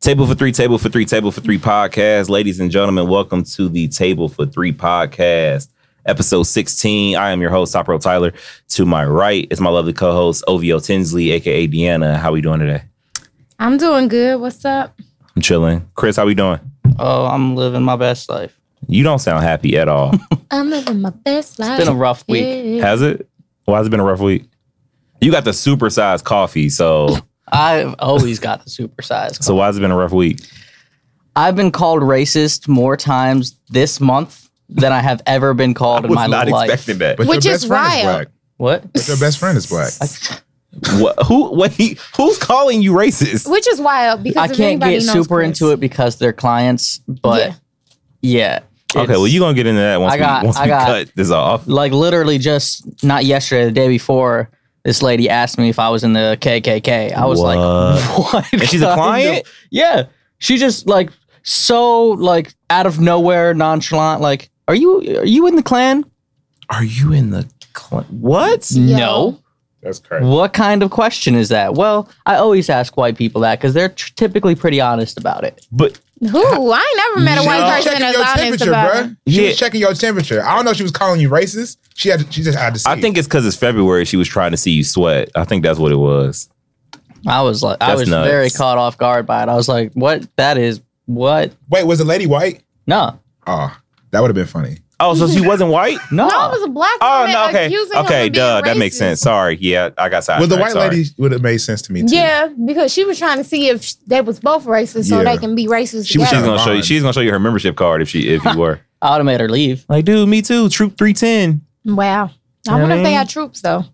Table for three, table for three, table for three podcast. Ladies and gentlemen, welcome to the Table for Three podcast, episode 16. I am your host, Sopro Tyler. To my right is my lovely co host, OVO Tinsley, aka Deanna. How we doing today? I'm doing good. What's up? I'm chilling. Chris, how we doing? Oh, I'm living my best life. You don't sound happy at all. I'm living my best life. It's been a rough week. Yeah. Has it? Why has it been a rough week? You got the supersized coffee, so I've always got the supersize. so why has it been a rough week? I've been called racist more times this month than I have ever been called in my life. that. Which your is best friend wild. black. What? But your best friend is black. What, who? Wait, who's calling you racist? Which is wild because I if can't anybody get knows super Chris- into it because they're clients, Yeah. but yeah. Okay, it's- well, you're gonna get into that once I got- we once I we got- cut this off. like literally just not yesterday, the day before, this lady asked me if I was in the KKK. I was like, What? what? And she's a kind of- client? yeah. She just like so like out of nowhere, nonchalant. Like, are you are you in the Klan? Are you in the cl- what? Yo. No. That's crazy. What kind of question is that? Well, I always ask white people that because they're t- typically pretty honest about it. But Who? I ain't never met a She white was person checking as your honest temperature, about bruh. it. She Yeah. was checking your temperature. I don't know if she was calling you racist. She had. She just had to. See. I think it's because it's February. She was trying to see you sweat. I think that's what it was. I was like, I That's was nuts. very caught off guard by it. I was like, what? That is what? Wait, was the lady white? No, Oh, that would have been funny. Oh, so she wasn't white. no. No, it was a black Oh woman no, okay, accusing him okay, of being duh, that makes racist. sense. Sorry, yeah, I got sidetracked. well, the white Uh, sorry. lady would have made sense to me too. Yeah, because she was trying to see if sh- they was both racist, so Yeah. they can be racist She She's together. was trying gonna show you. Bond. She's gonna show you her membership card if she if you were I would have made her leave. like, dude, me too. Troop three ten. wow. Yeah, I wonder if man. they had troops though.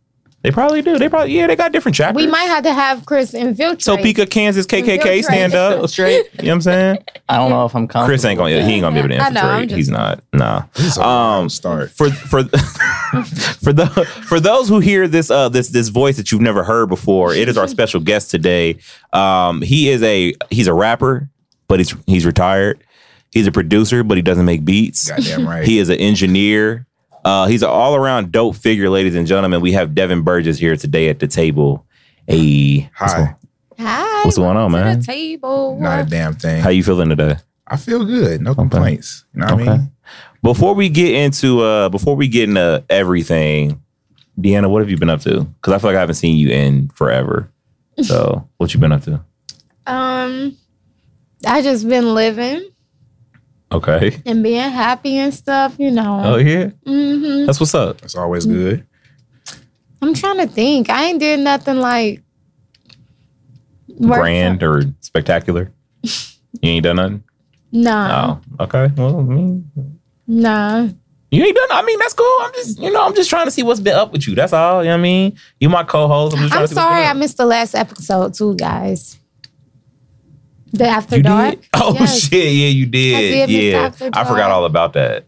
They probably do. They probably yeah. They got different chapters. We might have to have Chris infiltrate. Topeka, Kansas, KKK, Infiltrate. stand up. Straight. You know what I'm saying? I don't know if I'm comfortable. Chris ain't gonna. He ain't gonna be able to I know, I'm infiltrate. just- He's not. Nah. This is a Um, um, start. for for for the for those who hear this uh this this voice that you've never heard before, it is our special guest today. Um, he is a he's a rapper, but he's he's retired. He's a producer, but he doesn't make beats. Goddamn right. He is an engineer. Uh, he's an all around dope figure, ladies and gentlemen. We have Devin Burgess here today at the table. Hey, what's Hi. Hi. What's going on, welcome to man? The table. Not a damn go- thing. how you feeling today? I feel good. No complaints. You know what I Okay. mean? Before we get into uh before we get into everything, Deanna, what have you been up to? Because I feel like I haven't seen you in forever. So what you been up to? Um, I just been living Okay. and being happy and stuff, you Oh know. yeah. hmm That's what's up. That's always good. I'm trying to think. I ain't did nothing like worth- Grand or spectacular. You ain't done nothing? Nah, Oh. Okay. Well, I mean nah. you ain't done I mean, that's cool. I'm just you know, I'm just trying to see what's been up with you. That's all. You know what I mean? You my co-host. I'm just trying I'm to see what's sorry been I up. missed the last episode too, guys. The After You Dark. did? Oh Yes. shit, yeah, you did did. miss yeah. After I Dark. forgot all about that.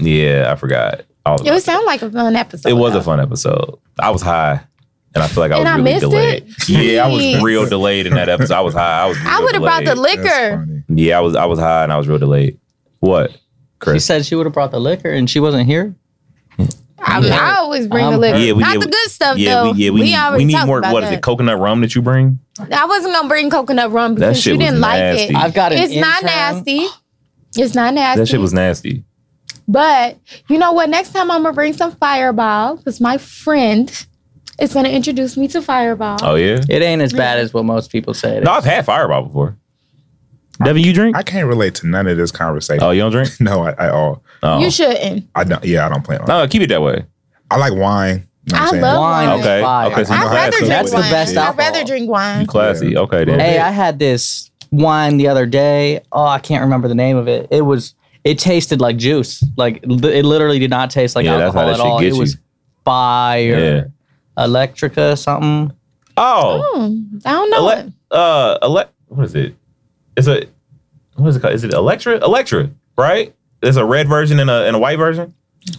Yeah, I forgot. All about It would sound like a fun episode. It was a though. fun episode. I was high, and I feel like I And was I really missed delayed. it? Yeah, I was Jeez. real delayed in that episode. I was high. I was. Real I would have brought the delayed. That's liquor. funny. Yeah, I was. I was high, and I was real delayed. What, She Chris? said she would have brought the liquor and she wasn't here. I, mean, Yeah. I always bring the I'm- liquor. Yeah, we- Not yeah, the we- good stuff yeah, though. we, yeah, we, need, we need talked more. about What is that. it? Coconut rum that you bring? I wasn't gonna bring coconut rum That because shit you was didn't like nasty. it. I've got an It's not intern. nasty. It's not nasty. That shit was nasty. But you know what? Next time I'm gonna bring some Fireball because my friend is gonna introduce me to Fireball. Oh yeah. It ain't as bad as what most people say. It No, is. I've had Fireball before. Devin, you drink? I can't relate to none of this conversation. Oh, you don't drink? No, I, I all. Oh. You shouldn't. I don't. Yeah, I don't plan on. No, keep it that way. I like wine. You know what I'm I saying? love- Wine is Okay. fire. Okay. So you I'd had rather some drink That's the wine. best I'd alcohol. rather drink wine. You classy. Yeah. Okay then. Hey, I had this wine the other day. Oh, I can't remember the name of it. It was. It tasted like juice. Like li- it literally did not taste like Yeah, that's how alcohol that at shit all. It gets was you. fire. Electrica something. Oh. Mm, I don't know. Ele- it. uh ele- what is it? It's a what is it called? Is it Electra? Electra, right? There's a red version and a and a white version.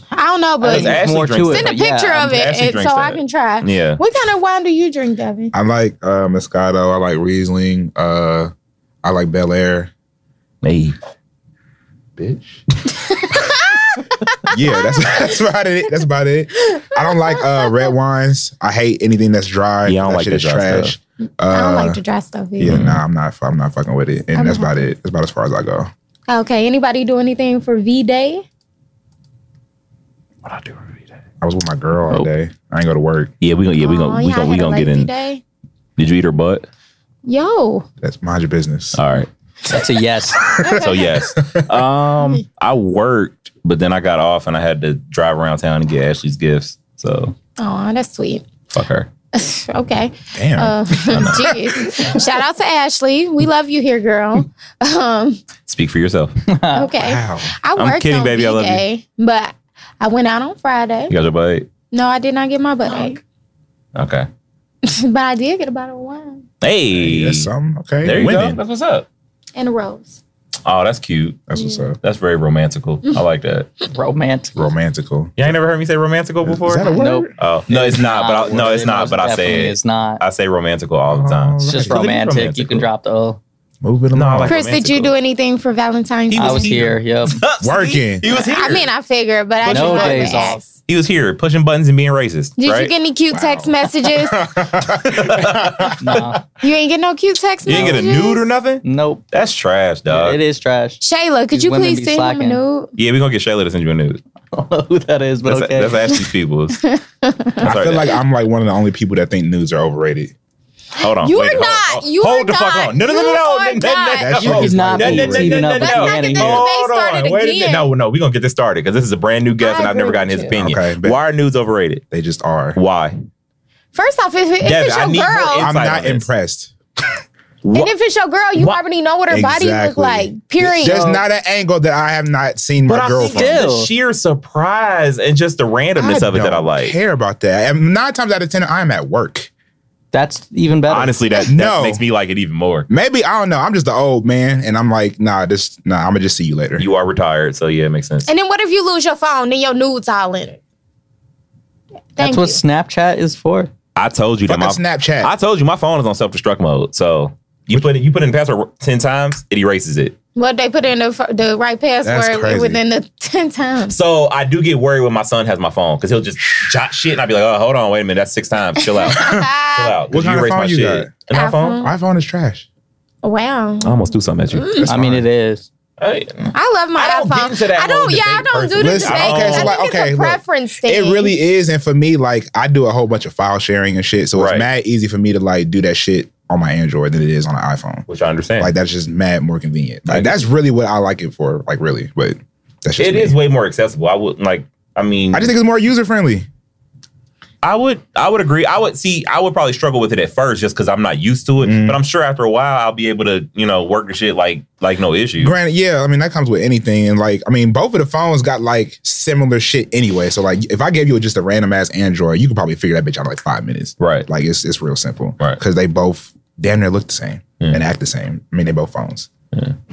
I don't know, I but think it's send There's Ashley drinks that. a but yeah, picture I'm- of it Ashley and so drinks I that. can try. Yeah. What kind of wine do you drink, Devin? I like uh, Moscato. I like Riesling. Uh, I like Bel Air. Hey. Bitch. yeah, that's that's about it. That's about it. I don't like uh, red wines. I hate anything that's dry. Yeah, I don't like shit that is dry trash. stuff. I don't Uh, like the dry stuff Yeah, either. nah, I'm not. I'm not fucking with it, and I'm that's not. about it. That's about as far as I go. Okay. Anybody do anything for V Day? What I do every day? I was with my girl all day. I ain't go to work. Yeah, we gonna yeah we Oh, gonna we gonna we gonna get in. Day. Did you eat her butt? Yo. That's mind your business. All right. That's a yes. So yes, um, I worked, but then I got off and I had to drive around town and get Ashley's gifts. So Oh, that's sweet. fuck her. okay. Damn. Uh, jeez. Shout out to Ashley. We love you here, girl. Um, Speak for yourself. You okay. wow. I worked Uh, kidding, on baby. I love you. V-Day, But I went out on Friday. got your butt? No, I did not get my butt ache. Okay. but I did get a bottle of wine Hey, Hey, that's something. Okay. there you go. winning. That's what's up. and a rose. Oh, that's cute. That's what's up. That's very romantical. I like that. Romantic. Romantical. You ain't never heard me say romantical before. Is that a word? Nope. oh no, it's not. But I, no, it's It not. most But I definitely say it. It's not. I say romantical all the time. It's just So then you're romantic. You romantical. can drop the oh, O. Moving No, along. I like- Chris, did you do anything for Valentine's He Day? I was here. Yep. Working. He was here. I mean, I figured, but No I just wanted days to off. ask. he was here pushing buttons and being racist. Did right? you get any cute Wow. text messages? no. you ain't get no cute text you didn't messages. get a nude or nothing? Nope. That's trash, dog. it is trash. Shayla, could These you women please be send slacking. him a nude? Yeah, we're gonna get Shayla to send you a nude. I don't know who that is, but That's, okay. that's Ashley's people's. I Sorry, feel that- like I'm like one of the only people that think nudes are overrated. Hold on. You're wait, hold- not. Hold, You hold are the fuck not. on. No, no, no, You no, no. are no, no, not. no, That no. shit is not No, no, being no, teaming no, up no, at no. Let's not the wedding. get this Oh, debate Wait started a again. minute. No, no, we gonna get this started because this is a brand new guest, I and I've never agree gotten with his you. opinion. Okay, bet. Why are nudes overrated? They just are. Why? First off, if, if Devin, it's I your need more girl, insight I'm on not this. impressed. and if it's your girl, you Wha- already know what her body look like. Period. There's not an angle that I have not seen my But I girl think from. still- the sheer surprise and just the randomness I of it that I don't like. Care about that? And nine times out of ten, I'm at work. that's even better. Honestly, that, that No. makes me like it even more. Maybe I don't know. I'm just the old man, and I'm like, nah, this, nah. I'm gonna just see you later. You are retired, so yeah, it makes sense. And then what if you lose your phone? Then your nudes all in it. Thank that's what you. Snapchat is for. I told you that Fucking my Snapchat. I told you my phone is on self destruct mode. So you put it you put in password ten times, it erases it. Well, they put in the, fir- the right crazy. password within the 10 times. So I do get worried when my son has my phone because he'll just jot shit and I'll be like, oh, hold on, wait a minute, that's six times. Chill out. Chill out. 'cause What kind of erased phone you An iPhone? iPhone. iPhone is trash. wow. Uh-huh. I almost threw something at you. Mm. That's I mean, fine. it is. Hey, I love my I don't iPhone. get into that I don't, whole yeah, I debate don't do personally. the Listen, debate. okay, I so think like, okay, it's a look, preference thing. It really is, and for me, like I do a whole bunch of file sharing and shit, so Right. it's mad easy for me to like do that shit on my Android than it is on an iPhone. Which I understand. Like that's just mad more convenient. I Like that's really what I like it for. Like really, but that's just it me. is way more accessible. I would like I mean I just think it's more user friendly. I would I would agree. I would see I would probably struggle with it at first just because I'm not used to it. Mm. But I'm sure after a while I'll be able to, you know, work the shit like like no issue. Granted, yeah, I mean that comes with anything, and like I mean both of the phones got like similar shit anyway. So like if I gave you just a random ass Android, you could probably figure that bitch out in like five minutes. Right. Like it's it's real simple, Right. Because they both damn near look the same Yeah. and act the same. I mean they both phones.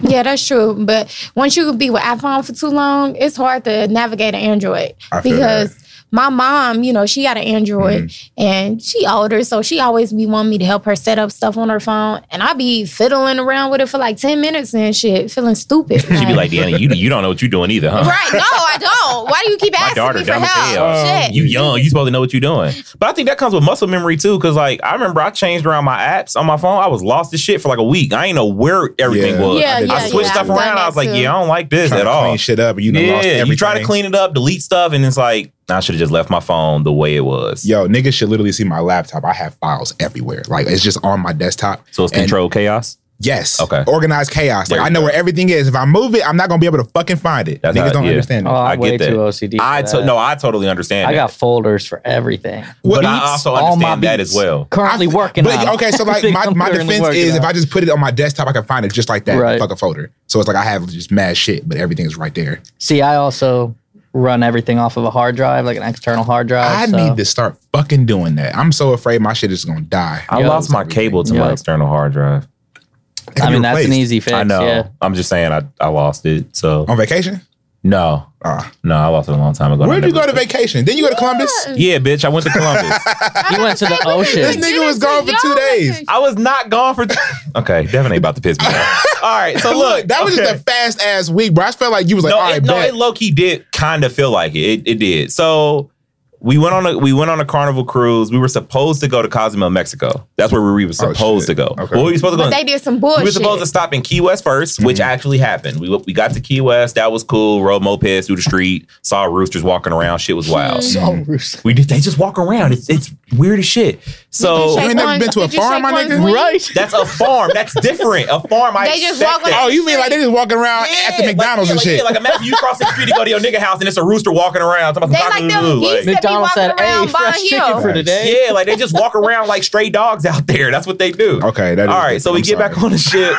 Yeah, that's true. But once you be with iPhone for too long, it's hard to navigate an Android I feel because my mom, you know, she got an Android Mm-hmm. and she older, so she always be wanting me to help her set up stuff on her phone, and I be fiddling around with it for like ten minutes and shit, feeling stupid. She'd be like, Deanna, you you don't know what you're doing either, huh? right? No, I don't. Why do you keep asking daughter me for dumb as help? hell. Shit. You young, you supposed to know what you're doing. But I think that comes with muscle memory too, because like I remember I changed around my apps on my phone. I was lost as shit for like a week. I ain't know where everything Yeah. was. Yeah, I did I yeah, switched yeah. stuff I've done around. I that was like, too. yeah, I don't like this Trying at to all. Clean shit up, and you done lost Yeah, everything. you try to clean it up, delete stuff, and it's like I should have just left my phone the way it was. Yo, niggas should literally see my laptop. I have files everywhere. Like it's just on my desktop. So it's And- controlled chaos. Yes. Okay. Organized chaos. There Like you I know go. where everything is. If I move it, I'm not gonna be able to fucking find it. That's niggas how- don't yeah. understand Oh, it. I I'm get way that. too OCD. for I to- that. no, I totally understand. I that. got folders for everything. but What I beats? also all my understand that beats. as well. Currently I- working. But on it. okay, so like Everything my, I'm my currently defense working is if on. I just put it on my desktop, I can find it just like that. Right. Fuck a folder. So it's like I have just mad shit, but everything is right there. see, I also run everything off of a hard drive, like an external hard drive. I so- need to start fucking doing that. I'm so afraid my shit is gonna die. I Yo, lost my everything. cable to my Yo. external hard drive. It can I be mean, that's an replaced. easy fix. I know. Yeah. I'm just saying I, I lost it. So on vacation. no, Ah. no, I lost it a long time ago. and I Where'd you never- go to vacation? Then you go to Columbus. Yeah, bitch, I went to Columbus. You went to the This ocean. nigga was gone for two days. I was not gone for. okay, Devin ain't about to piss me off. All right, so look, that was okay. just a fast ass week, bro. I just felt like you was like, no, all right, it, no, bet. it low key did kind of feel like it. It, it did. So we went on a we went on a carnival cruise. We were supposed to go to Cozumel, Mexico. That's where we were supposed to Oh, shit. go. Okay. Well, we were supposed to go. But in- they did some we bullshit. were supposed to stop in Key West 1st which Mm-hmm. actually happened. We we got to Key West. That was cool. Rode mopeds through the street. Saw roosters walking around. Shit was wild. So Mm-hmm. ruthless. We did. They just walk around. It's it's weird as shit. So You shake ain't never been to a Did you farm, shake my one's nigga? wing? Right. that's a farm. That's different. A farm. I They just expect walk that. around Oh, you mean like they just walking around at the Yeah, McDonald's like, and yeah, shit? Like, yeah, like imagine you cross the street to go to your nigga house and it's a rooster walking around. talking They about some like them cock-a-doodle, geese like- that be McDonald's walking said, "Hey, around fresh Bond chicken for Hill. today." yeah, like they just walk around like stray dogs out there. That's what they do. okay, that is All right, so we get back on the ship.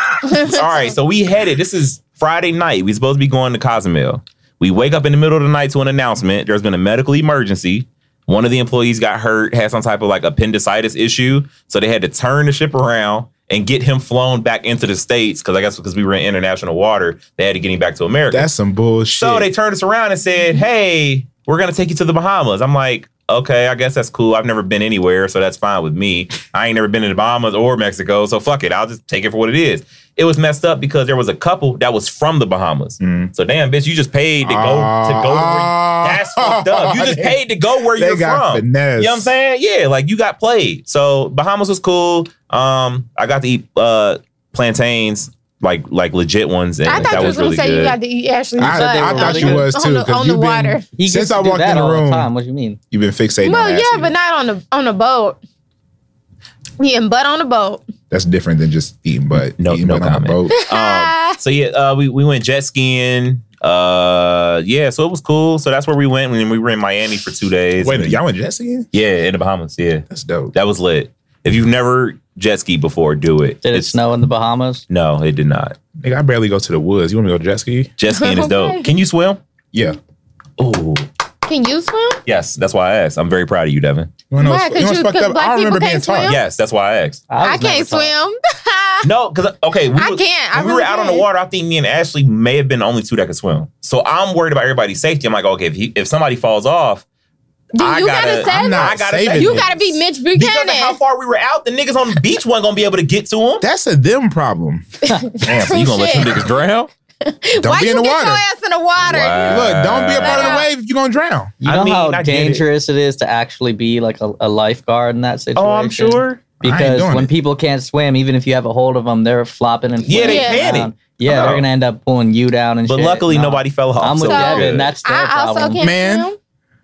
All right, so we headed. This is Friday night. We supposed to be going to Cozumel. We wake up in the middle of the night to an announcement. There's been a medical emergency. One of the employees got hurt, had some type of like appendicitis issue, so they had to turn the ship around and get him flown back into the states because I guess because we were in international water, they had to get him back to America. That's some bullshit. So they turned us around and said, "Hey, we're gonna take you to the Bahamas." I'm like, "Okay, I guess that's cool. I've never been anywhere, so that's fine with me. I ain't never been to the Bahamas or Mexico, so fuck it. I'll just take it for what it is." It was messed up because there was a couple that was from the Bahamas. Mm. So damn, bitch, you just paid to go to go. where, Ah. that's fucked up. You just They- paid to go where They you're got from. finesse. You know what I'm saying? Yeah, like you got played. So Bahamas was cool. Um, I got to eat uh plantains, like like legit ones, and I thought that was you was gonna really say good. you got to eat Ashley's I, said they I were thought really you good. was "Oh, On too the- because on you've the been water. He gets Since to I do walked that in the all room- time. What do you mean? you've been fixating. Well, on yeah, ass but eating. not on the on the boat. We eating butt on the boat. that's different than just eating. But No- eating no butt on the comment. boat. Oh. Ah. um, so yeah, uh, we we went jet skiing. Uh, yeah, so it was cool. So that's where we went when we were in Miami for two days. Wait a minute, y'all went jet skiing? yeah, in the Bahamas. Yeah, That's dope. that was lit. If you've never jet skied before, do it. Did it It's- snow in the Bahamas? No, it did not. Nigga, I barely go to the woods. You want me to go jet ski? Jet skiing is Okay. dope. Can you swim? Yeah. Oh, Can you swim? yes. That's why I asked. I'm very proud of you, Devin. You wanna know Why? what's- you 'Cause know what's you- fucked 'cause up? black I don't people remember being can't taught. swim? Yes, that's why I asked. I, was can't never taught. swim. No, because okay, we I was- can't. I when we were really out on the can't. water. I think me and Ashley may have been the only two that could swim. So I'm worried about everybody's safety. I'm like, okay, if he, if somebody falls off, Do I you gotta- gotta, I'm save not I it? gotta saving say- You it. gotta be Mitch because of how Buchanan. far we were out, the niggas on the beach wasn't gonna be able to get to him. That's a them problem. Damn, so you gonna let Shit. you niggas drown? Don't Why be you in the get your water. ass in the water? Wow. Look, don't be a part of the Wow. wave if you're gonna drown. You I know mean, how I get it. dangerous it is to actually be like a, a lifeguard in that situation. Oh, I'm sure. Because doing when it. people can't swim, even if you have a hold of them, they're flopping and Yeah, they flailing Yeah. panic. around. Yeah, No. they're gonna end up pulling you down and But shit. luckily, No. nobody fell off. I'm with so we're Devin. good. That's their I problem. also can't Man.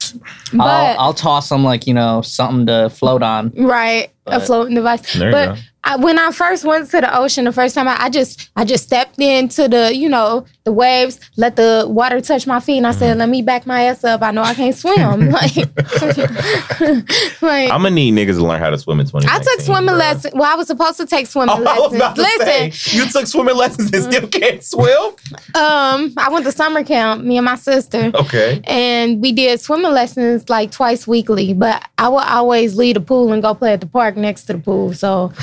swim. But I'll, I'll toss them like you know something to float on. right, a But- floating device. There you go. but I, when I first went to the ocean, the first time I, I just I just stepped into the you know the waves, let the water touch my feet, and I Mm-hmm. said, "Let me back my ass up. I know I can't swim." like, like I'm gonna need niggas to learn how to swim in 20. I took swimming lessons. Well, I was supposed to take swimming I was about lessons. to Listen, say, you took swimming lessons and still can't swim. um, I went to summer camp. Me and my sister. Okay. and we did swimming lessons like twice weekly. But I would always leave the pool and go play at the park next to the pool. So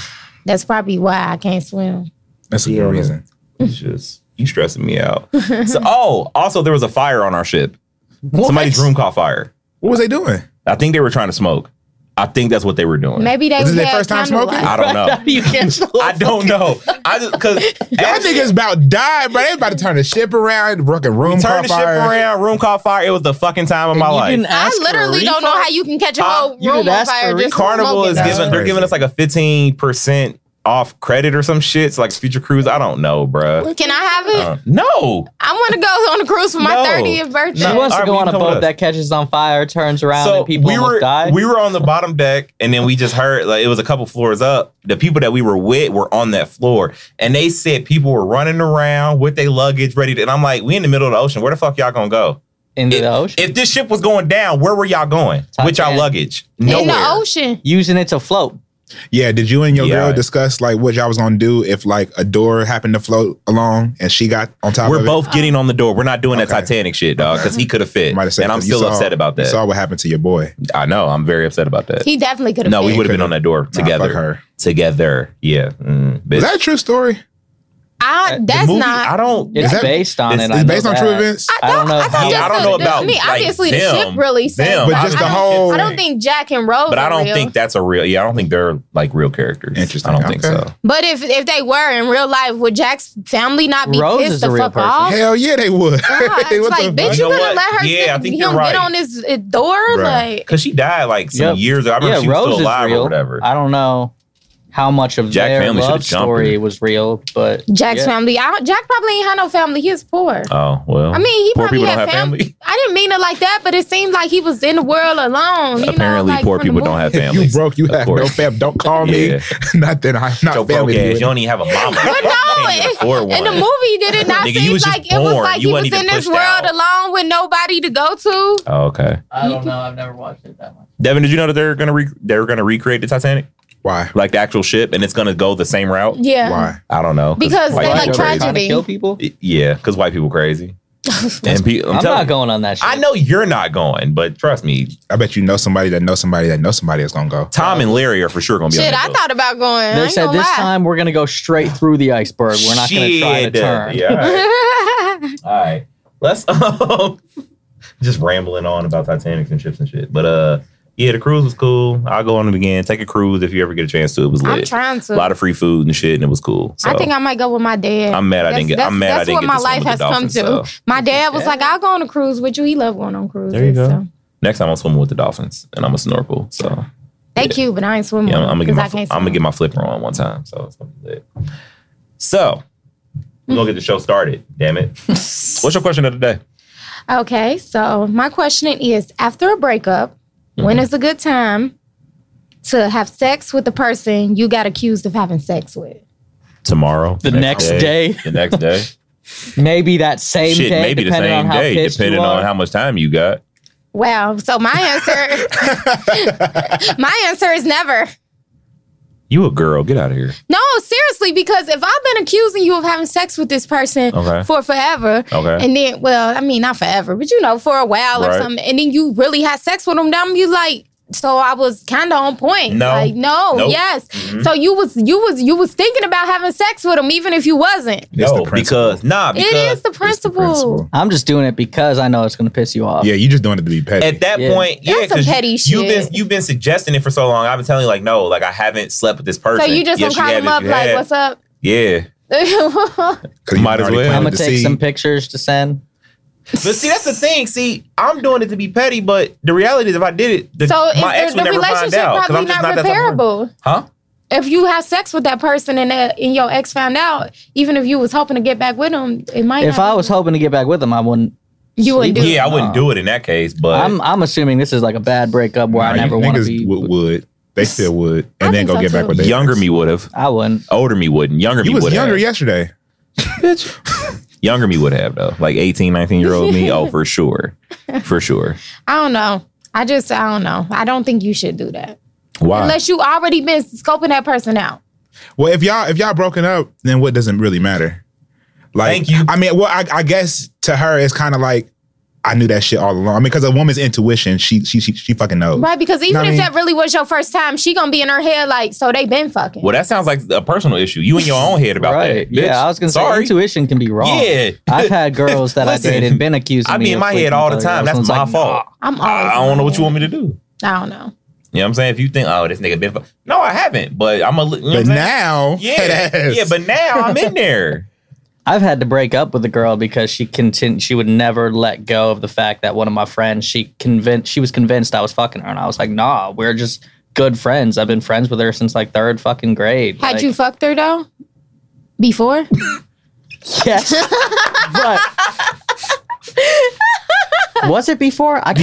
that's probably why I can't swim. That's a good reason. It's just you stressing me out. So, oh, also there was a fire on our ship. Somebody's room caught fire. What was they doing? I think they were trying to smoke. I think that's what they were doing. Maybe they This is had their first time candlelight. smoking? I don't know. you can't. I don't know. I just because Y'all niggas about died, bro. They about to turn the ship around, fucking Turn room the caught ship fire. around. Room caught fire. It was the fucking time of my you life. didn't ask I for a literally don't know refund? how you can catch a Huh? whole You room did on ask for fire. a Just refund? from Carnival smoking, is though. giving they're crazy. giving us like a 15% off credit or some shit. It's like future cruise. I don't know, bruh. Can I have it? Uh, no. I want to go on a cruise for my No. 30th birthday. She wants All to right, go we on can a come with boat us. that catches on fire, turns around, and people we almost were die. we were on the bottom deck and then we just heard like it was a couple floors up. The people that we were with were on that floor and they said people were running around with their luggage ready to and I'm like, we in the middle of the ocean. Where the fuck y'all gonna go? into the ocean, If this ship was going down, where were y'all going? with y'all Titanic. luggage? in Nowhere. the ocean. using it to float. Yeah, did you and your Yeah. girl discuss like what y'all was gonna do if like a door happened to float along and she got on top We're of both getting on the door. We're not doing Okay. that Titanic shit, dog, because he could have it? fit. Might have said And I'm 'cause you still saw- upset about You that. saw what happened to your boy. I know. I'm very upset about that. He definitely could have. No, we He would have been could've- on that door Nah, together. fuck her. Together. Yeah. Mm, bitch. Is that a true story? I that's movie, not. I don't. Is It's that- based on it's- it. it's It's I know based on that. true events. I don't, I Yeah, thought I don't just the- know about, I mean, like, obviously the them. ship really Them. But saved. just I the don't- whole- I don't think Jack and Rose. But I are don't real. think that's a real. Yeah, I don't think they're like real characters. Interesting. I don't think Okay. so. But if if they were in real life, would Jack's family not be Rose pissed is a the real fuck person. off? Hell yeah, they would. God, They it's would like, the bitch, fuck? You you know gonna what? let her Yeah, sit, I think him you're right. get on his uh, door? Right. Like, Because she died like some Yep. years ago. I remember yeah, she was Rose still is alive real. or whatever. I don't know how much of Jack their family should've love jumped story her. was real, but Jack's yeah. family. I don't, Jack probably ain't had no family. He was poor. oh well. I mean, he poor probably people had don't have family. family. I didn't mean it like that, but it seemed like he was in the world alone. you know, Apparently, like, poor from the people don't movie. have If you families. broke, you Of have no course. fam. Don't call me. Yeah. Nothing. I'm So not broke family. ass. to You you. don't even have a mama. But You no, can't even afford in one. the movie, did it not Nigga, you seem was just like it was born. like You he was wasn't in even this pushed world out. alone with nobody to go to? Oh, okay. I don't know. I've never watched it that much. Devin, did you know that they're gonna re- they're gonna recreate the Titanic, Why? like the actual ship, and it's gonna go the same route? Yeah. Why? I don't know. Because white they, like, people tried crazy. to- trying to tragedy. kill people. Yeah, because white people crazy. and people, I'm, I'm, telling not you. going on that. Shit. I know you're not going, but trust me, I bet you know somebody that knows somebody that knows somebody that's gonna go. Tom and Larry are for sure gonna be. on Shit, that I boat. thought about going. I They ain't said gonna this lie. time we're gonna go straight through the iceberg. We're not gonna try to Shit. turn. Yeah, all right. All right. Let's um just rambling on about Titanics and ships and shit. But uh yeah, the cruise was cool. I'll go on it again. Take a cruise if you ever get a chance to. It was I'm lit. trying A to. lot of free food and shit, and it was cool. So I think I might go with my dad. I'm mad I didn't get. That's- I'm mad I that's didn't what get my this one life with the has come dolphins, to. so. my dad was Yeah. like, "I'll go on a cruise with you." He loved going on cruises. There you go. so. Next time I'm swimming with the dolphins, and I'm a snorkel. So They Yeah. cute, but I ain't swimming. yeah, I'm, I'm gonna get my Mm, I can't I'm gonna swim. get my flipper on one time. So it's gonna be lit. So we're gonna get the show started. Damn it! What's your question of the day? Okay, so my question is: After a breakup, when Mm-hmm. is a good time to have sex with the person you got accused of having sex with? Tomorrow, The next day. the next day. Maybe that same Shit, day, maybe the depending same on how day, pissed depending you on are. how much time you got. Well, so my answer, my answer is never. You a girl? Get out of here. No, seriously, because if I've been accusing you of having sex with this person Okay. for forever, Okay. and then, well, I mean, not forever, but you know, for a while Right. or something, and then you really had sex with them, then you like, so I was kind of on point. No. like no, Nope. yes. Mhm. So you was you was you was thinking about having sex with them, even if you wasn't. It's the no, principle. because nah, because it is the It's the principle. I'm just doing it because I know it's gonna piss you off. Yeah, you just doing it to be petty. at that Yeah. point, yeah, That's some 'cause petty you, You've shit. been you've been suggesting it for so long. I've been telling you like, no, like I haven't slept with this person. So you just Yes, gonna call you them have, up yes, you like, have. "What's up?" Yeah, Because Might as well. I'm Planted gonna take some pictures to send. but see, that's the thing. See, I'm doing it to be petty, but the reality is, if I did it, the, so my is ex would the, the never find relationship out because probably I'm just not, not, that type of person. repairable? Huh? If you have sex with that person and that, and your ex found out, even if you was hoping to get back with them, it might. If not I be- was hoping to get back with them, I wouldn't. you wouldn't do. it. Yeah, I wouldn't do it in that case, but I'm I'm assuming this is like a bad breakup where I never want to be. Would, would. They still would, and I then think go so, get back too. with their younger ex. me would have, I wouldn't. older me wouldn't, younger You me was would younger have. yesterday. Younger me would have though, like 18, 19 year old me. Oh, for sure, for sure. I don't know. I just I don't know. I don't think you should do that Why? unless you already been scoping that person out. Well, if y'all if y'all broken up, then what doesn't really matter? Like, Thank you. I mean, well, I, I guess to her, it's kind of like I knew that shit all along. I mean, because a woman's intuition, she she she, she fucking knows. Right, because even I if mean- that really was your first time, she gonna be in her head like, so they been fucking. well, that sounds like a personal issue. You in your own head about Right? that. bitch. Yeah, I was gonna Sorry. say intuition can be wrong. Yeah. I've had girls that Listen, I dated been accused. Of I be me in of my head sleeping all with the other time. girls, That's and it's my like, fault. I'm always. I, I don't know what you in want me to do. my head. I don't know. You know what I'm saying? If you think, oh, this nigga been, fu-" no, I haven't. But I'm a, li- you know what But I'm saying? now, head yeah, ass. yeah. But now I'm in there. I've had to break up with a girl because she contin- she would never let go of the fact that one of my friends she convinced she was convinced I was fucking her and I was like nah we're just good friends I've been friends with her since like third fucking grade Had Like, you fucked her though? Before? yes but was it before I can't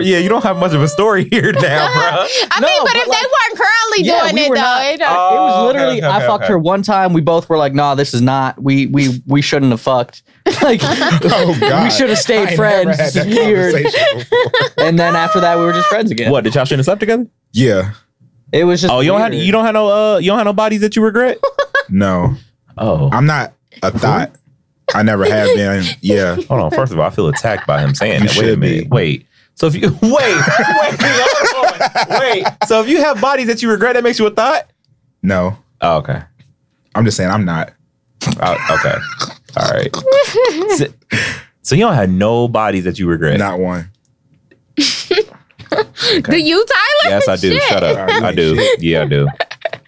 Yeah, you don't have much of a story here now, I No, mean, but, but if like- they weren't currently Yeah, doing we it were though, not- it uh, don't- it Oh, was okay, literally okay, I okay, fucked okay. her one time we both were like nah this is not we we we shouldn't have fucked like oh god, We should have stayed I ain't never friends. had This that is weird. conversation before. and then after that we were just friends again What did y'all shouldn't have slept together? yeah, it was just Oh, you don't have weird. you don't have no uh you don't have no bodies that you regret. no, Oh, I'm not a thought. I never have been. Yeah, hold on. First of all, I feel attacked by him saying You that. Wait a should be. minute. Wait. So if you wait, wait, hold on. wait. So if you have bodies that you regret, that makes you a thought. no, Oh, okay. I'm just saying I'm not. I- Oh, okay. All right. So, so you don't have no bodies that you regret. Not one. Do you, Tyler? Yes, I do. Shit. Shut up. I do. Yeah, I do.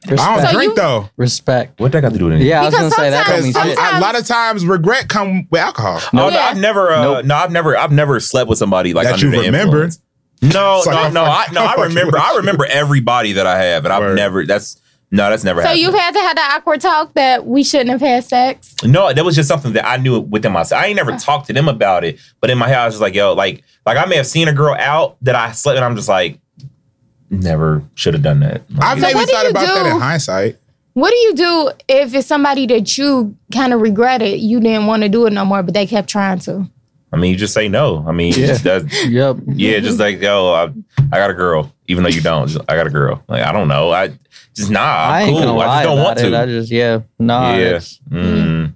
I don't Respect. So drink you- though. Respect. What that got to do with Yeah, I was gonna Because say that don't Because mean sometimes- shit. a lot of times regret come with alcohol. No, Oh, Yeah. I've never. Uh, Nope. No, I've never. I've never slept with somebody like That under you the remember. influence. No, It's like, no, I'm no. I, fucking- no, I'm I fucking remember. with I you. remember everybody that I have, and I've Word. never. That's no, that's never So happened. you've had to have the awkward talk that we shouldn't have had sex. No, that was just something that I knew within myself. I ain't never talked to them about it, but in my head, I was just like, yo, like, like I may have seen a girl out that I slept, and I'm just like, never should have done that. Like, I've So maybe what do thought you about that do? in hindsight. What do you do if it's somebody that you kind of regretted you didn't want to do it no more, but they kept trying to? I mean, you just say no. I mean, Yeah. yeah. Just, that's, Yep. yeah, just like yo, I, I got a girl, even though you don't. Just, I got a girl. Like I don't know. I just nah. I'm I ain't cool. gonna lie I just don't about want it. to. I just yeah. Nah. Yeah. it's- Mm.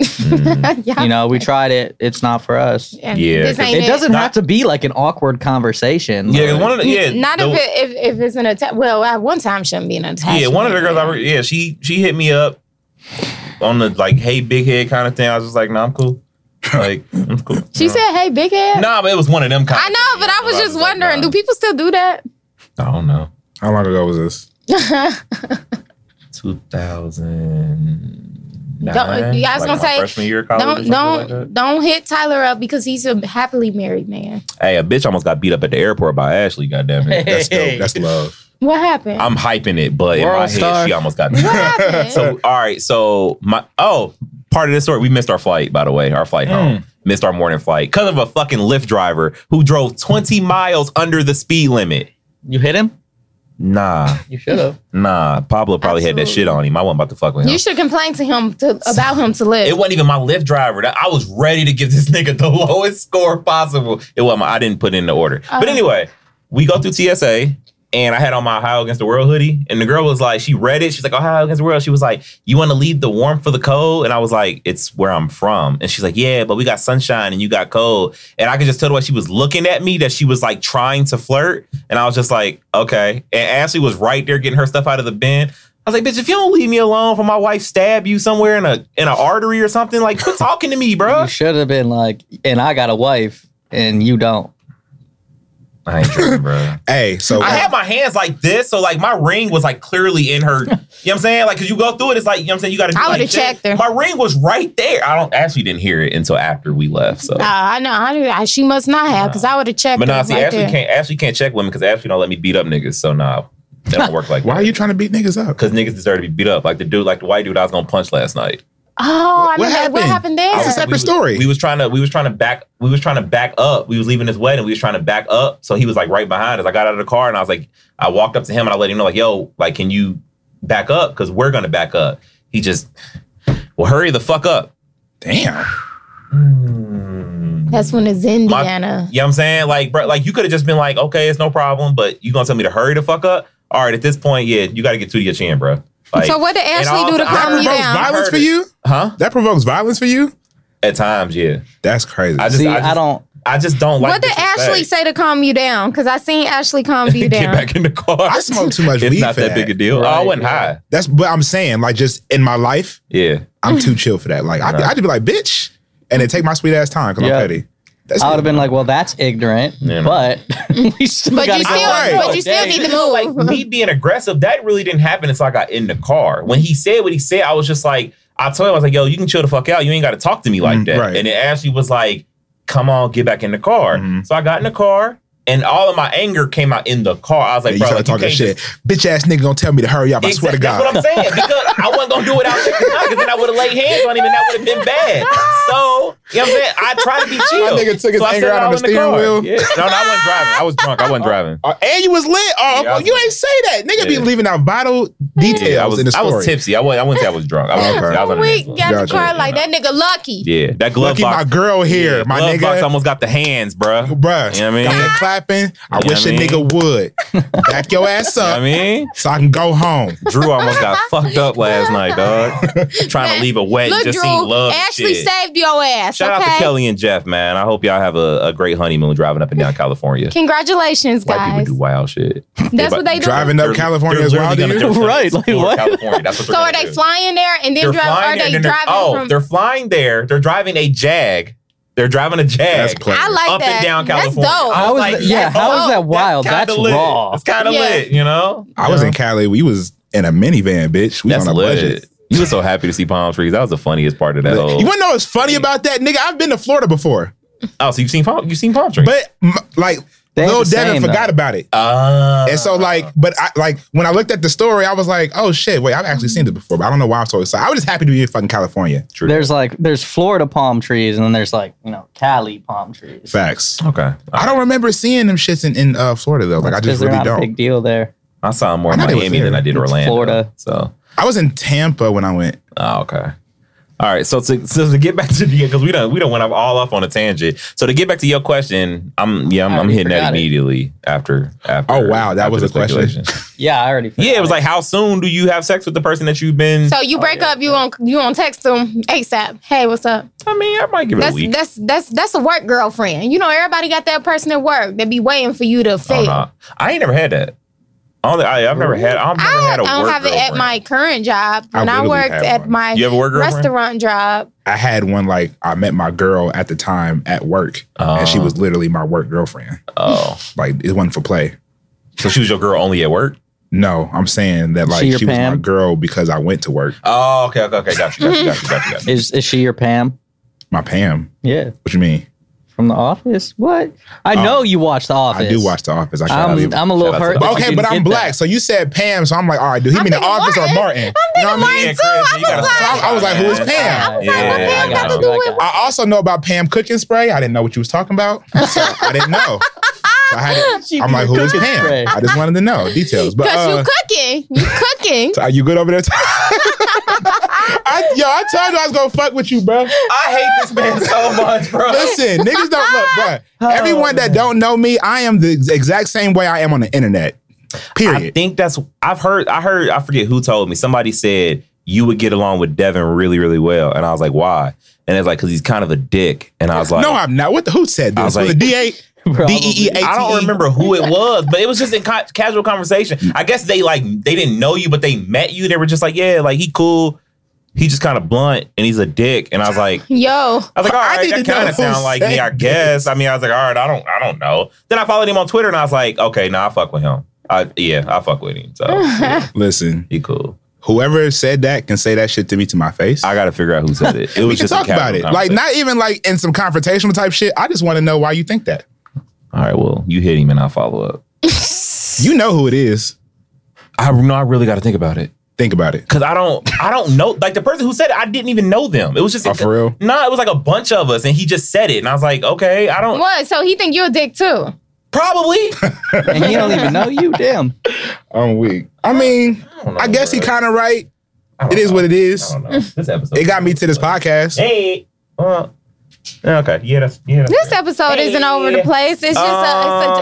Mm. yeah. You know, we tried it. It's not for us. Yeah. Mm-hmm. Yeah. This ain't It doesn't Not- have to be like an awkward conversation. Yeah, 'cause Like, one of the yeah, Not the- if, it, if if it's an attack. Well, at one time shouldn't be an attack. yeah, one of the girls I re- yeah, she she hit me up on the like hey big head kind of thing. I was just like, nah, I'm cool. Like I'm cool. She Nah. said, "Hey, big head." nah, but it was one of them kind. I know, but I was just wondering, do people still do that? people? I don't know. How long ago was this? Two thousand. Don't- yeah, I was gonna say, freshman year of college. or something don't like don't that. don't hit Tyler up because he's a happily married man. Hey, a bitch almost got beat up at the airport by Ashley. Goddamn it. That's Hey. dope. That's love. What happened? I'm hyping it, but in World my star. head, she almost got. what happened? So all right, so my oh part of this story, we missed our flight by the way, our flight home, missed our morning flight because of a fucking Lyft driver who drove twenty miles under the speed limit. you hit him. Nah, You should have. nah, Pablo probably had that Absolutely. shit on him. I wasn't about to fuck with him. you should complain to him to, about him to live. it wasn't even my Lyft driver. That- I was ready to give this nigga the lowest score possible. It wasn't. My, I didn't put in the order. But Uh-huh. anyway, we go through TSA, and I had on my Ohio Against the World hoodie, and the girl was like, she read it. She's like, Ohio Against the World. She was like, you want to leave the warm for the cold? And I was like, it's where I'm from. And she's like, yeah, but we got sunshine and you got cold. And I could just tell the way she was looking at me that she was like trying to flirt, and I was just like, okay. And Ashley was right there getting her stuff out of the bin. I was like, bitch, if you don't leave me alone for my wife stab you somewhere in a in an artery or something, like quit talking to me, bro. You should have been like, and I got a wife, and you don't. I ain't tripping, bro. Hey, so I had my hands like this, so like my ring was like clearly in her. You know what I'm saying? Like, cause you go through it, it's like, you know what I'm saying? You gotta do I would've like that. checked her. My ring was right there. I don't actually didn't hear it until after we left. So Nah, I know. I knew I, she must not have because I would have checked. but nah, her see, right Ashley there. can't Ashley can't check women because Ashley don't let me beat up niggas. So nah, that don't work like why that. are you trying to beat niggas up? Cause niggas deserve to be beat up. Like the dude, like the white dude I was gonna punch last night. Oh, I What mean, that- what happened? happened I was was- there? a separate we was- story. We was trying to we was trying to back we was trying to back up. We was leaving his wedding. We was trying to back up. So he was like right behind us. I got out of the car and I was like, I walked up to him and I let him know like, yo, like, can you back up? Because we're gonna back up. He just, well, hurry the fuck up. Damn. Hmm. That's when it's Indiana. You know what I'm saying? Like, bro, like you could have just been like, okay, it's no problem, but you gonna tell me to hurry the fuck up? All right, at this point, yeah, you gotta get two to your chin, bro. Like, so what did Ashley all- do to I calm That remember you provokes down? I violence heard for it. you? huh? That provokes violence for you? At times, yeah. That's crazy. I just, See, I, just I don't. I just don't like. what did disrespect. Ashley say to calm you down? Because I seen Ashley calm you Get down. back in the car. I smoke too much it's weed not for that, that. big a deal. Oh, I Right, wasn't yeah. high. That's but I'm saying, like, just in my life, Yeah. I'm too chill for that. Like, I, Nah. I'd be like, bitch, and then take my sweet ass time because Yeah. I'm petty. That's I would have been like, well, that's ignorant, Yeah, man. but we still But gotta you go still, Right. on. but you still Dang. need to move. Like me being aggressive, that really didn't happen until I got in the car. When he said what he said, I was just like, I told him, I was like, yo, you can chill the fuck out. You ain't got to talk to me like Mm, that. right. And then Ashley was like, come on, get back in the car. Mhm. So I got in the car and all of my anger came out in the car. I was like, you bro, started like, you talking can't shit. shit. Bitch ass nigga gonna tell me to hurry up. I swear to God. That's what I'm saying. Because I wasn't gonna do it out there because then I would have laid hands on him and that would have been bad. So you know what I'm saying? I tried to be chill. nigga took his so I anger said it out on all the in steering car. wheel. Yeah. No, no, I wasn't driving. I was drunk. I wasn't driving. Oh, and you was lit. Oh, Yeah, I well, was- you ain't say that. Nigga be Yeah. leaving out vital details Yeah, I was, in the I story. was tipsy. I wasn't, I wouldn't say I was drunk. I was, Okay. tipsy. I was on the we next one. got the Gotcha. car like that nigga lucky. Yeah, that glove Lucky box. my girl here, yeah, my glove nigga. box almost got the hands, bruh. Bruh, You know what I mean? got me clapping. I You wish know a what I nigga would back your ass You know up what I mean, so I can go home. Drew almost got fucked up last night, dog. Trying to leave a wet, Look, just Drew, seen love. and Ashley shit. saved your ass. shout out Okay. to Kelly and Jeff, man. I hope y'all have a, a great honeymoon driving up and down California. Congratulations, White people guys. do wild shit. That's what they do. Driving up They're- California they're as well, literally do gonna- you? they're Right, gonna like, what? California. That's what So are they flying there and then They're driving? flying Are they and then they're- driving oh, from? they're flying there. They're driving a Jag. They're driving a Jag. That's clever. I like up that. and down California. That's dope. I How was is like, that, yeah, that's how dope. is that wild? That's, kinda lit. raw. It's kind of Yeah. lit, you know. I was Yeah. in Cali. We was in a minivan, bitch. We That's on a lit. budget. You were so happy to see palm trees. That was the funniest part of that whole. You wanna know what's funny about that, nigga? I've been to Florida before, oh, so you've seen palm? You've seen palm trees? but m- like They ain't Lil the Devin same, forgot though. about it, Ah. and so like, but I like when I looked at the story, I was like, oh shit, wait, I've actually seen this before, but I don't know why I'm so excited. I was just happy to be in fucking California. True. There's like there's Florida palm trees and then there's like you know Cali palm trees. Facts. okay. I I, don't remember seeing them shits in, in uh, Florida though. Like I Because just they're really not a don't. big deal there. I saw more in I thought it was Miami there. than I did It's Orlando. Florida. So I was in Tampa when I went. Oh, okay. All right. So to, so to get back to the because we don't we don't went off- all off on a tangent. So to get back to your question, I'm yeah I'm, I I'm already hitting that forgot it. immediately after after. Oh, wow, that after was the a question. speculation. Yeah, I already. yeah, it forgot was like how soon do you have sex with the person that you've been? So you Oh, break yeah. up, you on you on text them ASAP. Hey, what's up? I mean, I might give it That's a week. that's that's that's a work girlfriend. You know, everybody got that person at work that be waiting for you to fail. Oh, nah. I ain't never had that. Only I, I've never had. I've never I, had a I don't work have it at girlfriend. my current job. I When I, literally worked had at one. my You have a work girlfriend? restaurant job, I had one like I met my girl at the time at work, and she Oh. was literally my work girlfriend. Oh, Like it wasn't for play. so she was your girl only at work? No, I'm saying that like She she, your was my Pam? girl because I went to work. Oh, okay, okay, okay. Got you, got you, got you, got you. Got you. Is is she your Pam? My Pam. Yeah, What you mean? from The Office. What? I Oh, know you watch The Office. I do watch The Office. I can't I'm believe. I'm a little Shout out to hurt. The that Office. you Okay, didn't but I'm get black, that. so you said Pam, so I'm like, all right, do he I'm mean the thinking Office Martin. or Martin? I'm thinking what I mean? Martin too. I Yeah, was Chris, like, you gotta I was like, who is stop. Pam? I was like, Yeah, what Pam I got to know. do with? I also know about Pam cooking spray. I didn't know what you was talking about, so I didn't know. So I had to, I'm like, who is cooking Pam? spray. I just wanted to know details. But Because uh, you cooking, you cooking. so are you good over there? I, yo, I told you I was gonna fuck with you, I bro. hate this man so much, bro. Listen, niggas don't look, bro. Everyone that don't know me, I am the ex- exact same way I am on the internet. I Period. think that's I've heard I heard I forget who told me somebody said you would get along with Devin really really well and I was like why and it's like because he's kind of a dick and I was like no, E I'm not. What the, who said I was this? Was like- it DA? Probably. DEEA? I don't remember who it was but it was just in ca- casual conversation Mm. I guess they like they didn't know you but they met you they were just like yeah like he cool he just kind of blunt and he's a dick and I was like Yo, I was like, all right, I that didn't know kind of who sound like me, said I guess. I mean, I was like, all right, I don't, I don't know. Then I followed him on Twitter, and I was like, okay, nah, I fuck with him. I, yeah, I fuck with him. So yeah, Listen, he cool. whoever said that can say that shit to me to my face. I got to figure out who said it. It was we can just a talk about casual it. Like, conversation. not even like in some confrontational type shit. I just want to know why you think that. all right, well, you hit him, and I'll follow up. You know who it is. I no, I really got to think about it Think about it. because I don't, I don't know. Like the person who said it, I didn't even know them. It was just Oh, for real? Nah, it was like a bunch of us, and he just said it, and I was like, okay, I don't what? So he think you a dick too? probably. and he don't even know you. Damn. I'm weak. I mean, don't know, I guess he bro. kind of right. I don't It is know. what it I is. don't know. This episode, It got me to this podcast. Hey. Uh, okay. Yeah, that's yeah. That's This episode Hey. isn't over the place. It's just Um,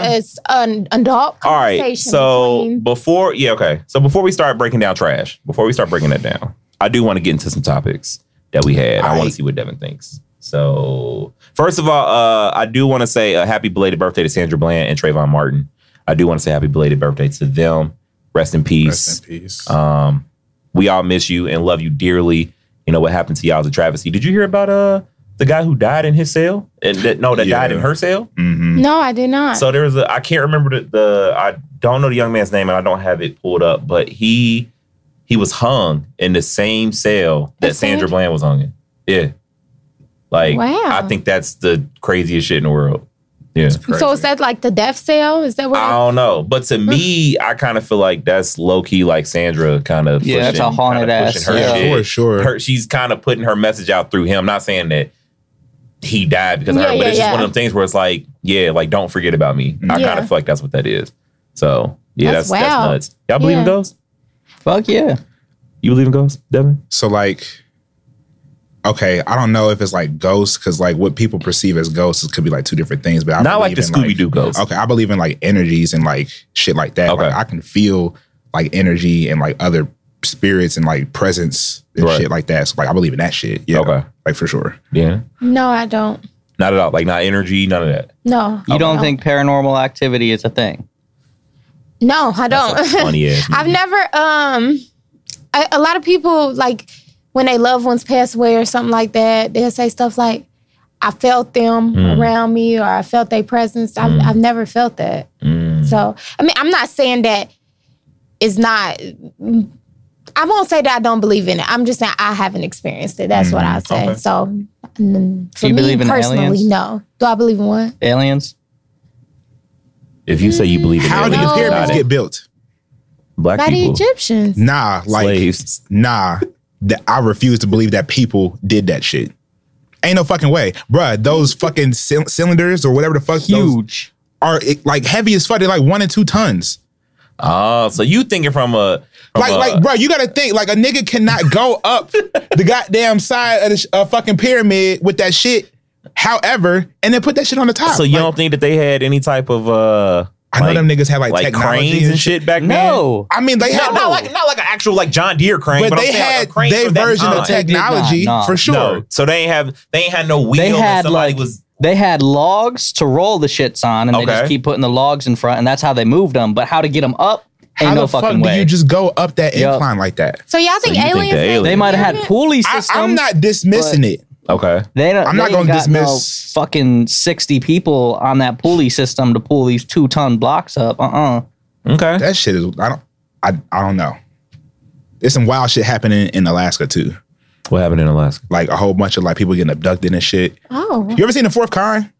a, it's, a, it's an adult All conversation. right. So between- before yeah, okay. So before we start breaking down trash, before we start breaking that down, I do want to get into some topics that we had. I want Aight. to see what Devin thinks. So first of all, uh, I do want to say a happy belated birthday to Sandra Bland and Trayvon Martin. I do want to say happy belated birthday to them. Rest in peace. Rest in peace. Um, we all miss you and love you dearly. You know what happened to y'all is a travesty. Did you hear about uh the guy who died in his cell? And that no, that Yeah. died in her cell. Mhm. no, I did not. Mm. So there was a I can't remember the, the I don't know the young man's name and I don't have it pulled up, but he he was hung in the same cell that That's Sandra it? Bland was hung in. Yeah. Like Wow. I think that's the craziest shit in the world. Yeah. so Crazy. is that like the death cell? Is that what? I don't know. But to me, I kind of feel like that's low key like Sandra kind of Yeah, that's a pushing- haunted kinda ass. pushing Her Yeah, shit for sure. her she's kind of putting her message out through him. Not saying that he died because of Yeah, her, but yeah, it's just yeah. one of them things where it's like, yeah, like don't forget about me. I Yeah. kind of feel like that's what that is. So yeah, That's that's that's, wild. nuts. Y'all believe in Yeah. ghosts? Fuck yeah. You believe in ghosts, Devin? So like, okay, I don't know if it's like ghosts because like what people perceive as ghosts could be like two different things. But I Not like the believe in, Scooby Doo ghost. okay, I believe in like energies and like shit like that. Okay. Like, I can feel like energy and like other spirits and like presence and Right. shit like that. So like I believe in that shit. Yeah. Okay. Like for sure. Yeah. No, I don't. Not at all. Like not energy, none of that. No. You don't Oh, no. think paranormal activity is a thing? No, I That's a don't. funny ass. I've never. Um, I, a lot of people like when they loved ones pass away or something like that. They'll say stuff like, "I felt them Mm. around me" or "I felt their presence." I've, Mm. I've never felt that. Mm. So I mean, I'm not saying that it's not. I won't say that I don't believe in it. I'm just saying I haven't experienced it. That's what I say. Hmm. okay. So, mm, for you me believe in personally, aliens? no. Do I believe in what? Aliens? If you say you believe in How did aliens, the No. pyramids not get it. built? black By the people? Egyptians. Nah, like slaves. nah. That I refuse to believe that people did that shit. Ain't no fucking way, bruh. Those fucking cyl- cylinders or whatever the fuck, those Huge. are it, like heavy as fuck. They're like one and two tons. Oh, so you thinking from a from Like, a- like, bro, you gotta think. Like, a nigga cannot go up the goddamn side of the sh- a fucking pyramid with that shit. However, and then put that shit on the top. So you Like, don't think that they had any type of uh I know like, them niggas had like, like technology cranes and shit back then? No. I mean, they had Not, not like not like an actual like John Deere crane, but, but, they I'm saying, like, had a crane their for that version of time. tech- They did not, technology nah. for sure. No. So they ain't have they ain't had no wheel. They and had somebody like was they had logs to roll the shits on, and they Okay. just keep putting the logs in front, and that's how they moved them. But how to get them up? Ain't How no the fuck fucking do way. you just go up that Yup. incline like that? So y'all think you think aliens? the made aliens- they might have had pyramids? pulley I, systems. I'm not dismissing but- it. okay. They don't, I'm they not ain't gonna got no dismiss- fucking sixty people on that pulley system to pull these two ton blocks up. Uh uh Okay. That shit is. I don't. I. I don't know. There's some wild shit happening in Alaska too. What happened in Alaska? Like a whole bunch of like people getting abducted and shit. Oh, You ever seen the fourth kind?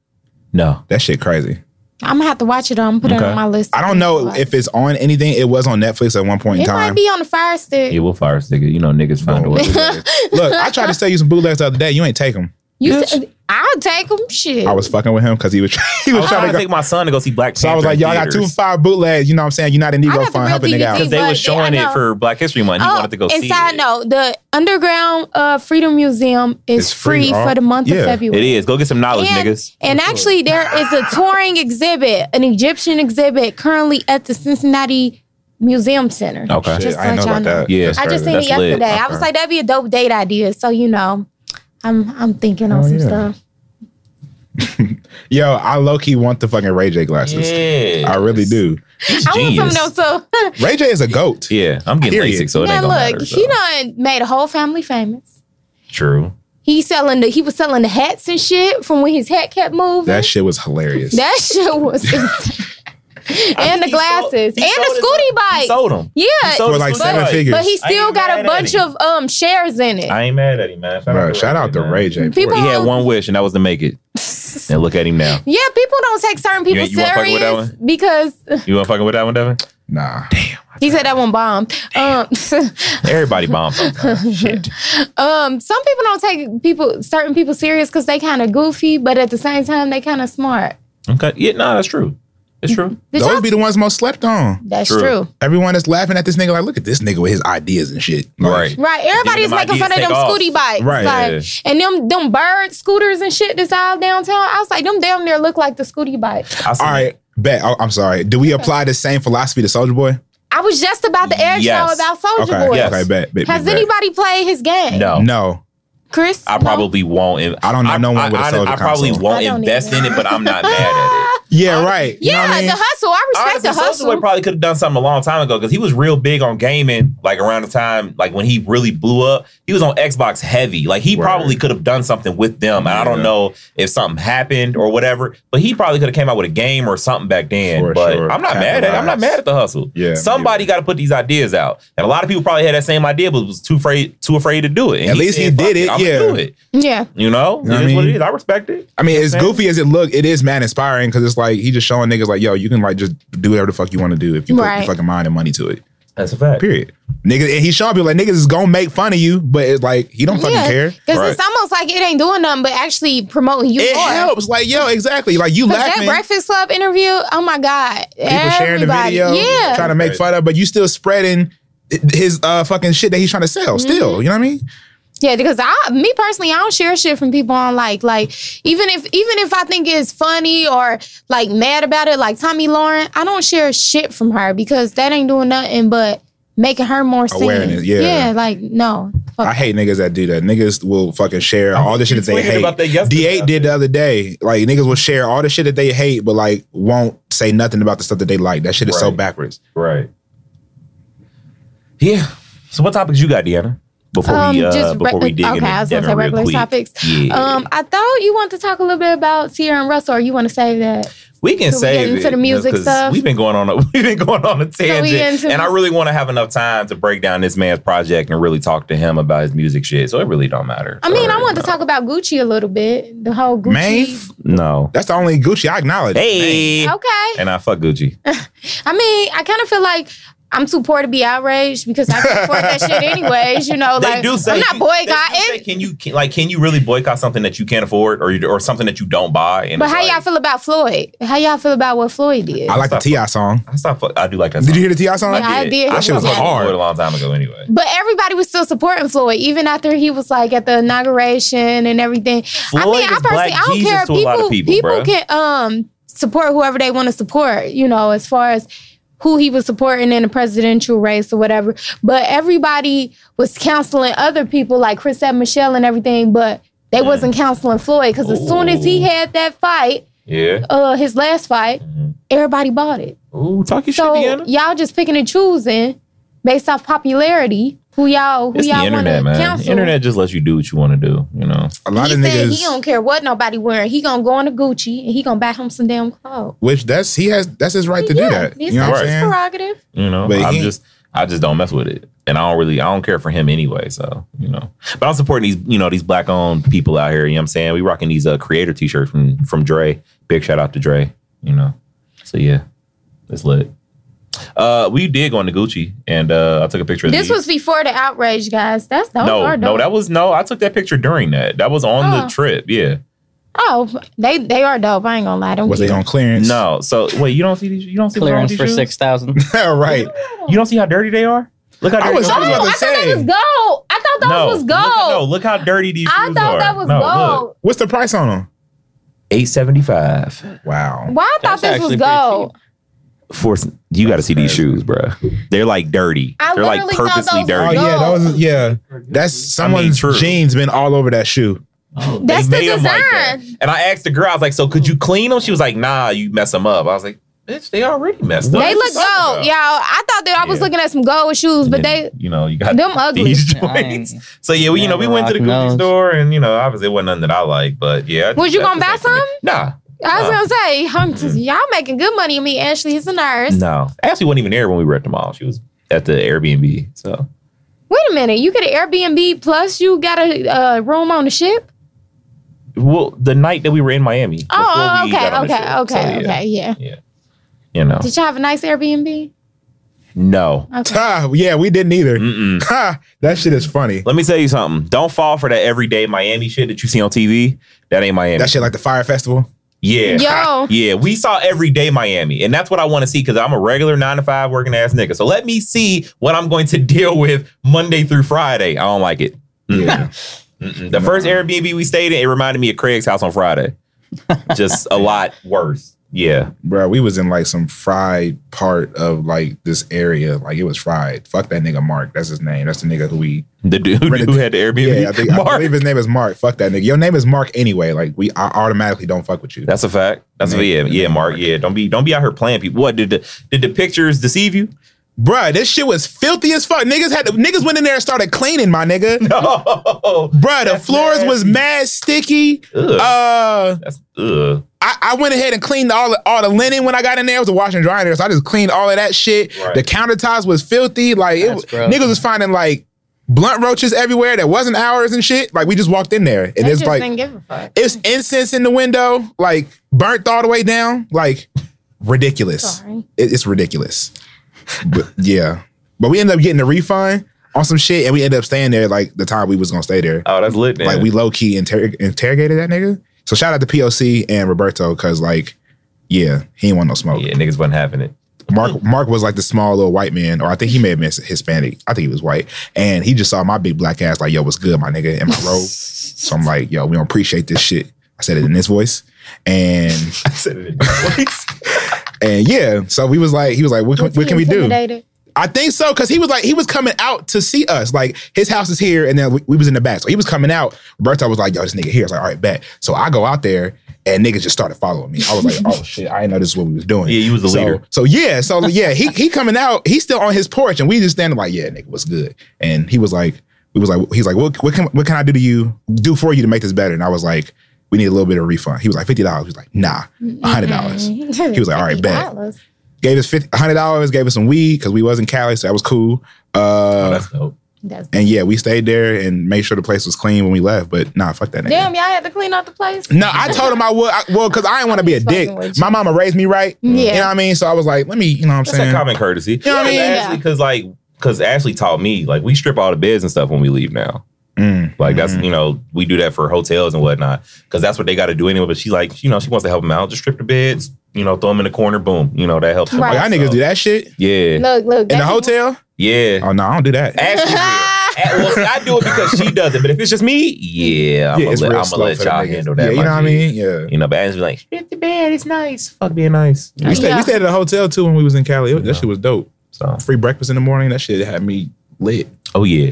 No. That shit crazy. I'm gonna have to watch it. I'm put it Okay. on my list. I don't know if it's on anything. It was on Netflix at one point in it might time. be on the fire stick. Yeah, we'll fire stick it. You know niggas find a way. Look, I tried to sell you some bootlegs the other day. You ain't take them. You, Bitch. said- I'll take them. Shit. I was fucking with him because he was he was I'm trying trying to go. take my son to go see Black Panther. So I was like, y'all got two five bootlegs. You know what I'm saying? You're not in I got Negro the Fund real helping DVD. nigga out. They But was showing yeah, I it for Black History Month. He wanted to go Oh, and see side it. note, the underground uh, Freedom Museum is It's free, free, huh? for the month Yeah. of February. It is. Go get some knowledge, And, niggas. and actually, there is a touring exhibit, an Egyptian exhibit, currently at the Cincinnati Museum Center. Okay. Shit, Just I didn't know let y'all about that. know. Yeah. Oh, That's I just crazy. seen it That's lit. yesterday. I was Okay. like, that'd be a dope date idea. So you know, I'm I'm thinking on Oh, some yeah. stuff. Yo, I low key want the fucking Ray J glasses. Yeah. I really do. I want some of those. So Ray J is a goat. Yeah, I'm getting Period. LASIK, so it ain't now gonna look, matter. he so. done made a whole family famous. True. He selling the he was selling the hats and shit from when his hat kept moving. That shit was hilarious. That shit was insane. and the He sold- he glasses and sold the his- scooty He bike. sold them. yeah, For like seven but, figures. but he I still ain't got mad a at bunch him. of um shares in it. I ain't mad at him, man. Shout Bro, shout out to man. Ray J. for People- it. He had one wish, and that was to make it. And look at him now. yeah, people don't take certain people you wanna fuck with that serious because You want fucking with that one, Devin? Nah. he said that one bomb. Um, Everybody bombed. sometimes. Shit. um, some people don't take people certain people serious because they kind of goofy, but at the same time they kind of smart. Okay. Yeah, no, that's true. It's true. Did Those y'all- be the ones most slept on. that's True. true. Everyone that's laughing at this nigga, like, look at this nigga with his ideas and shit. Right. Like, Right, Giving everybody's them making fun of ideas, take them off. scooty bikes, Right, like, and them them bird scooters and shit that's all downtown. I was like, them damn near look like the scooty bike. I see All right, bet. Oh, I'm sorry. Do we apply the same philosophy to Soldier Boy? I was just about to air Yes. show about Soldier Okay. Boy. Yes. Okay, bet. bet, Has bet, bet. anybody played his game? No. No. Chris. I No? probably won't. in- I don't know no one with a I, soldier I probably console. won't I don't invest either. in it, but I'm not mad at it. Yeah, right. You know Oh, Yeah, what I mean? the hustle. I respect Honestly, the hustle. Soulja Boy probably could have done something a long time ago because he was real big on gaming. Like around the time, like when he really blew up, he was on Xbox heavy. Like he Word. probably could have done something with them. And I don't Yeah. know if something happened or whatever, but he probably could have came out with a game or something back then. For but sure. I'm not mad at. I'm not Capitalize. mad at the hustle. Yeah, somebody got to put these ideas out, and a lot of people probably had that same idea, but was too afraid, too afraid to do it. And At least he said, did "Fuck it, I'ma yeah. do it. yeah. You know, You know it what is I what mean? it is. I respect it. I mean, as saying? goofy as it look, it is man inspiring because it's like he's just showing niggas like, yo, you can like just do whatever the fuck you want to do if you put Right. your fucking mind and money to it. That's a fact. Period. Niggas, and he's showing people like niggas is gonna make fun of you, but it's like he don't fucking yeah. care. Because it's almost like it ain't doing nothing but actually promoting you It more. helps. Like, yo, exactly. Like you 'Cause that laughing. Breakfast Club interview, oh my God. people sharing the Everybody. video, Yeah. trying to make fun of, but you still spreading his uh fucking shit that he's trying to sell. Mm-hmm. Still, you know what I mean? Yeah, because I, me personally, I don't share shit from people on like, like even if even if I think it's funny or like mad about it, like Tommy Lauren, I don't share shit from her because that ain't doing nothing but making her more seen. Awareness, yeah. like no. Fuck. I hate niggas that do that. Niggas will fucking share all the shit that they tweeted hate. about that yesterday. D8 did the other day. Like niggas will share all the shit that they hate, but like won't say nothing about the stuff that they like. That shit is so Right. backwards. Right. Yeah. So what topics you got, Deanna? Before we uh, before Um, re- we dig okay, into I was gonna Devin say real regular quick. topics. Yeah. Um, I thought you want to talk a little bit about Sierra and Russell, or you want to save that? we can could we save get into it, the music 'cause stuff? We've been going on a we've been going on a tangent, into- and I really want to have enough time to break down this man's project and really talk to him about his music shit. So it really don't matter. I mean, So, I want to no. talk about Gucci a little bit. The whole Gucci. Man. No. That's the only Gucci I acknowledge. Hey. Okay. And I fuck Gucci. I mean, I kind of feel like I'm too poor to be outraged because I can afford that shit anyways. You know, like they do say I'm not they do say, boycotting. Can you can, like can you really boycott something that you can't afford or you, or something that you don't buy? And But it's how like, y'all feel about Floyd? How y'all feel about what Floyd did? I like the Ti song. I stop. Fuck, I do like that. Did song. you hear the Ti song? Yeah, I did. I should That shit have was hard. hard a long time ago anyway. but everybody was still supporting Floyd, even after he was like at the inauguration and everything. I Floyd mean, is I personally, Black I don't Jesus care. to a lot of people, People, people, bruh. can um support whoever they want to support. You know, as far as who he was supporting in the presidential race or whatever. But everybody was counseling other people, like Chrisette Michelle and everything. But they wasn't counseling Floyd because as soon as he Mm. Ooh. had that fight, Yeah. uh, his last fight, Mhm. everybody bought it. Ooh, talk your So shit, Deanna. y'all just picking and choosing based off popularity. Who y'all? Who It's the y'all want internet, to man. counsel? The internet just lets you do what you want to do. You know. A lot he of said niggas. he don't care what nobody wearing. He gonna go into Gucci and he gonna buy him some damn clothes. Which that's he has that's his right to do that. He You know said what I'm it's saying? prerogative. You know. But I'm he- just. I just don't mess with it, and I don't really. I don't care for him anyway. So you know. But I'm supporting these. You know, these black owned people out here. You know what I'm saying? We rocking these uh, creator t shirts from from Dre. Big shout out to Dre. You know. So yeah, it's lit. Uh, we did go into Gucci, and uh, I took a picture of This these. was before the outrage, guys. That's those no, are no, dope. that was no. I took that picture during that. That was on the Oh. trip. Yeah. oh, they they are dope. I ain't gonna lie. Don't Was they on clearance? No. So wait, you don't see these? You don't see Clearance these for shoes? six thousand. right. You don't see how dirty they are? Look how I dirty was- those Oh, shoes I I, are. was about to thought that say. was gold. I thought those was Look, how- no, gold. look how dirty these I shoes thought are. that was no, gold. What's the price on them? Eight seventy five. Wow. Why I thought That's this was actually pretty gold? For you got to see these shoes, bro. They're like dirty. I They're like literally thought purposely those were Oh dirty. gold. yeah, that was yeah. That's I mean, someone's true. jeans been all over that shoe. They That's the made 'em like that. design. and I asked the girl, I was like, "So could you clean them?" She was like, "Nah, you mess them up." I was like, "Bitch, they already messed up." They What look you talking gold, y'all. about? I thought that I was Yeah. looking at some gold shoes, but And they then, you know, Uh, you got them ugly. these I ain't- joints. So yeah, we you know we Never went to the rock Gucci nose. store, and you know, obviously it wasn't nothing that I like, but yeah. I Was just- you that gonna just buy ain't for me. Nah, I was Nah. gonna say, I'm just, y'all making good money. Me, Ashley is a nurse. No, Ashley wasn't even there when we were at the mall. She was at the Airbnb. So Wait a minute, you get an Airbnb plus you got a uh, room on the ship. well, the night that we were in Miami. before Oh, oh, we okay, got on the okay, ship. So, okay, yeah, okay, yeah. You know, Did y'all have a nice Airbnb? no. Okay. Ha, yeah, we didn't either. Mm-mm. Ha, that shit is funny. Let me tell you something. Don't fall for that everyday Miami shit that you see on TV. That ain't Miami. That shit like the fire festival. yeah. Yo, Yeah, we saw everyday Miami, and that's what I want to see because I'm a regular nine to five working ass nigga. So let me see what I'm going to deal with Monday through Friday. I don't like it. Mm. Yeah. Mm-mm. The first Airbnb we stayed in, it reminded me of Craig's house on Friday. Just a lot worse. Yeah. Bro, we was in like some fried part of like this area. Like it was fried. Fuck that nigga Mark. That's his name. That's the nigga who we The dude Rented- who had the Airbnb. Yeah, I think I Mark. believe his name is Mark. Fuck that nigga. Your name is Mark anyway. Like we I automatically don't fuck with you. That's a fact. That's a, yeah, Man. yeah, Mark. Yeah, don't be don't be out here playing people. What did the did the pictures deceive you? Bruh, this shit was filthy as fuck. Niggas had to, niggas went in there and started cleaning, my nigga. No. Bruh, the That's floors was nasty. mad sticky. Ugh. Uh That's ugh. I, I went ahead and cleaned all the, all the linen when I got in there. It was a wash and dry in there, so I just cleaned all of that shit. Right. The countertops was filthy. Like it, That's was- gross. niggas was finding like blunt roaches everywhere that wasn't ours and shit. Like we just walked in there and they it's just like didn't give a fuck. it's incense in the window, like burnt all the way down, like ridiculous. Sorry. It- it's ridiculous. But yeah, but we ended up getting a refund on some shit, and we ended up staying there like the time we was gonna stay there. Oh, that's lit. Then. Like we low key inter- interrogated that nigga. So shout out to POC and Roberto because like, yeah, he ain't want no smoke. yeah, niggas wasn't having it. Mark Mark was like the small little white man, or I think he may have been Hispanic. I think he was white, and he just saw my big black ass like, yo, what's good, my nigga, in my robe. so I'm like, yo, we don't appreciate this shit. I said it in this voice, and I said it in my voice. and yeah, so we was like, he was like, what, can- Was what he can we do? intimidated? I think so because he was like he was coming out to see us. Like his house is here, and then we, we was in the back, so he was coming out. Roberto was like, "Yo, this nigga here." I was like, "All right, bet." So I go out there, and niggas just started following me. I was like, "Oh shit, I didn't know this is what we was doing." Yeah, you was the so, leader. So yeah, so yeah, he he coming out. He's still on his porch, and we just standing like, "Yeah, nigga, what's good?" And he was like, "We was like, he's like, what what can what can I do to you do for you to make this better?" And I was like. We need a little bit of refund. He was like fifty dollars. He was like, nah, hundred dollars. He was like, all right, bet. $50. Gave us fifty hundred dollars. Gave us some weed because we was in Cali, so that was cool. Oh, Uh, that's dope. That's and yeah, we stayed there and made sure the place was clean when we left. But nah, fuck that nigga. Damn, y'all had to clean out the place. No, I told him I would. I, well, because I didn't want to be a I'm fucking dick. with you. My mama raised me right. You know Yeah. what I mean? So I was like, let me, you know what I'm That's saying? a common courtesy. You know what I mean? Ashley, because like, because Ashley taught me, like, we strip all the beds and stuff when we leave now. Mm. Like that's you know we do that for hotels and whatnot because that's what they got to do anyway. But she like you know she wants to help them out. Just strip the beds, you know, throw them in the corner. Boom, you know that helps. them Right. Like, out. y'all niggas do that shit Yeah, Look, look. in the that's- hotel? yeah. Oh, no, I don't do that. Ashley's real. A- well, see, I do it because she does it. But if it's just me, yeah, I'm Yeah, gonna it's let, real I'ma slow let for them y'all niggas. handle that. Yeah, you know my what I G. mean? Yeah. You know, but Ashley's like, strip the bed. It's nice. Fuck being nice. We stayed, Yeah. we stayed at a hotel too when we was in Cali. That Yeah. shit was dope. So, Free breakfast in the morning. That shit had me lit. oh yeah,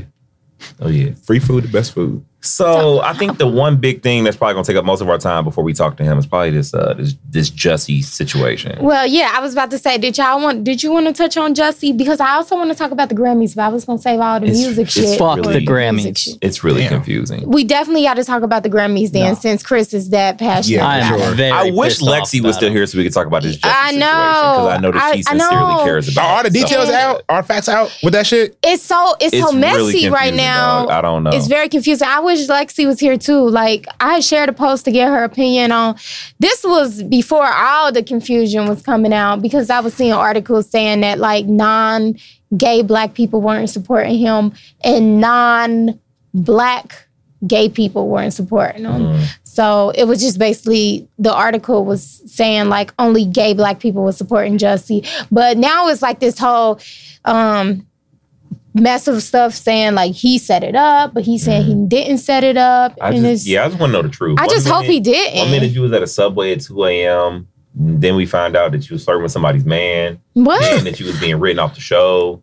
oh yeah. Free food, the best food. So I think um, the one big thing that's probably gonna take up most of our time before we talk to him is probably this uh this this Jussie situation. Well, yeah, I was about to say, did y'all want? Did you want to touch on Jussie? Because I also want to talk about the Grammys, but I was gonna save all the It's- music it's shit. Fuck Really? the Music Grammys. shit. It's really Damn. confusing. We definitely got to talk about the Grammys then, No. since Chris is that passionate. Yeah, about I'm it. sure. very. I wish pissed off Lexi was about still it. here so we could talk about this Jussie I situation because I know that she know. I- I sincerely know. cares about. Are all the stuff details like out? that. Are facts out with that shit? It's so it's, so really messy right confusing, now. dog. I don't know. It's very confusing. I wish Lexi was here too. Like I shared a post to get her opinion on. This was before all the confusion was coming out because I was seeing articles saying that like non gay black people weren't supporting him and non black gay people weren't supporting him. Mm. So it was just basically the article was saying like only gay black people were supporting Jussie. But now it's like this whole um mess of stuff saying like he set it up, but he said he didn't set it up. Mm-hmm. I and just, it's yeah, I just want to know the truth. I One just hope minute- he One minute didn't. you was at a subway at 2 a.m. Then we find out that you was flirting with somebody's man, and What? that you was being written off the show.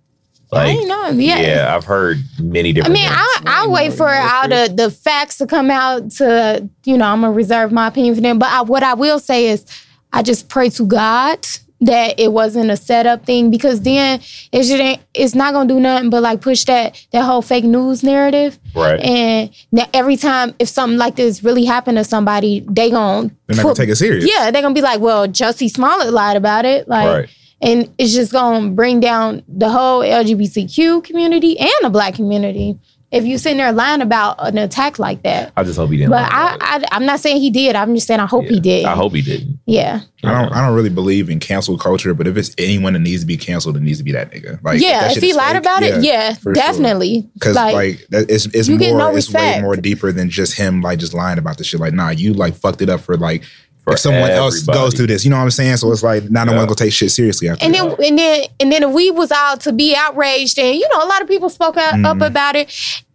I Like, didn't know. yeah. Yeah. I've heard many I different. mean, I I wait for all the, the facts to come out to you know I'm gonna reserve my opinion for them. But I, what I will say is, I just pray to God that it wasn't a setup thing because then it just ain't, it's not gonna do nothing but like push that that whole fake news narrative. right. And now every time if something like this really happened to somebody, they gonna They're not gonna put- take it serious. yeah, they're gonna be like, well, Jussie Smollett lied about it, like, Right. and it's just gonna bring down the whole LGBTQ community and the Black community if you sitting there lying about an attack like that. I just hope he didn't. But lie I, about it. I, I'm not saying he did. I'm just saying I hope he Yeah. did. I hope he didn't. Yeah. I don't. I don't really believe in cancel culture, but if it's anyone that needs to be canceled, it needs to be that nigga. Like, yeah. that If shit he is lied fake, about it, yeah, for sure. definitely. Cause like, that, it's it's you get more no it's way respect. more deeper than just him like just lying about the shit. Like, nah, you like fucked it up for like For if someone else everybody. goes through this. You know what I'm saying? So it's like now no Yeah. one gonna take shit seriously after and that. then and then and then if we was out to be outraged and you know a lot of people spoke out, up Mhm. about it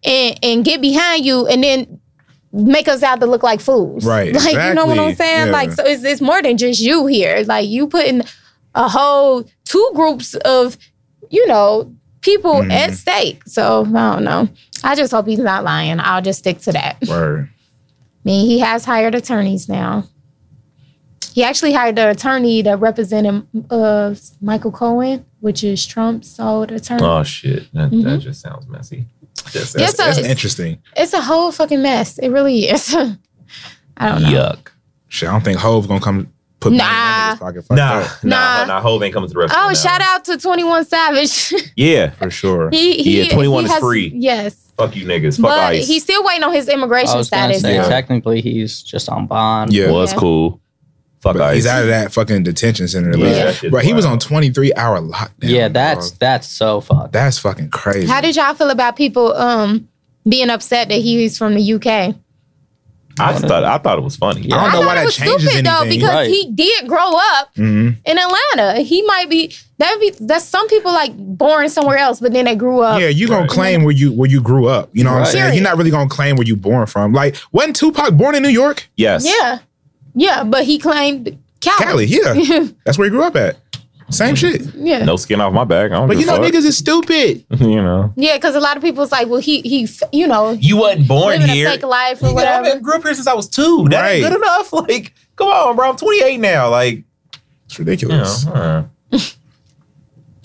and and get behind you and then make us out to look like fools Right, like you know what i'm exactly. saying Yeah. like so it's, it's more than just you here like you putting a whole two groups of you know people Mhm. at stake so i don't know i just hope he's not lying i'll just stick to that Word. I mean, he has hired attorneys now. He actually hired the attorney that represented uh, Michael Cohen, which is Trump's old attorney. Uh. Oh shit! That, that Mhm. just sounds messy. Just, That's, Yes, that's it's- interesting. it's a whole fucking mess. It really is. I don't know. yuck. Shit, I don't think Hove gonna come put me in that Nah. nigga's pocket. Fuck Nah, that, nah, Nah. nah. Hove ain't coming to the Oh, restaurant. now. shout out to Twenty One Savage. Yeah, for sure. he, he Yeah, 21 he is free. Yes, fuck you niggas. Fuck but ice. he's still waiting on his I immigration was gonna status. say Yeah. technically he's just on bond. Yeah. was Yeah. cool. Fuck But ice. he's out of that fucking detention center. Yeah, that Like, shit's bro, he was wild. on 23 hour lockdown. Yeah, that's dog. that's so fucked. that's fucking crazy. How did y'all feel about people um, being upset that he's from the UK? I just thought I thought it was funny. Yeah. I don't know thought why it that was changes stupid though anything. because Right. he did grow up Mhm. in Atlanta. He might be that be that's some people like born somewhere else, but then they grew up. Yeah, you gonna Right. claim where you where you grew up. You know what I'm Right. saying? You're not really gonna claim where you born from. Like, wasn't Tupac born in New York? Yes. yeah, yeah. But he claimed Cali. Oh. Cali, yeah. That's where he grew up at. Same shit. Yeah. No skin off my back. I don't But you give a know, fuck. niggas is stupid. you know. Yeah, because a lot of people's like, well, he he, f- you know, You wasn't born living here. a fake life or Nigga, I've whatever. been grew up here since I was two. That ain't Right. good enough. Like, come on, bro. I'm 28 now. Like, It's you know. ridiculous. uh.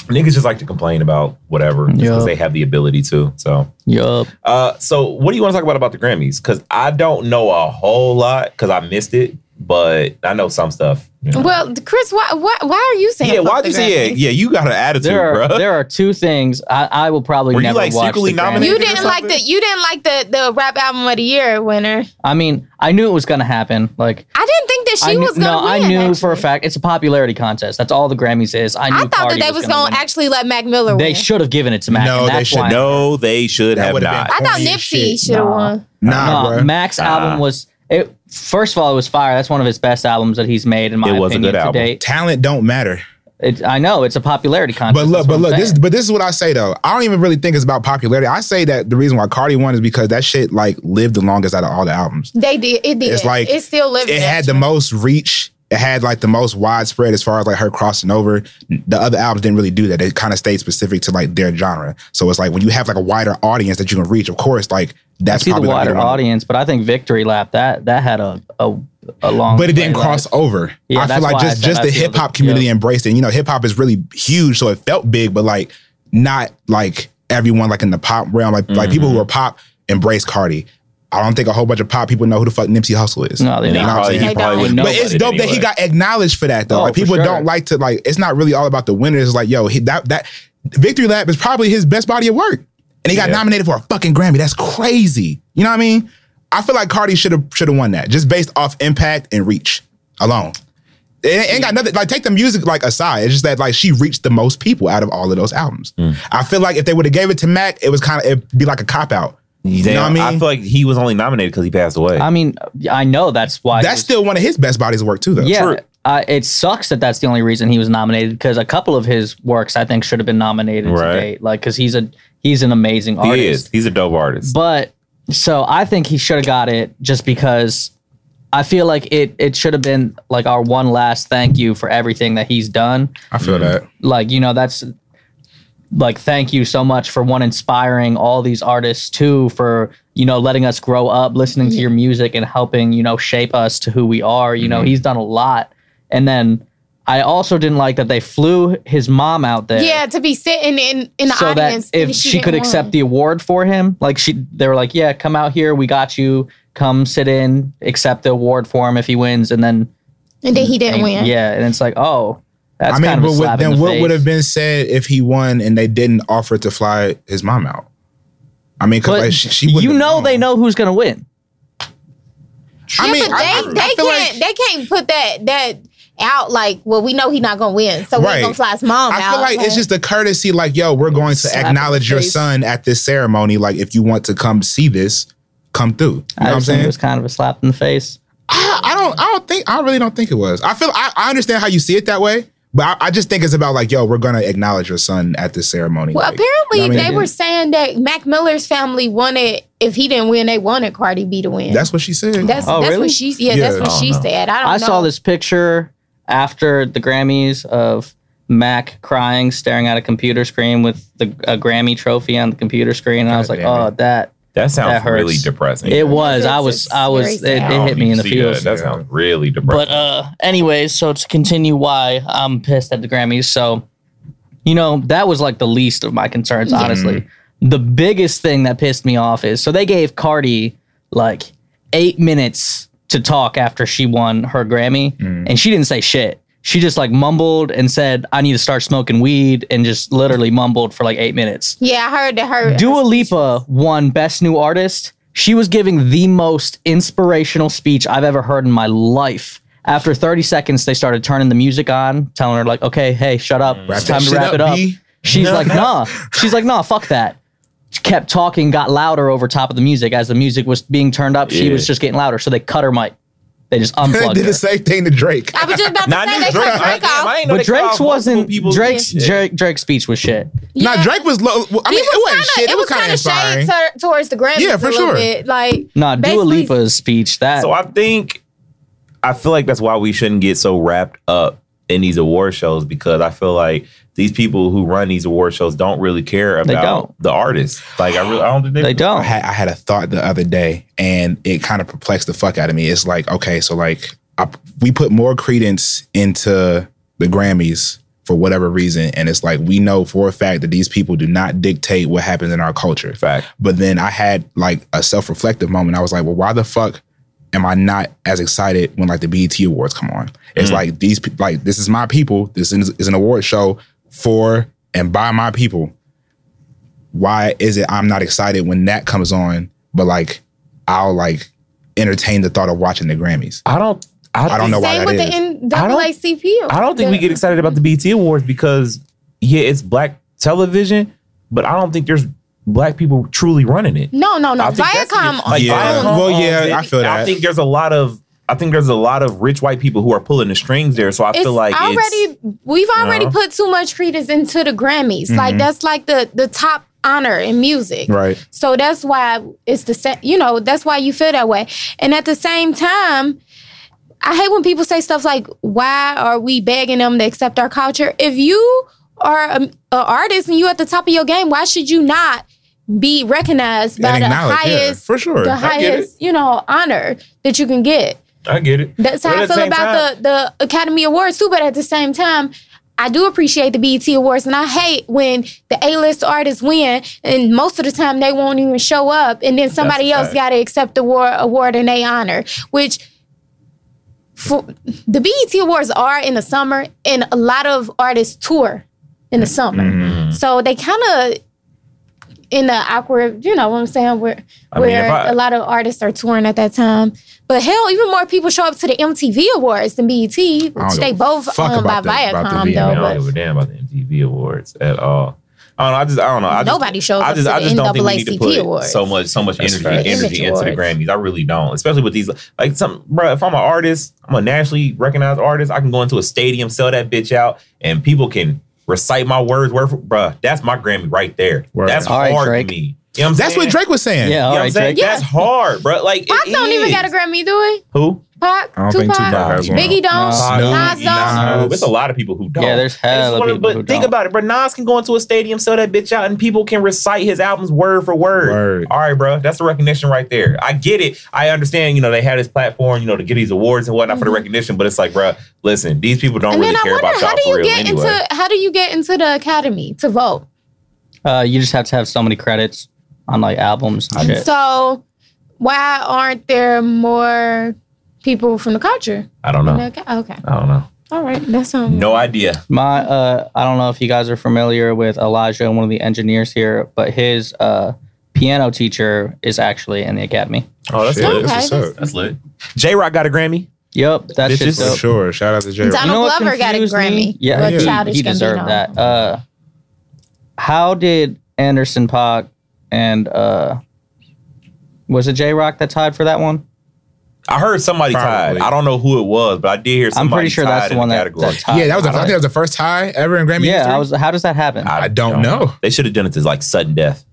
Niggas just like to complain about whatever just because Yeah. they have the ability to. So, Yup. uh, so what do you want to talk about about the Grammys? Because I don't know a whole lot because I missed it, but I know some stuff. you know. Well, Chris, why why why are you saying? yeah, fuck why'd the you say? Yeah, Grammys? yeah, you got an attitude, There are bro. there are two things I, I will probably Were you, never like, watch. secretly the Grammys. nominated? You Maybe or didn't like the something? you didn't like the the rap album of the year winner. I mean, I knew it was gonna happen. Like I didn't think that she I knew, was gonna no, win. I knew for a actually. fact it's a popularity contest. That's all the Grammys is. I knew I thought Cardi that they was gonna gonna win it. actually let Mac Miller They win. should have given it to Mac. No, and they that's should why- no, they should That have would've not. been- I thought Holy Nipsey shit. should have Nah. won. Nah, No, bro. Mac's Nah. album was it. First of all, it was fire. That's one of his best albums that he's made in my It was a opinion good to album. date. Talent don't matter. It, I know it's a popularity contest. But look, that's but what look, I'm this saying. but this is what I say though. I don't even really think it's about popularity. I say that the reason why Cardi won is because that shit like lived the longest out of all the albums. They did. It did. It's like- it's still living. It had the most reach. It had like the most widespread as far as like her crossing over. The other albums didn't really do that. They kind of stayed specific to like their genre. So it's like when you have like a wider audience that you can reach, of course, like I that's see the probably gonna wider get along. audience, but I think Victory Lap that that had a a, a long. But it didn't playlist. cross over. Yeah, I feel that's like why I just said just I the feel hip hop that- community yeah. embraced it. You know, hip hop is really huge, so it felt big, but like not like everyone like in the pop realm. Like like people Mm-hmm. who are pop embrace Cardi. I don't think a whole bunch of pop people know who the fuck Nipsey Hussle is. No, they And didn't. he Nah, probably, he they probably don't. wouldn't know But it's about it dope that anyway. he got acknowledged for that though. Oh, like for people sure. don't like to like. It's not really all about the winners. It's like yo, he, that that victory lap is probably his best body of work, and he got Yeah. nominated for a fucking Grammy. That's crazy. You know what I mean? I feel like Cardi should have should have won that just based off impact and reach alone. It ain't- ain't got nothing. Like take the music like aside. It's just that like she reached the most people out of all of those albums. Mm. I feel like if they would have gave it to Mac, it was kind of it'd be like a cop out. You know what I mean? feel like he was only nominated because he passed away. I mean, I know that's why. That's it was- still one of his best bodies of work too, though. yeah. true. Uh, it sucks that that's the only reason he was nominated because a couple of his works I think should have been nominated Right. to date. Like because he's a he's an amazing he artist. is. He's a dope artist. But so I think he should have got it just because I feel like it it should have been like our one last thank you for everything that he's done. I Mm. feel that. Like, you know, that's like thank you so much for one inspiring all these artists too for you know letting us grow up listening to your music and helping you know shape us to who we are you Mm-hmm. know he's done a lot and then i also didn't like that they flew his mom out there Yeah, to be sitting in in the so that audience if she, could accept the the award for him, like she, they were like, "Yeah, come out here, we got you. Come sit in, accept the award for him if he wins." And then, and then he didn't and- win. yeah, and it's like, oh, that's I mean, kind of but a what- slap in then the what face. would have been said if he won and they didn't offer to fly his mom out? I mean, because But like, she, she wouldn't you have know, known. they know who's gonna win. I Yeah, mean, but I- I- they, I they feel like- can't they can't put that that out like well we know he's not gonna win so we Right. ain't gonna fly his mom I out. feel like it's just the courtesy, like, yo, we're going to Slap in acknowledge the your face. son at this ceremony. Like, if you want to come see this, come through. You know I what I'm just think it saying? was kind of a slap in the face. I, I don't, I don't think, I really don't think it was. I feel, I, I understand how you see it that way, but I, I just think it's about like, yo, we're going to acknowledge your son at this ceremony. well like, apparently you know what I they mean? were saying that Mac Miller's family wanted if he didn't win they wanted Cardi B to win. That's what she said. that's Oh, that's really? what she yeah, that's Yeah. what I don't she know. said. I don't I know. saw this picture after the Grammys of Mac crying, staring at a computer screen with the a Grammy trophy on the computer screen, and I God was like, damn it. oh, that That sounds That hurts. really depressing. it was. I It's- was. it's I was. very It, it sad. I don't hit me even in the Oh, see feels. That. that sounds really depressing. But uh anyways, so to continue why I'm pissed at the Grammys. So, you know, that was like the least of my concerns, honestly. The biggest thing that pissed me off is so they gave Cardi like eight minutes to talk after she won her Grammy and she didn't say shit. She just like mumbled and said, I need to start smoking weed and just literally mumbled for like eight minutes. yeah, I heard that her Dua Lipa won Best New Artist. She was giving the most inspirational speech I've ever heard in my life. After 30 seconds, they started turning the music on, telling her, like, okay, hey, shut up. Wrap it's that time to shit wrap up, it up. B. She's like, nah. She's like, nah, fuck that. She kept talking, got louder over top of the music. As the music was being turned up, she Yeah. was just getting louder. So they cut her mic. They just unplugged did her. the same thing to Drake. I was just about to Nah, I say knew they Drake- cut Drake I- damn, I off. ain't know But they cut off Drake's multiple wasn't people's- Drake's Drake, Drake's speech was shit. Now Yeah. Drake was low. I He mean, it wasn't was shit. kinda, It was kind of shade inspiring. to- towards the Grammys. Yeah, for a little sure. Bit. Like Nah, Dua basically- Lipa's speech that So I think I feel like that's why we shouldn't get so wrapped up in these award shows because I feel like these people who run these award shows don't really care They about don't. the artists. Like I really, I don't think they, They do. I don't. had, I had a thought the other day and it kind of perplexed the fuck out of me. It's like, okay, so like I, we put more credence into the Grammys for whatever reason. And it's like, we know for a fact that these people do not dictate what happens in our culture. Fact. But then I had like a self reflective moment. I was like, well, why the fuck am I not as excited when like the BET Awards come on? It's like these, pe- like this is my people. This is, is an award show for and by my people. Why is it I'm not excited when that comes on, but like I'll like entertain the thought of watching the Grammys? I don't. I, I don't know why Same that with is. the I don't- NAACP. I don't think we The- get excited about the BT Awards because yeah, it's black television, but I don't think there's black people truly running it. No, no, no. I think that's Viacom. it. Like, Yeah. Viacom Well, owns yeah, it. I feel I that. think there's a lot of I think there's a lot of rich white people who are pulling the strings there. So I it's feel like it's, already we've already know? put too much credence into the Grammys. Mm-hmm. Like that's like the the top honor in music. Right. So that's why it's the same. You know, that's why you feel that way. And at the same time, I hate when people say stuff like, "Why are we begging them to accept our culture?" If you are an artist and you at the top of your game, why should you not be recognized by And the acknowledge, yeah, highest, for sure. the I get highest, you know, honor that you can get? I get it. That's how But I at the feel same about the, the Academy Awards too. But at the same time, I do appreciate the BET Awards, and I hate when the A-list artists win, and most of the time they won't even show up, and then somebody a else fact. got to accept the award, award in their honor. Which, for, the BET Awards are in the summer, and a lot of artists tour in the summer, Mm-hmm. mm, so they kind of in the awkward, you know what I'm saying, where I mean, where if I- a lot of artists are touring at that time. But hell, even more people show up to the MTV Awards than BET, which give they a both fuck owned by about the- about the Viacom, VMAs. I, mean, I though. don't give a damn about the MTV awards at all. I don't know. I just I don't know. I just, Nobody shows I up just, to I the just don't think we need to NAACP put awards. so much, so much That's energy, facts. energy Image into the awards. Grammys. I really don't, especially with these, like some, bro. If I'm an artist, I'm a nationally recognized artist. I can go into a stadium, sell that bitch out, and people can recite my words. Word, for, bro. That's my Grammy right there. Word. That's All right, hard Drake. to me. You know what I'm That's saying? what Drake was saying. You Yeah, know all what I'm right, saying? Drake. That's hard, bro. Like it Pac don't even is. got a Grammy, do he? Who? Pac, I don't Tupac, think Tupac has one. Biggie don't, Nah. Snoop, Nas don't. Nas. It's a lot of people who don't. Uh, Yeah, there's hell It's of one people But who think don't. about it, bro. Nas can go into a stadium, sell that bitch out, and people can recite his albums word for word. Word. All right, bro. That's the recognition right there. I get it. I understand. You know, they had this platform, you know, to get these awards and whatnot for the recognition. But it's like, bro, listen, these people don't Mm-hmm. And really then I care about wonder y'all how do for you real get anyway. into how do you get into the academy to vote? Uh, you just have to have so many credits on like albums and shit. So why aren't there more people from the culture? I don't know. Okay, okay. I don't know. all right. That's um, all. Oh. No idea. My, uh, I don't know if you guys are familiar with Elijah, one of the engineers here, but his uh, piano teacher is actually in the academy. Oh, that's Shit, Okay, lit. that's what's up. That's lit. J Rock got a Grammy. Yep, that's This is- just For dope. sure. Shout out to Jay. Donald what Glover got a confused me? Grammy Yeah, for he- Childish he deserved Gambino. that. Uh, how did Anderson Pac and uh, was it J Rock that tied for that one? I heard somebody Probably. tied. I don't know who it was, but I did hear I'm somebody pretty sure tied that's in the one that, category. that tied. Yeah, that was. The, I I think that was the first tie ever in Grammy yeah, history. I was. How does that happen? I don't know. They should have done it as like sudden death.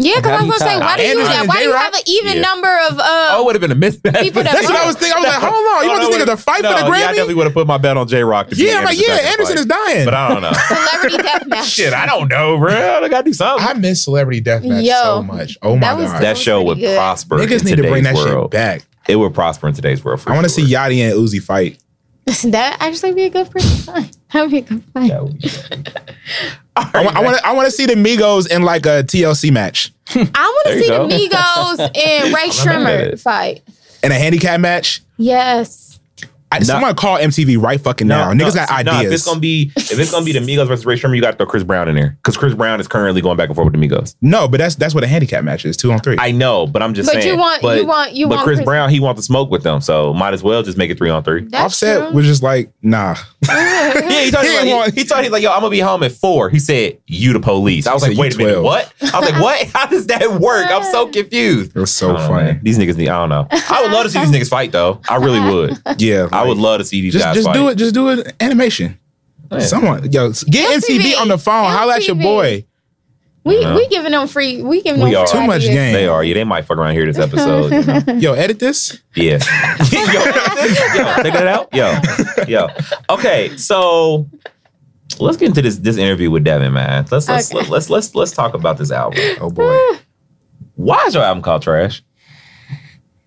Yeah, because I was gonna say, why do you Anderson and why do you J-Rock? have an even Yeah. number of uh, Oh, it would have been a mismatch. People that That's what I was thinking. I was like, hold on, you want this nigga to fight for the Yeah, I Grammy? definitely would have put my bet on J Rock. Yeah, I'm like, yeah, Anderson is dying. But I don't know. celebrity death match? Shit, I don't know, bro. I gotta do something. I miss Celebrity Deathmatch Yo, so much. Oh my that was god, that was show pretty would good. prosper. niggas in need to bring that today's world. shit back. It would prosper in today's world. For I want to sure. see Yachty and Uzi fight. That actually be a good person. That would be a good fight. That would be- I want, I want, to, I want to see the Migos in like a TLC match I There want you to see go. the Migos and Ray mad at Shrimmer it. fight. and a handicap match. Yes. I, No. Someone call MTV right fucking now. Niggas got no, if ideas. it's gonna be if it's gonna be the Migos versus Ray Sherman, you got to throw Chris Brown in there because Chris Brown is currently going back and forth with the Migos. no, but that's that's what a handicap match is. Two on three. I know, but I'm just But you saying. want- you want- you but want Chris, Chris- Brown, he wants to smoke with them, so might as well just make it three on three. That's Offset true. was just like, nah. Yeah, he told He me didn't like, want- he, told me like, yo, I'm gonna be home at four. He said, you the police. I was He like, said, wait a minute, "You 12." what? I was like, what? How does that work? I'm so confused. It was so I don't know, funny. man. These niggas need. I don't know. I would love to see these niggas fight though. I really would. Yeah, I would like, love to see these just guys just fight. do it. Just do it. Animation. Yeah. Someone, yo, get MTV, MTV. on the phone. Holla at your MTV. boy. We No. we giving them free. We giving We them are. free Too much ideas. game. They are. Yeah, they might fuck around here this episode. you know. Yo, edit this. Yeah. yo, yo, take that out. Yo, yo. Okay, so let's get into this this interview with Devin, man. Let's let's Okay. let's let's let's talk about this album. Oh boy. Why is your album called Trash?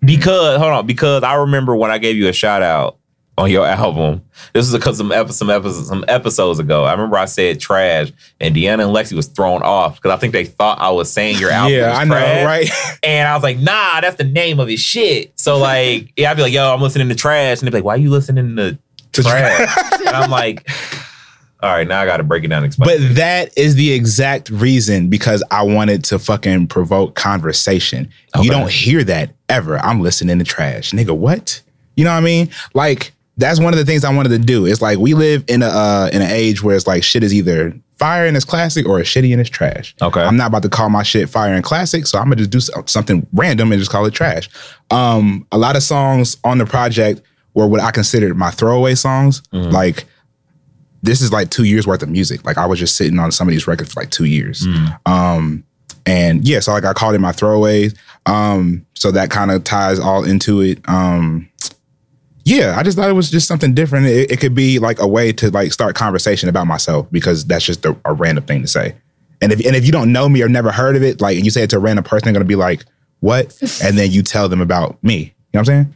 Because hold on, because I remember when I gave you a shout out on your album. This is because some episodes, some episodes, some episodes ago. I remember I said trash, and Deanna and Lexi was thrown off because I think they thought I was saying your album. yeah, was I know, trash. right? And I was like, nah, that's the name of his shit. So like, yeah, I'd be like, yo, I'm listening to trash. And they'd be like, why you listening to To- trash? and I'm like, all right, now I gotta break it down and explain. But that is the exact reason because I wanted to fucking provoke conversation. Okay. You don't hear that ever. I'm listening to trash. Nigga, what? You know what I mean? Like, that's one of the things I wanted to do. It's like we live in a uh, in an age where it's like shit is either fire and it's classic or it's shitty and it's trash. Okay. I'm not about to call my shit fire and classic, so I'm gonna just do so- something random and just call it trash. Um, a lot of songs on the project were what I considered my throwaway songs. Like this is like two years worth of music. Like I was just sitting on some of these records for like two years. Hmm. Um, and yeah, so like I called it my throwaways. Um, so that kind of ties all into it. Um, yeah, I just thought it was just something different. It, it could be like a way to like start conversation about myself because that's just a, a random thing to say. And if and if you don't know me or never heard of it, like and you say it to a random person, they're gonna be like, "What?" And then you tell them about me. You know what I'm saying?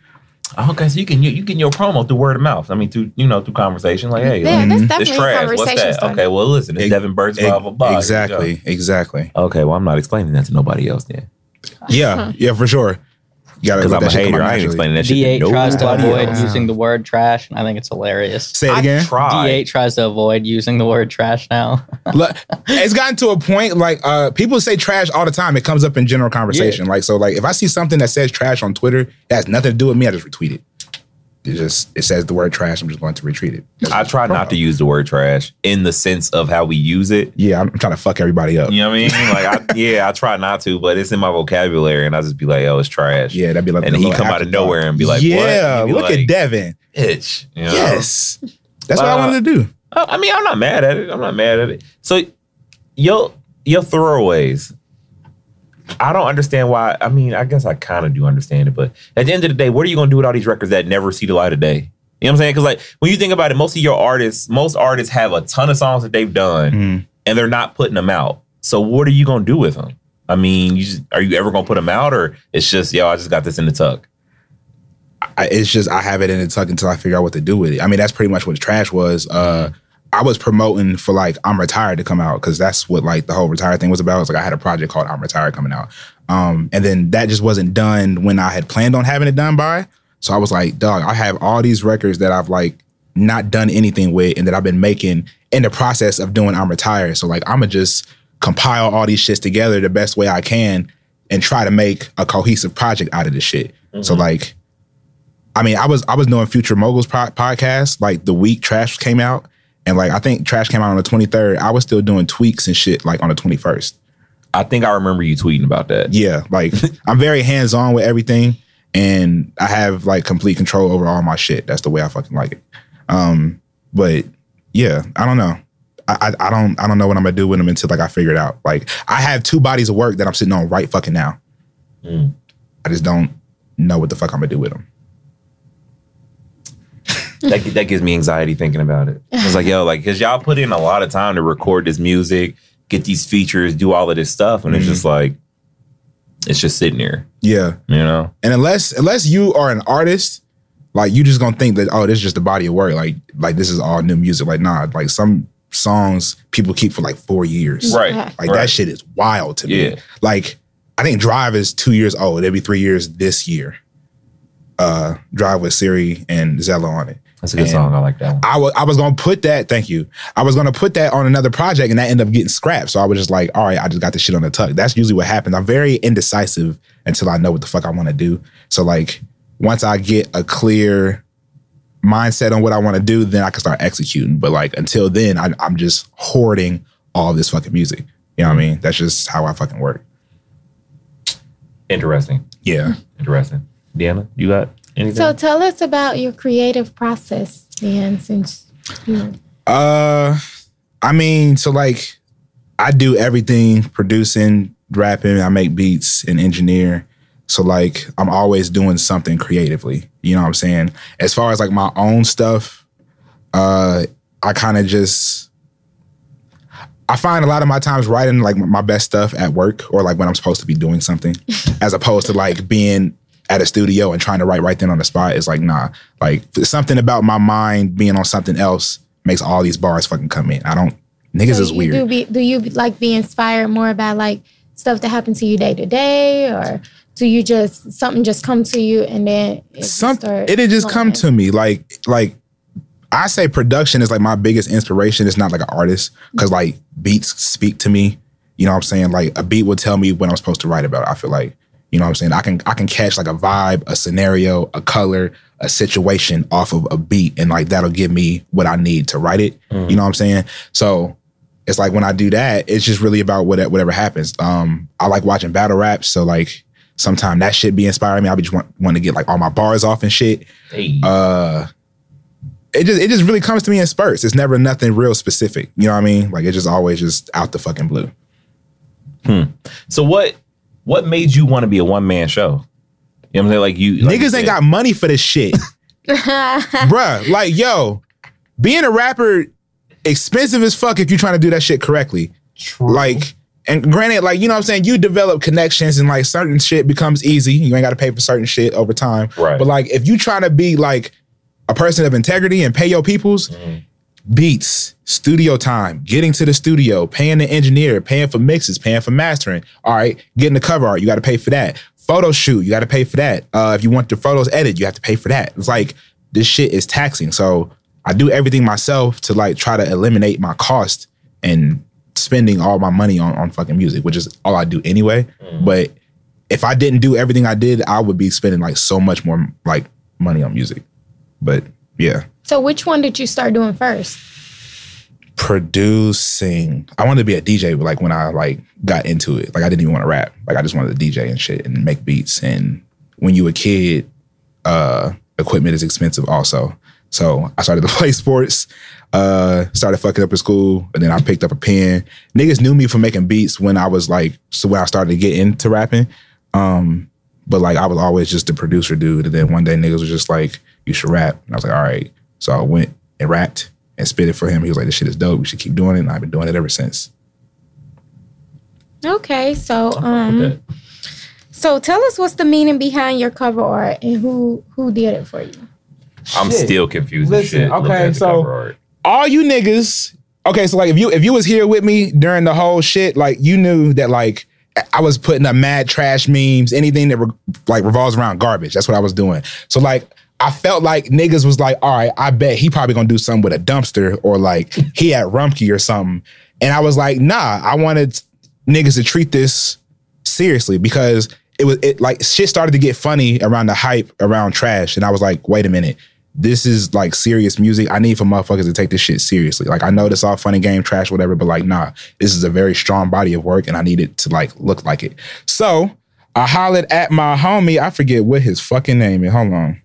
okay, so you can you, you getting your promo through word of mouth. I mean through you know, through conversation, like, hey, um, Yeah, that's definitely it's a trash. What's conversation that? starter. Okay, well listen, it's Ex- Devin Burks, blah blah blah. Here we go. Exactly, exactly. Okay, well I'm not explaining that to nobody else then. Yeah, yeah, for sure. You gotta Because I'm let a that shit come hater. out I ain't naturally. explaining that shit to D8 tries nobody. to avoid else. using the word trash, and I think it's hilarious. Say it I again. tried. D8 tries to avoid using the word trash now. Look, it's gotten to a point like uh people say trash all the time. It comes up in general conversation. Like so, like if I see something that says trash on Twitter that has nothing to do with me, I just retweet it. It just it says the word trash. I'm just going to retweet it. That's I just try not promo. to use the word trash in the sense of how we use it. Yeah, I'm, I'm trying to fuck everybody up. You know what I mean? Like, I, yeah, I try not to, but it's in my vocabulary, and I just be like, "Yo, it's trash." Yeah, that'd be like and the he little come out of afterthought. nowhere and be like, "Yeah, what? look at Devin. bitch." You know? Yes, that's what Uh, I wanted to do. I, I mean, I'm not mad at it. I'm not mad at it. So, your your throwaways. I don't understand why. I mean, I guess I kind of do understand it, but at the end of the day, what are you going to do with all these records that never see the light of day? You know what I'm saying? Because like when you think about it, most of your artists, most artists have a ton of songs that they've done, Mm. and they're not putting them out. So what are you gonna do with them? I mean, you just, are you ever gonna put them out, or it's just yo, I just got this in the tuck. I, it's just I have it in the tuck until I figure out what to do with it. I mean, that's pretty much what trash was. Uh, I was promoting for like I'm retired to come out because that's what like the whole retired thing was about. It's like I had a project called I'm retired coming out, um, and then that just wasn't done when I had planned on having it done by. So I was like, dog, I have all these records that I've like not done anything with and that I've been making in the process of doing I'm retired. So like I'm gonna just compile all these shits together the best way I can and try to make a cohesive project out of this shit. So Mm-hmm. like I mean, I was I was doing Future Moguls po- podcast like the week Trash came out, and like I think Trash came out on the twenty third. I was still doing tweaks and shit like on the twenty first. I think I remember you tweeting about that. Yeah, like I'm very hands on with everything, and I have like complete control over all my shit. That's the way I fucking like it. Um, but yeah, I don't know. I, I I don't I don't know what I'm gonna do with them until like I figure it out. Like I have two bodies of work that I'm sitting on right fucking now. Mm. I just don't know what the fuck I'm gonna do with them. that, that gives me anxiety thinking about it. It's like yo, like because y'all put in a lot of time to record this music, get these features, do all of this stuff, and it's Mhm. just like it's just sitting there, Yeah. you know. And unless unless you are an artist, like you just gonna think that oh, this is just a body of work. Like like this is all new music. Like nah, like some songs people keep for like four years. Right. Like right. that shit is wild to me. Yeah. Like I think Drive is two years old. It'll be three years this year. Uh, Drive with Siri and Zella on it. That's a good And- song. I like that one. I wa- I was gonna put that. Thank you. I was gonna put that on another project, and that ended up getting scrapped. So I was just like, all right, I just got this shit on the tuck. That's usually what happens. I'm very indecisive until I know what the fuck I want to do. So like, once I get a clear mindset on what I want to do, then I can start executing. But like until then, I, I'm just hoarding all this fucking music. You know what I mean? That's just how I fucking work. Interesting. Yeah. Interesting. Deanna, you got anything? So tell us about your creative process, Dan. Since you know, Uh, I mean, so like, I do everything producing, rapping, I make beats and engineer. So like I'm always doing something creatively. You know what I'm saying? As far as like my own stuff, uh I kind of just I find a lot of my times writing like my best stuff at work or like when I'm supposed to be doing something as opposed to like being at a studio and trying to write right then on the spot is like nah like something about my mind being on something else makes all these bars fucking come in i don't niggas So is you weird Do, be, do you like be inspired more about like stuff that happened to you day to day, or do you just something just come to you and then it just something start it had just come flowing? to me like like i say production is like my biggest inspiration it's not like an artist because like beats speak to me you know what i'm saying like a beat will tell me what i'm supposed to write about i feel like you know what i'm saying i can i can catch like a vibe a scenario a color a situation off of a beat and like that'll give me what i need to write it you know what i'm saying so it's like when i do that it's just really about what, whatever happens um i like watching battle raps so like Sometimes that shit be inspiring me. I be just want, want to get like all my bars off and shit. Uh it just it just really comes to me in spurts. It's never nothing real specific. You know what I mean? Like it's just always just out the fucking blue. So what what made you want to be a one man show? You know what I'm saying? Like you like you Niggas said, ain't got money for this shit. Bruh, like yo, being a rapper expensive as fuck if you're trying to do that shit correctly. Like and granted, like you know what I'm saying, you develop connections and like certain shit becomes easy. You ain't got to pay for certain shit over time. Right. But like if you trying to be like a person of integrity and pay your peoples, beats, studio time, getting to the studio, paying the engineer, paying for mixes, paying for mastering. All right, getting the cover art, you got to pay for that. Photo shoot, you got to pay for that. Uh, if you want the photos edited, you have to pay for that. It's like this shit is taxing. So I do everything myself to like try to eliminate my cost and spending all my money on, on fucking music, which is all I do anyway. But if I didn't do everything I did, I would be spending like so much more like money on music. But yeah So which one did you start doing first? producing. I wanted to be a DJ, but like when I like got into it, like I didn't even want to rap. Like I just wanted to DJ and shit and make beats. And when you a kid, uh, equipment is expensive also. So I started to play sports, uh, started fucking up at school, and then I picked up a pen. Niggas knew me for making beats when I was like, so when I started to get into rapping. Um, but like I was always just the producer dude. And then one day niggas was just like, you should rap. And I was like, all right. So I went and rapped and spit it for him. He was like, this shit is dope. We should keep doing it. And I've been doing it ever since. Okay, so that. um, so tell us what's the meaning behind your cover art and who who did it for you? I'm Shit. still confused. as Listen, shit looking okay, at the so- cover art. All you niggas, okay, so like if you if you was here with me during the whole shit, like you knew that like I was putting up mad trash memes, anything that re- like revolves around garbage. That's what I was doing. So like I felt like niggas was like, all right, I bet he probably gonna do something with a dumpster or like he at Rumpke or something. And I was like, nah, I wanted niggas to treat this seriously because it was it like shit started to get funny around the hype around trash. And I was like, wait a minute. This is like serious music. I need for motherfuckers to take this shit seriously. Like I know this all fun and game trash, whatever, but like nah, this is a very strong body of work and I need it to like look like it. So I hollered at my homie. I forget what his fucking name is. Hold on.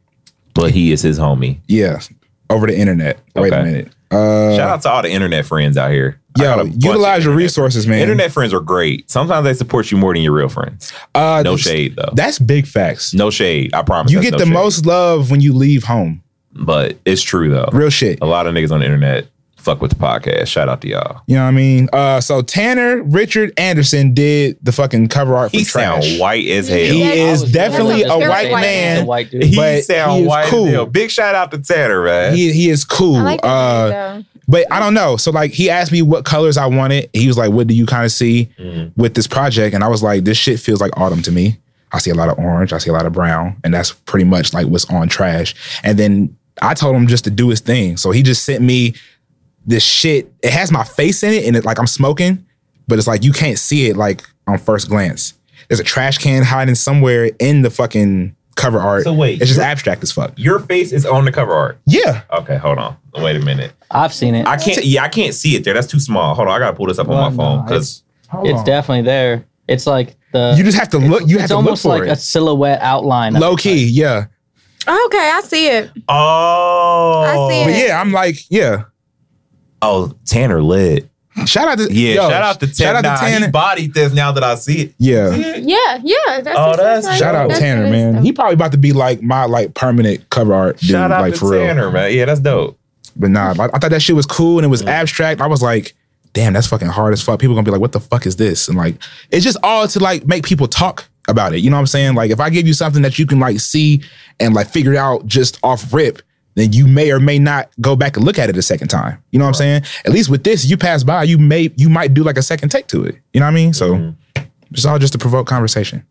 But he is his homie. Yeah. Over the internet. Wait a Okay. minute. Uh Shout out to all the internet friends out here. I got a bunch yo, of utilize your internet- resources, man. Internet friends are great. Sometimes they support you more than your real friends. uh, No th- shade though. That's big facts. No shade. I promise. you that's get no the shade. most love when you leave home. but it's true though. Real shit. A lot of niggas on the internet fuck with the podcast. Shout out to y'all. You know what I mean? Uh, so Tanner Richard Anderson did the fucking cover art for He Trash. sound white as hell. He Yeah, is I was definitely just a gonna white say, man. he's a white dude. He But sound he is white cool. as hell. Big shout out to Tanner, man. He, he is cool. I like that uh, name, but I don't know. So like he asked me what colors I wanted. He was like, "What do you kind of see Mhm. with this project?" And I was like, "This shit feels like autumn to me. I see a lot of orange. I see a lot of brown, and that's pretty much like what's on trash." And then I told him just to do his thing. So he just sent me this shit. It has my face in it, and it like I'm smoking, but it's like you can't see it like on first glance. There's a trash can hiding somewhere in the fucking cover art. So wait, it's just you're- abstract as fuck. Your face is on the cover art. Yeah, Okay, hold on. Wait a minute. I've seen it. I can't. Yeah, I can't see it there. That's too small. Hold on. I gotta pull this up Well, on my phone no, because it's definitely there. It's like the you just have to look. You have it's to look almost for like it. a silhouette outline. of Low it. key, yeah. though. Okay, I see it. oh, I see But it. yeah, I'm like, yeah. Oh, Tanner lit. Shout out to Yeah, yo, shout out to Tanner. shout out to Nah, he Tanner. bodied this now that I see it. Yeah, Yeah, yeah. That's Oh, what that's- I'm saying. shout out That's Tanner, good man. stuff. He probably about to be like my like permanent cover art dude, Shout out like to for real. Tanner, man. Yeah, that's dope. But nah, I, I thought that shit was cool and it was abstract. I was like, damn, that's fucking hard as fuck. People gonna be like, what the fuck is this? And like, it's just all to like make people talk about it. You know what I'm saying? Like, if I give you something that you can like see and like figure out just off rip, then you may or may not go back and look at it a second time. You know what I'm saying? At least with this, you pass by, you may you might do like a second take to it. You know what I mean? So Mm-hmm. it's all just to provoke conversation.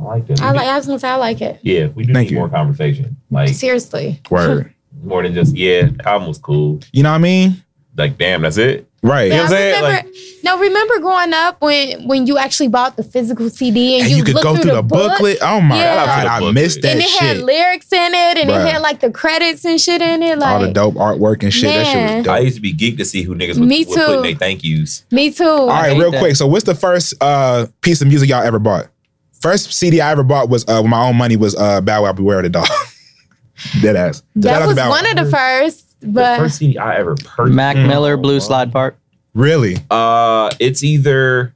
Mm. I like that. I like. I was gonna say I like it. yeah, we do Thank need you. more conversation. Like Seriously. Word. more than just yeah, the album was cool. you know what I mean? Like damn, that's it. Right. Yeah. know what I'm saying? remember, no, remember growing up when when you actually bought the physical CD and, And you, could looked go through, the book, booklet. Oh my Yeah. Shout out to god, the I booklet. missed that and it shit. had lyrics in it, and Bruh. it had like the credits and shit in it. Like all the dope artwork and shit. That shit was Man. dope. I used to be geeked to see who niggas was, Me was putting too. their thank yous. me too. all right, hate real that. quick. So, what's the first uh, piece of music y'all ever bought? First CD I ever bought was uh, with my own money was uh, Bow Wow Beware the Dog. Dead ass. Shout out that to was Bow Wow. one of the first, but the first CD I ever purchased. Mac Mm. Miller, Oh, wow. Blue Slide Park. Really? Uh, It's either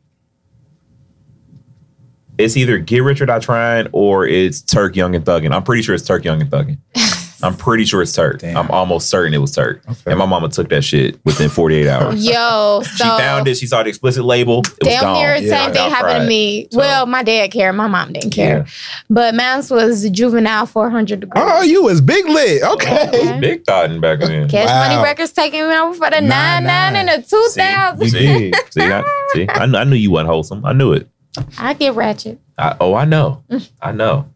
it's either Get Rich or Die Trying or it's Turk Young and Thuggin. I'm pretty sure it's Turk Young and Thuggin. I'm pretty sure it's Turk. Damn. I'm almost certain it was Turk. Okay. And my mama took that shit within 48 hours. yo, so She found it. She saw the explicit label. It was Damn gone. near the Yeah, same I thing got happened to fried. me. So- Well, my dad cared, my mom didn't care, Yeah. but mine's was the juvenile 400 degrees. Oh, you was big lit. it was Okay. Okay. big thought back then. Cash wow. Money Records taking me over for the nine Nine, nine nine. and the two thousand. We See? did. See, I, see, I, kn- I knew you wasn't wholesome. I knew it. I get ratchet. I, oh, I know. I know.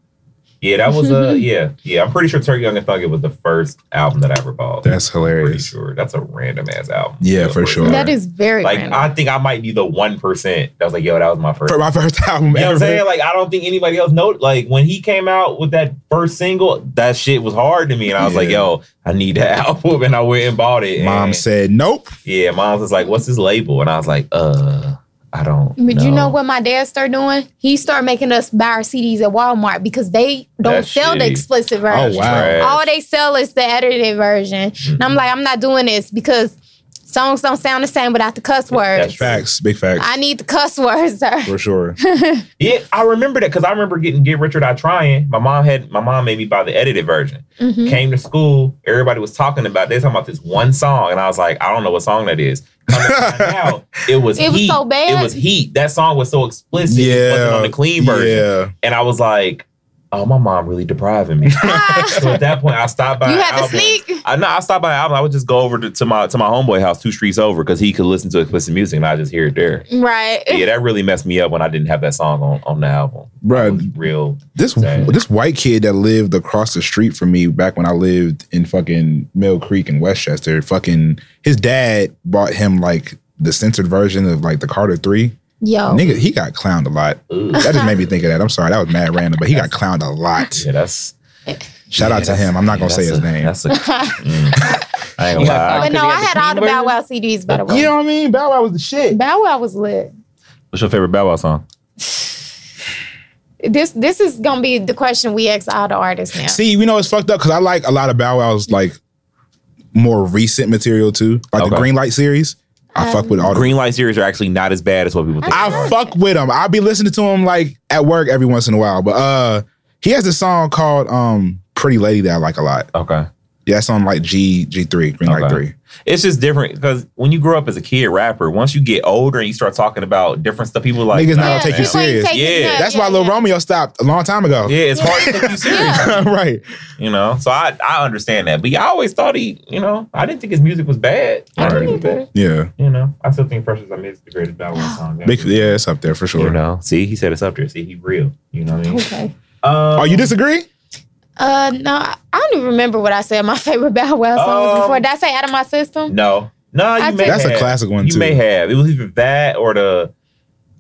Yeah, that was uh yeah, yeah. I'm pretty sure Turkey Young and Thug was the first album that I ever bought. That's pretty hilarious. sure. That's a random ass album. Yeah, for Pretty sure. That is very like random. I think I might be the one percent that was like, yo, that was my first. For my first album you know what ever. I'm saying? Like, I don't think anybody else know. Like, when he came out with that first single, that shit was hard to me, and I was like, Yeah. "Yo, I need that album," and I went and bought it. Mom and, said nope. "Yeah." Mom was like, "What's his label?" And I was like, "Uh, I don't." but you know what my dad started doing? He started making us buy our CDs at Walmart because they don't That's sell the shitty. explicit Oh version. wow. Trash. All they sell is the edited version. And I'm like, I'm not doing this because songs don't sound the same without the cuss words. right. Facts. Big facts. I need the cuss words, sir. for sure. Yeah, I remember that because I remember getting "Get Richard I Trying." My mom had my mom made me buy the edited version. Mhm. Came to school, everybody was talking about they talking about this one song, and I was like, I don't know what song that is. Come to find out, it was It was heat. so bad. It was heat. That song was so explicit. It wasn't yeah. on the clean version, Yeah. and I was like, Oh, my mom really depriving me. Ah, so at that point, I stopped by. you an had to album. sneak. I know. I stopped by an album. I would just go over to, to my to my homeboy house two streets over because he could listen to explicit music, and I just hear it there. Right. Yeah, that really messed me up when I didn't have that song on on the album. It Bro, was real. This Dang. this white kid that lived across the street from me back when I lived in fucking Mill Creek in Westchester, fucking his dad bought him like the censored version of like the Carter Three. Yo. Nigga, he got clowned a lot. Ooh. That just made me think of that. I'm sorry, that was mad random, but he got clowned a lot. Yeah, that's Shout yeah, out to that's- him. I'm not gonna yeah, say that's his a- name. That's a. mm. I ain't gonna You lie. got But Because no, he I had had the all clean the Bow version? Wow CDs, by the way. You know what I mean? Bow Wow was the shit. Bow Wow was lit. What's your favorite Bow Wow song? This this is gonna be the question we ask all the artists now. See, we know it's fucked up because I like a lot of Bow Wow's like more recent material too, like the Okay. Green Light series. I fuck with all the Green Light series are actually not as bad as what people think. I they are. fuck with him. I'll be listening to him like at work every once in a while. But uh he has a song called um Pretty Lady that I like a lot. okay. Yeah, that's on like G G three, Green Light Okay. Three. It's just different because when you grow up as a kid rapper, once you get older and you start talking about different stuff, people like Niggas nah, now take you man. people ain't serious. taking Yeah. that. That's why Lil Romeo stopped a long time ago. Yeah, it's hard to take you serious. right. You know, so I I understand that, but yeah, I always thought he, you know, I didn't think his music was bad. I didn't think it was bad. Yeah. You know, I still think Fresh as I Miss is the greatest Bow Wow song. ever. Big, yeah, it's up there for You sure. know, see, he said it's up there. See, he real. You know what I mean? Okay. Um, Oh, you disagree? Uh no, I I don't even remember what I said my favorite Bow Wow songs Um, before. Did I say out of my system? No, no, you I may think- That's have. a classic one You too. may have. It was either that or the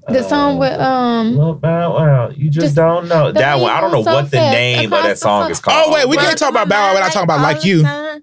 The song with um Well, Bow Wow. You just, Just don't know the that one. I don't know people so what the fast name of across that the song front. is called. Oh, wait, we can't- Run talk about on Bow Wow my when I talk about all Like the You. time.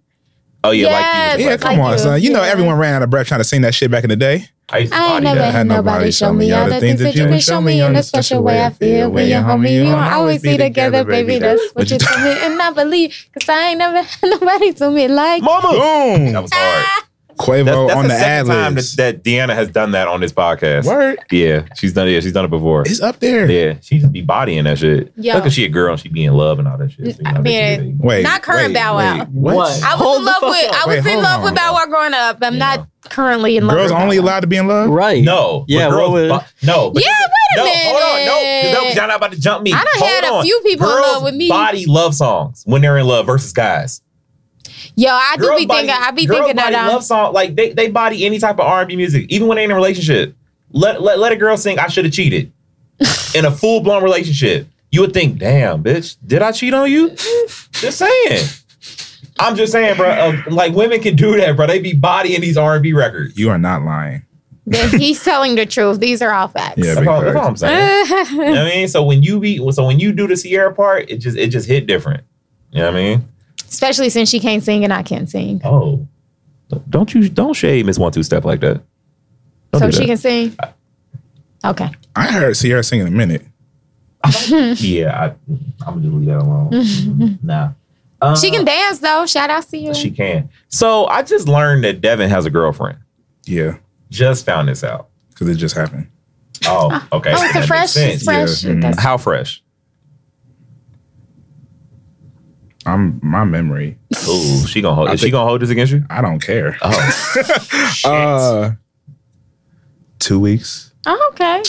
Oh yeah, like you. Yeah, Was Yes. like, come on, you. son. You know Yeah. everyone ran out of breath trying to sing that shit back in the day. I used to I ain't body never that. had nobody show me all the things that you would can show me in a special way. I feel when you're homie, we won't always be together, baby. That's what you tell me, and I believe, cause I ain't never had nobody to me like. Boom. that was hard. Quavo That's, that's on the, the ad second time that, libs. that Deanna has done that on this podcast. Word, Yeah, she's done it. Yeah, she's done it before. it's up there. Yeah, she just be bodying that shit. Yo. Look, 'cause she a girl and she be in love and all that shit. So, you know, I they can mean, do Wait, Not current wait, Bow wait, Wow. What? I was Hold in the love fuck with up. I Wait, was in hold love with on. Bow Wow growing up. I'm Yeah. not currently in love. Girls with Bow only Wow. allowed to be in love. that. Right. No, but Yeah. girls What would, bo- no, but Yeah, wait a no, minute. hold on, no, 'cause no, y'all not about to jump me. I done hold had a on. few people in Girls love with me. Body love songs when they're in love versus guys. Yo, I do Girls be body- thinking I be girls thinking that body um love song like they, they body any type of R and B music, even when they in a relationship. Let let, let a girl sing "I should have cheated" in a full blown relationship. You would think, damn, bitch, did I cheat on you? just saying. I'm just saying, bro. uh, like women can do that, bro. They be bodying these R and B records. You are not lying. that he's telling the truth. These are all facts. Yeah, that's, all, that's all I'm Eh. saying. You know what I mean, so when you be, so when you do the Sierra part, it just it just hit different. You know what I mean? Especially since she can't sing and I can't sing. Oh, don't you don't shade Miss One Two Step like that. Don't so do she that. can sing. Okay. I ain't heard Sierra sing in a minute. Yeah, I, I'm gonna just leave that alone. nah, um, She can dance though. Shout out to you. She can. So I just learned that Devin has a girlfriend. Yeah, Just found this out. because it just happened. Oh, okay. oh, so it's that a makes fresh, sense. Mm-hmm. it's fresh. Yeah, mm. That's- How fresh? I'm my memory. Ooh, she gonna hold. I Is she think- gonna hold this against you? I don't care. Oh, Uh, two weeks. Oh, okay.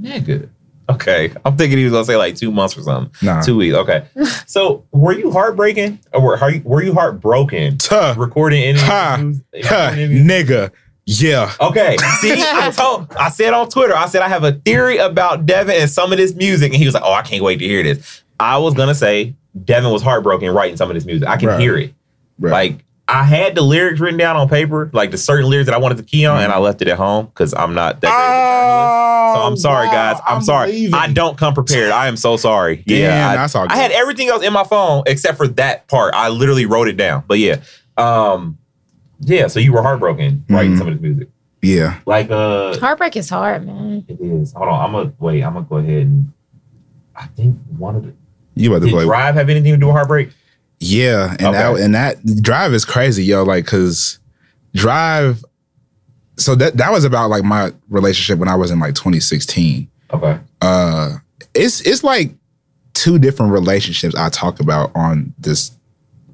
nigga. Okay, I'm thinking he was gonna say like two months or something. Nah. Two weeks. Okay. So were you heartbreaking or were, are you, were you heartbroken Tuh. recording any? Ha. recording Huh, any- nigga. Yeah. Okay. See, I told, I said on Twitter, I said I have a theory about Devin and some of this music, and he was like, "Oh, I can't wait to hear this." I was gonna say Devin was heartbroken writing some of this music. I can Right. hear it. Right. Like I had the lyrics written down on paper, like the certain lyrics that I wanted to key on, Mm-hmm. and I left it at home because I'm not that. great of a journalist. So I'm sorry, Oh, wow, guys. I'm, sorry. leaving. I don't come prepared. I am so sorry. Damn, yeah, I, that's all I good. had everything else in my phone except for that part. I literally wrote it down. But yeah, um, yeah. So you were heartbroken writing Mhm. some of this music. Yeah. Like, uh, Heartbreak is hard, man. it is. Hold on. I'm gonna wait. I'm gonna go ahead and. I think one of the You about to did play? drive have anything to do with heartbreak? Yeah, and that Okay. and that drive is crazy, yo. Like, cause drive. So that that was about like my relationship when I was in like 2016. Okay. Uh, it's it's like two different relationships I talk about on this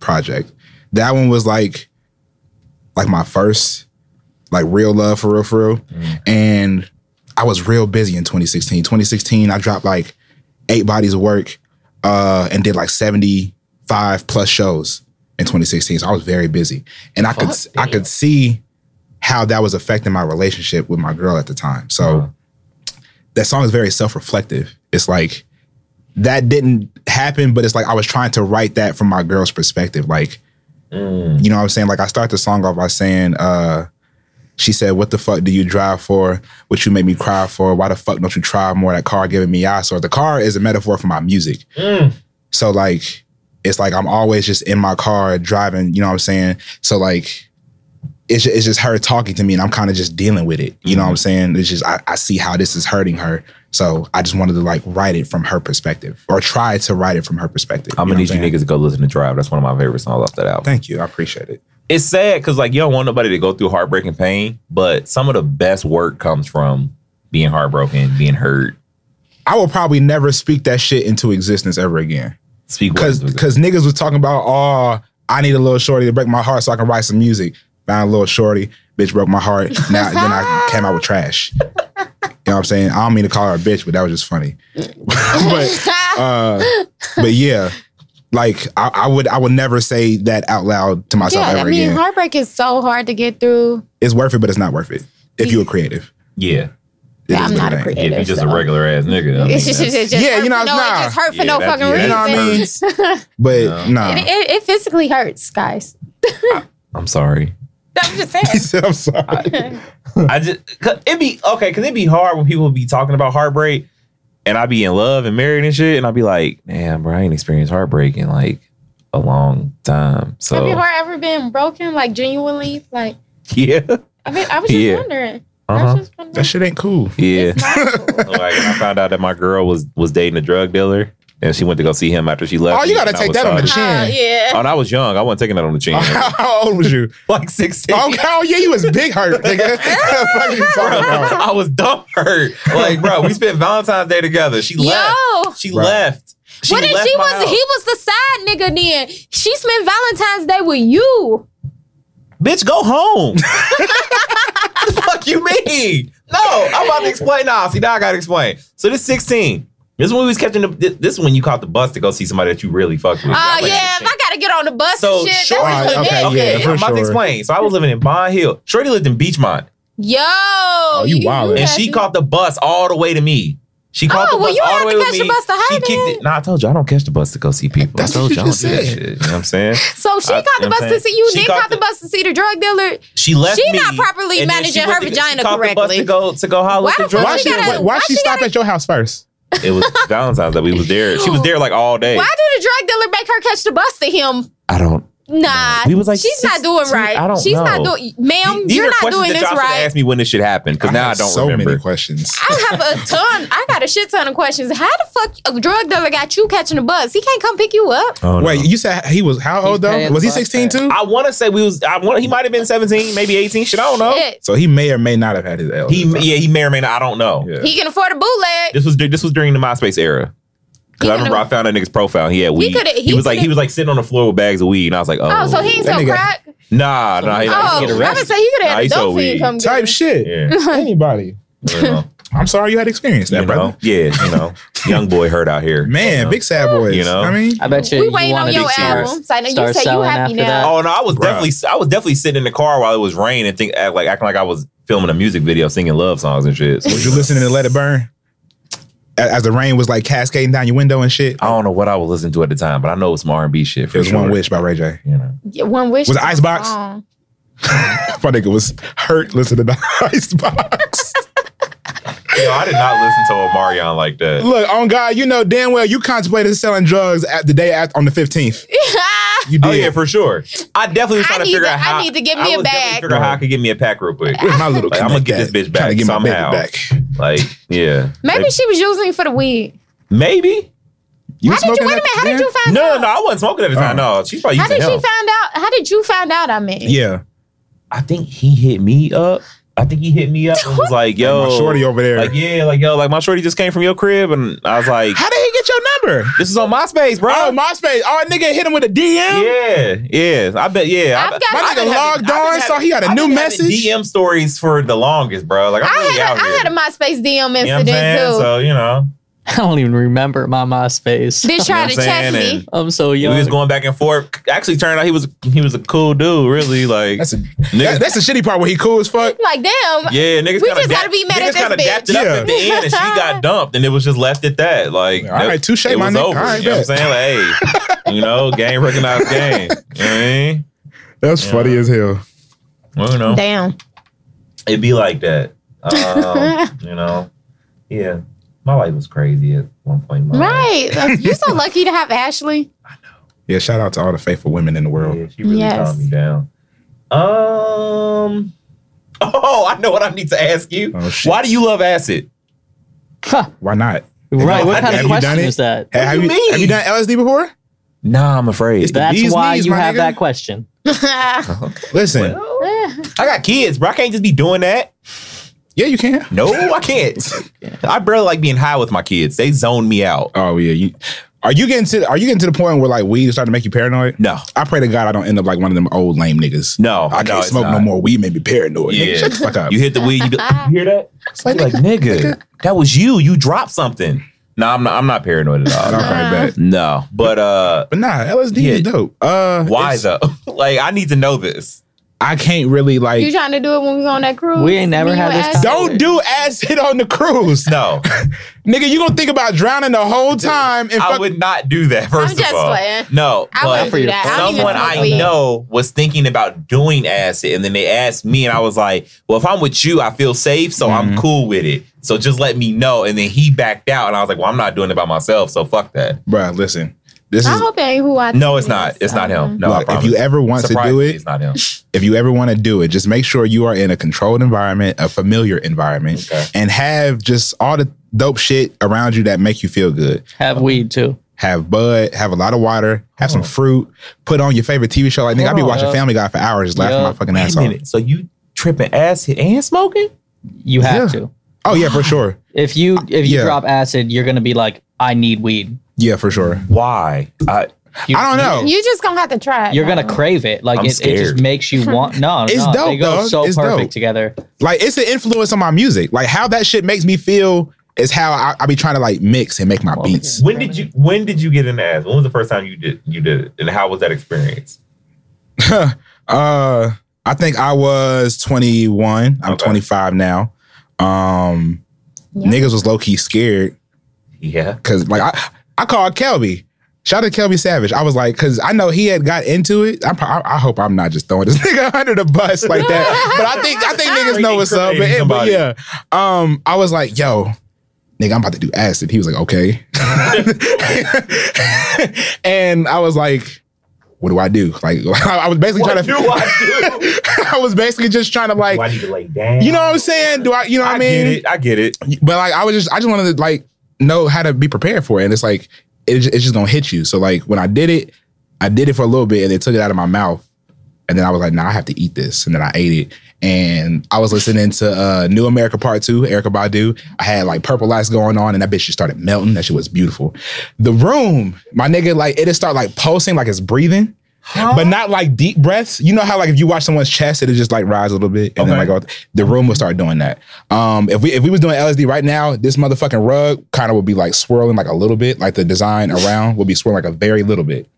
project. That one was like like my first like real love for real for real, Mm. and I was real busy in 2016. 2016, I dropped like eight bodies of work uh, and did like 75 plus shows in 2016. So I was very busy. And I could Fuck, I could see how that was affecting my relationship with my girl at the time. So Uh-huh. that song is very self-reflective. It's like that didn't happen, but it's like I was trying to write that from my girl's perspective. Like, Mm. you know what I'm saying? Like I start the song off by saying, uh, she said, What the fuck do you drive for? What you make me cry for? Why the fuck don't you try more? That car giving me eyesore. The car is a metaphor for my music. Mm. So like it's like I'm always just in my car driving, you know what I'm saying? So like it's just, it's just her talking to me and I'm kind of just dealing with it. You know what I'm Mm-hmm. saying? It's just I, I see how this is hurting her. So I just wanted to like write it from her perspective or try to write it from her perspective. I'm gonna know what need you saying? niggas to go listen to Drive. That's one of my favorite songs off that album. Thank you. I appreciate it. it's sad because like you don't want nobody to go through heartbreak and pain, but some of the best work comes from being heartbroken, being hurt. I will probably never speak that shit into existence ever again. Speak Cause words of- cause niggas was talking about, oh, I need a little shorty to break my heart so I can write some music. Found a little shorty, bitch broke my heart. Now then I came out with trash. You know what I'm saying? I don't mean to call her a bitch, but that was just funny. but uh, but yeah. Like I, I would I would never say that out loud to myself yeah, I ever mean, again. heartbreak is so hard to get through. it's worth it, but it's not worth it. If you're creative. yeah, It Yeah, I'm is not what it a ain't. yeah, creative. if you're just so. a regular ass nigga. I mean, It's just, it's that's- just Yeah, hurt you know, for it's no, not- it just hurt for Yeah, no that's- fucking yeah, reason. You know what I mean? hurts. But Yeah. nah. It, it, it physically hurts, guys. I'm sorry. I'm just saying. I'm sorry. I just cause it be okay because it be hard when people be talking about heartbreak, and I be in love and married and shit, and I be like, damn, bro, I ain't experienced heartbreak in like a long time. Have your So heart ever been broken, like genuinely? Like, yeah, I mean, I was just Yeah. wondering. I uh-huh, was just wondering. That shit ain't cool. yeah. It's not cool. like when I found out that my girl was was dating a drug dealer, and she went to go see him after she left. Oh, you me, gotta and I take was that on the sorry. chin. Oh, yeah. Oh, and I was young. I wasn't taking that on the chin. How old was you? like sixteen. Oh, oh, yeah, you was big hurt, nigga. What the fuck you talking about? I was dumb hurt. Like, bro, we spent Valentine's Day together. She left. Yo. She Right. left. She what if left she my was? house. He was the side nigga then. She spent Valentine's Day with you. Bitch, go home. the fuck you mean? No, I'm about to explain. Nah, see, now I gotta explain. So this 16. This is when we was catching the. This, this is when you caught the bus to go see somebody that you really fucked with. Oh Y'all went yeah, if I gotta get on the bus So and shit, sure. that's Alright, okay, okay, Okay, Yeah, I'm for about to sure. explain. So I was living in Bond Hill. Shorty lived in Beachmont, Yo, you wildin'. Oh, and she happy. caught the bus all the way to me. She caught Oh, the well, bus you all had the to way with catch me. the bus to she Hyden. kicked it. Nah, I told you I don't catch the bus to go see people. That's I told what you I don't just do that said. shit. You know what I'm saying? So she I- caught you the know bus what I'm to see saying? you, She then caught caught the the- bus to see the drug dealer. She left. She me, not properly and then managing she her went to- she vagina caught the bus correctly. to go to go holler Why at the the fuck drug Why she she, gotta- why, why she she stop gotta- at your house first? It was Valentine's Day. We was there. She was there like all day. Why did the drug dealer make her catch the bus to him? I don't. Nah, We was like she's not 16. doing right. I don't she's not know. doing, ma'am. These you're are not questions doing that this y'all should right. Ask me when this shit happened because now I have don't so remember. many questions. I have a ton. I got a shit ton of questions. How the fuck a drug dealer got you catching the bus? He can't come pick you up. Oh, no. Wait, you said he was how old though? paying Was he the bus 16 too? I want to say we was. I want. He might have been seventeen, maybe eighteen. Shit, I don't know. Shit. So he may or may not have had his L. He yeah, he may or may not. I don't know. Yeah. He can afford a bootleg. This was this was during the MySpace era. Cause He I remember I could've- found that nigga's profile. He had weed. could've- He, he was like he could've- was like sitting on the floor with bags of weed, and I was like, oh, Oh, so he ain't That sell nigga- crack. nah, nah. He, Oh, like, I was he get gonna arrested. say he could Nah, have he had sold adult weed. fiend come Type get him. shit. yeah, Anybody. you know, I'm sorry you had experience that, you brother. know, yeah, you know, young boy hurt out here, Man, You know? big sad boys. You know? I mean, I bet you. We you waiting on wanted your to see her album. So I know you start say you selling happy after now. that. Oh no, I was Bruh. definitely I was definitely sitting in the car while it was raining, think act like acting like I was filming a music video, singing love songs and shit. So, was you listening to Let It Burn? A- As the rain was like cascading down your window and shit. I don't know what I was listening to at the time, but I know it was some R and B shit. For It was sure. One Wish by Ray J. you know. Yeah, One wish Was it is a Icebox? song. My nigga was hurt listening to Icebox. Yo, I did not listen to Omarion like that. Look, on God, you know damn well you contemplated selling drugs at the day after, on the 15th. You did. Oh yeah, for sure. I definitely was I trying to need figure to- out I how need to get I me a was definitely bag. Figure out how I could get me a pack real quick. Where's my little Like, I'ma connect get at? this bitch Trying back to get my somehow. baby back. Like, yeah, Maybe Like, she was using it for the weed. maybe. You How did you smoking wait a minute? that How did then? you find No, no, out? no, I wasn't smoking at the time. Uh-huh. no, she's probably How using did she him. find out? How did you find out? I mean, Yeah. I think he hit me up. I think he hit me up and was like, "Yo, My shorty over there. Like, yeah, like yo, like my shorty just came from your crib, and I was like, How did he get your number? this is on MySpace, bro. Oh, MySpace. Oh, nigga hit him with a DM. yeah, yeah, I bet, yeah. I've got- My I nigga been having- I've logged been on, having- so he got a I've new been having message. DM stories for the longest, bro. Like I'm I really had, out a, I here. had a MySpace DM you know what I'm incident saying? too. So you know, I don't even remember my MySpace. They you know tried what to check I'm saying? me. And I'm so we young. was going back and forth. Actually, turned out he was he was a cool dude. Really, like That's a, niggas, that- that's the shitty part where he cool as fuck. Like, damn. yeah, niggas. We kinda just gotta be mad at niggas kinda this bitch. dapped it up Yeah. at the end, and she got dumped, and it was just left at that. Like, All right, that- touche, it my was nigga. over. All right, you know what I'm bet. saying? Like, hey, you know, game recognized game. You know what I mean? That's Yeah. funny as hell. Well, you know, Damn. it'd be like that. Um, you know, yeah. My life was crazy at one point. in my life. Right. Like, You're so lucky to have Ashley. Yeah, shout out to all the faithful women in the world. Yeah, she really Yes. calmed me down. Um. Oh, I know what I need to ask you. Oh, shit. Why do you love acid? Huh, Why not? right. What Have kind of you done question it? is that? Have- do have you mean? Have you done LSD before? Nah, I'm afraid. That's these why knees, you my have nigga. that question. Uh-huh. Listen, Well, I got kids, bro. I can't just be doing that. yeah, you can. No, I can't. I barely like being high with my kids. They zone me out. Oh yeah, you. Are you getting to? Are you getting to the point where like weed is starting to make you paranoid? No, I pray to God I don't end up like one of them old lame niggas. no, I no, can't it's smoke no not. more. Weed made me paranoid. Yeah. Nigga, shut the fuck up. You hit the weed. You, be, you hear that? It's like, like nigga, that was you. You dropped something. No, I'm not. I'm not paranoid at all. Okay, bet. No, but uh, But nah, LSD is Yeah. dope. Uh, why it's- though? like, I need to know this. I can't really like. You trying to do it when we go on that cruise? We ain't never Me, had you, this Ashley? time. don't do acid on the cruise, No, nigga. You gonna think about drowning the whole time and I fuck. would not do that. 1st just of all, playing. no, I but wouldn't do that. I don't even someone smoke I weed. know was thinking about doing acid, and then they asked me, and I was like, "Well, if I'm with you, I feel safe, so I'm Mm-hmm. cool with it. So just let me know." And then he backed out, and I was like, "Well, I'm not doing it by myself, so fuck that." Bruh, listen. This I is hope it ain't who I think No, it's it not. is. It's not him. No, I Look, if promise. you ever want to do Surprisingly, it, it's not him. if you ever want to do it, just make sure you are in a controlled environment, a familiar environment, Okay. and have just all the dope shit around you that make you feel good. Have weed too. have bud, have a lot of water, have some fruit, put on your favorite TV show. Like nigga, I Hold be on, watching yeah. Family Guy for hours, just laughing Yeah. my fucking Wait ass a off. minute. So you tripping acid and smoking? You have Yeah. to. Oh yeah, for sure. If you if you Yeah. drop acid, you're gonna be like, I need weed. Yeah, for sure. Why? I, Uh, You, I don't know. You just gonna have to try. it, You're gonna though. crave it. Like I'm it, it just scared. makes you want. No, It's no, they dope, go dog. so It's perfect dope. together. Like it's an influence on my music. Like how that shit makes me feel is how I, I be trying to like mix and make my Well, beats. When did you when did you get into acid? When was the first time you did you did it? And how was that experience? Uh, I think I was 21. I'm Okay. 25 now. Um, Yeah. niggas was low key scared Yeah. because like I, I called Kelby. Shout out to Kelby Savage. I was like, because I know he had got into it. I'm, pro- I, I hope I'm not just throwing this nigga under the bus like that. But I think I think niggas know what's up. But, but yeah, um, I was like, yo, nigga, I'm about to do acid. He was like, okay. and I was like, what do I do? Like, I was basically What trying do to. I do? I was basically just trying to like, do I need to lay down? you know what I'm saying? Do I, you know what I, I mean? get it. I get it. but like I was just I just wanted to like know how to be prepared for it, and it's like it, ju- it's just gonna hit you. So like when I did it, I did it for a little bit, and they took it out of my mouth, and then I was like, nah, I have to eat this, and then I ate it, and I was listening to uh, New America Part Two, Erica Badu. I had like purple lights going on, and that bitch just started melting. That shit was beautiful. The room, my nigga, like it just start like pulsing, like it's breathing. But not like deep breaths. You know how like if you watch someone's chest, it'll just like rise a little bit, and then Okay. like all- the room will start doing that. Um, if we if we was doing LSD right now, this motherfucking rug kind of would be like swirling like a little bit, like the design around would be swirling like a very little bit.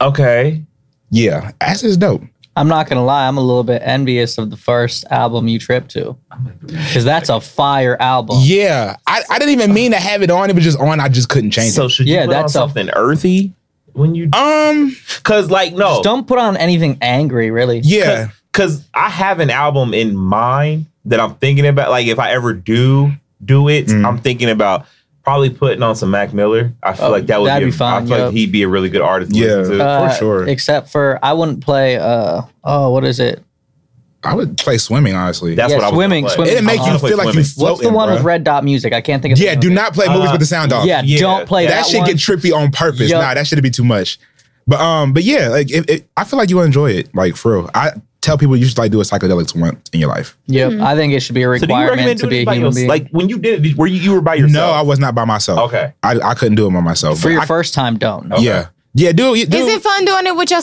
Okay. Yeah, acid is dope. I'm not gonna lie. I'm a little bit envious of the first album you tripped to, because that's a fire album. Yeah, I, I didn't even mean to have it on. It was just on. I just couldn't change So it. should you Yeah, put that's a- on something earthy when you Um, cause like no Just don't put on anything angry, really. yeah, because I have an album in mind that I'm thinking about. Like if I ever do do it, Mm. I'm thinking about probably putting on some Mac Miller. I feel Oh, like that would that'd be, a- be fine, I feel yeah. like he'd be a really good artist. to Yeah. listen to. Uh, for sure. Except for I wouldn't play. Uh oh, what is it? I would play swimming honestly. that's yeah, what I was swimming- gonna play. swimming. It'd make I you was gonna feel play like you swimming. floating. What's the one bruh. with red dot music? I can't think of. the Yeah, name do of it. not play movies Uh, with the sound off. Yeah, Yeah. don't play that, that. shit one. get trippy on purpose. Yup. Nah, that should be too much. But um, but yeah, like if it, I feel like you'll enjoy it, like for real. I tell people you should like do a psychedelics once in your life. Yep, I think it should be a So do you recommend requirement to doing be this a by human yourself? being. Like when you did it, did- were you you were by yourself? No, I was not by myself. Okay. I, I couldn't do it by myself. for but your I- first time, don't. yeah, yeah, do, it- do Is it fun doing it with your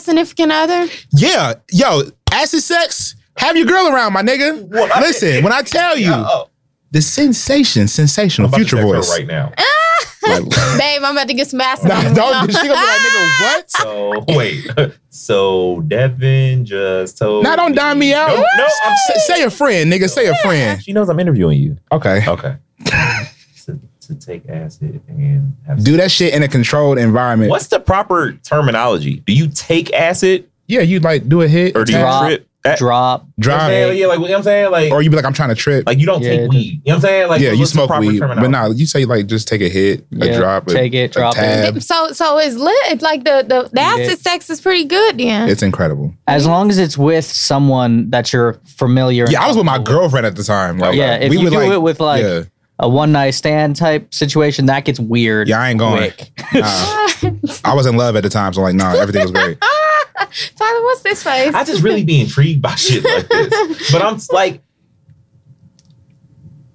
significant other? yeah, yo, acid sex. Have your girl around, my nigga. What? Listen, when I tell you Oh, the sensation, sensational I'm about to future text her voice. right now. Like, Babe, I'm about to get some acid. nah, on. don't. She gonna be like, nigga, what? So wait, so Devin just told. Nah, don't dime me out. No, no, I'm Say, say a friend, nigga. Say a friend. She knows I'm interviewing you. Okay. Okay. to, to take acid and have Do that shit in a controlled environment. What's the proper terminology? Do you take acid Yeah, you like do a hit or do you tap, Drop. trip? That- Drop. You know what I'm drive, saying? Yeah, like you know what I'm saying, like or you be like, I'm trying to trip. like you don't Yeah, take it weed. You know what I'm saying? Like yeah, you what's the smoke proper weed, but terminology? nah, you say like just take a hit, Yeah, a drop, a- take it, a drop it. tab. So so it's lit. It's Like the the, the Yeah. acid sex is pretty good then. It's incredible. As long as it's with someone that you're familiar. Yeah, I was with my and girlfriend at the time. Like, Yeah, if we you would do like, it with like yeah, a one night stand type situation, that gets weird. yeah, I ain't going. quick. Nah, I was in love at the time, so like, nah, everything was great. Tyler, what's this face? I just really be intrigued by shit like this. But I'm like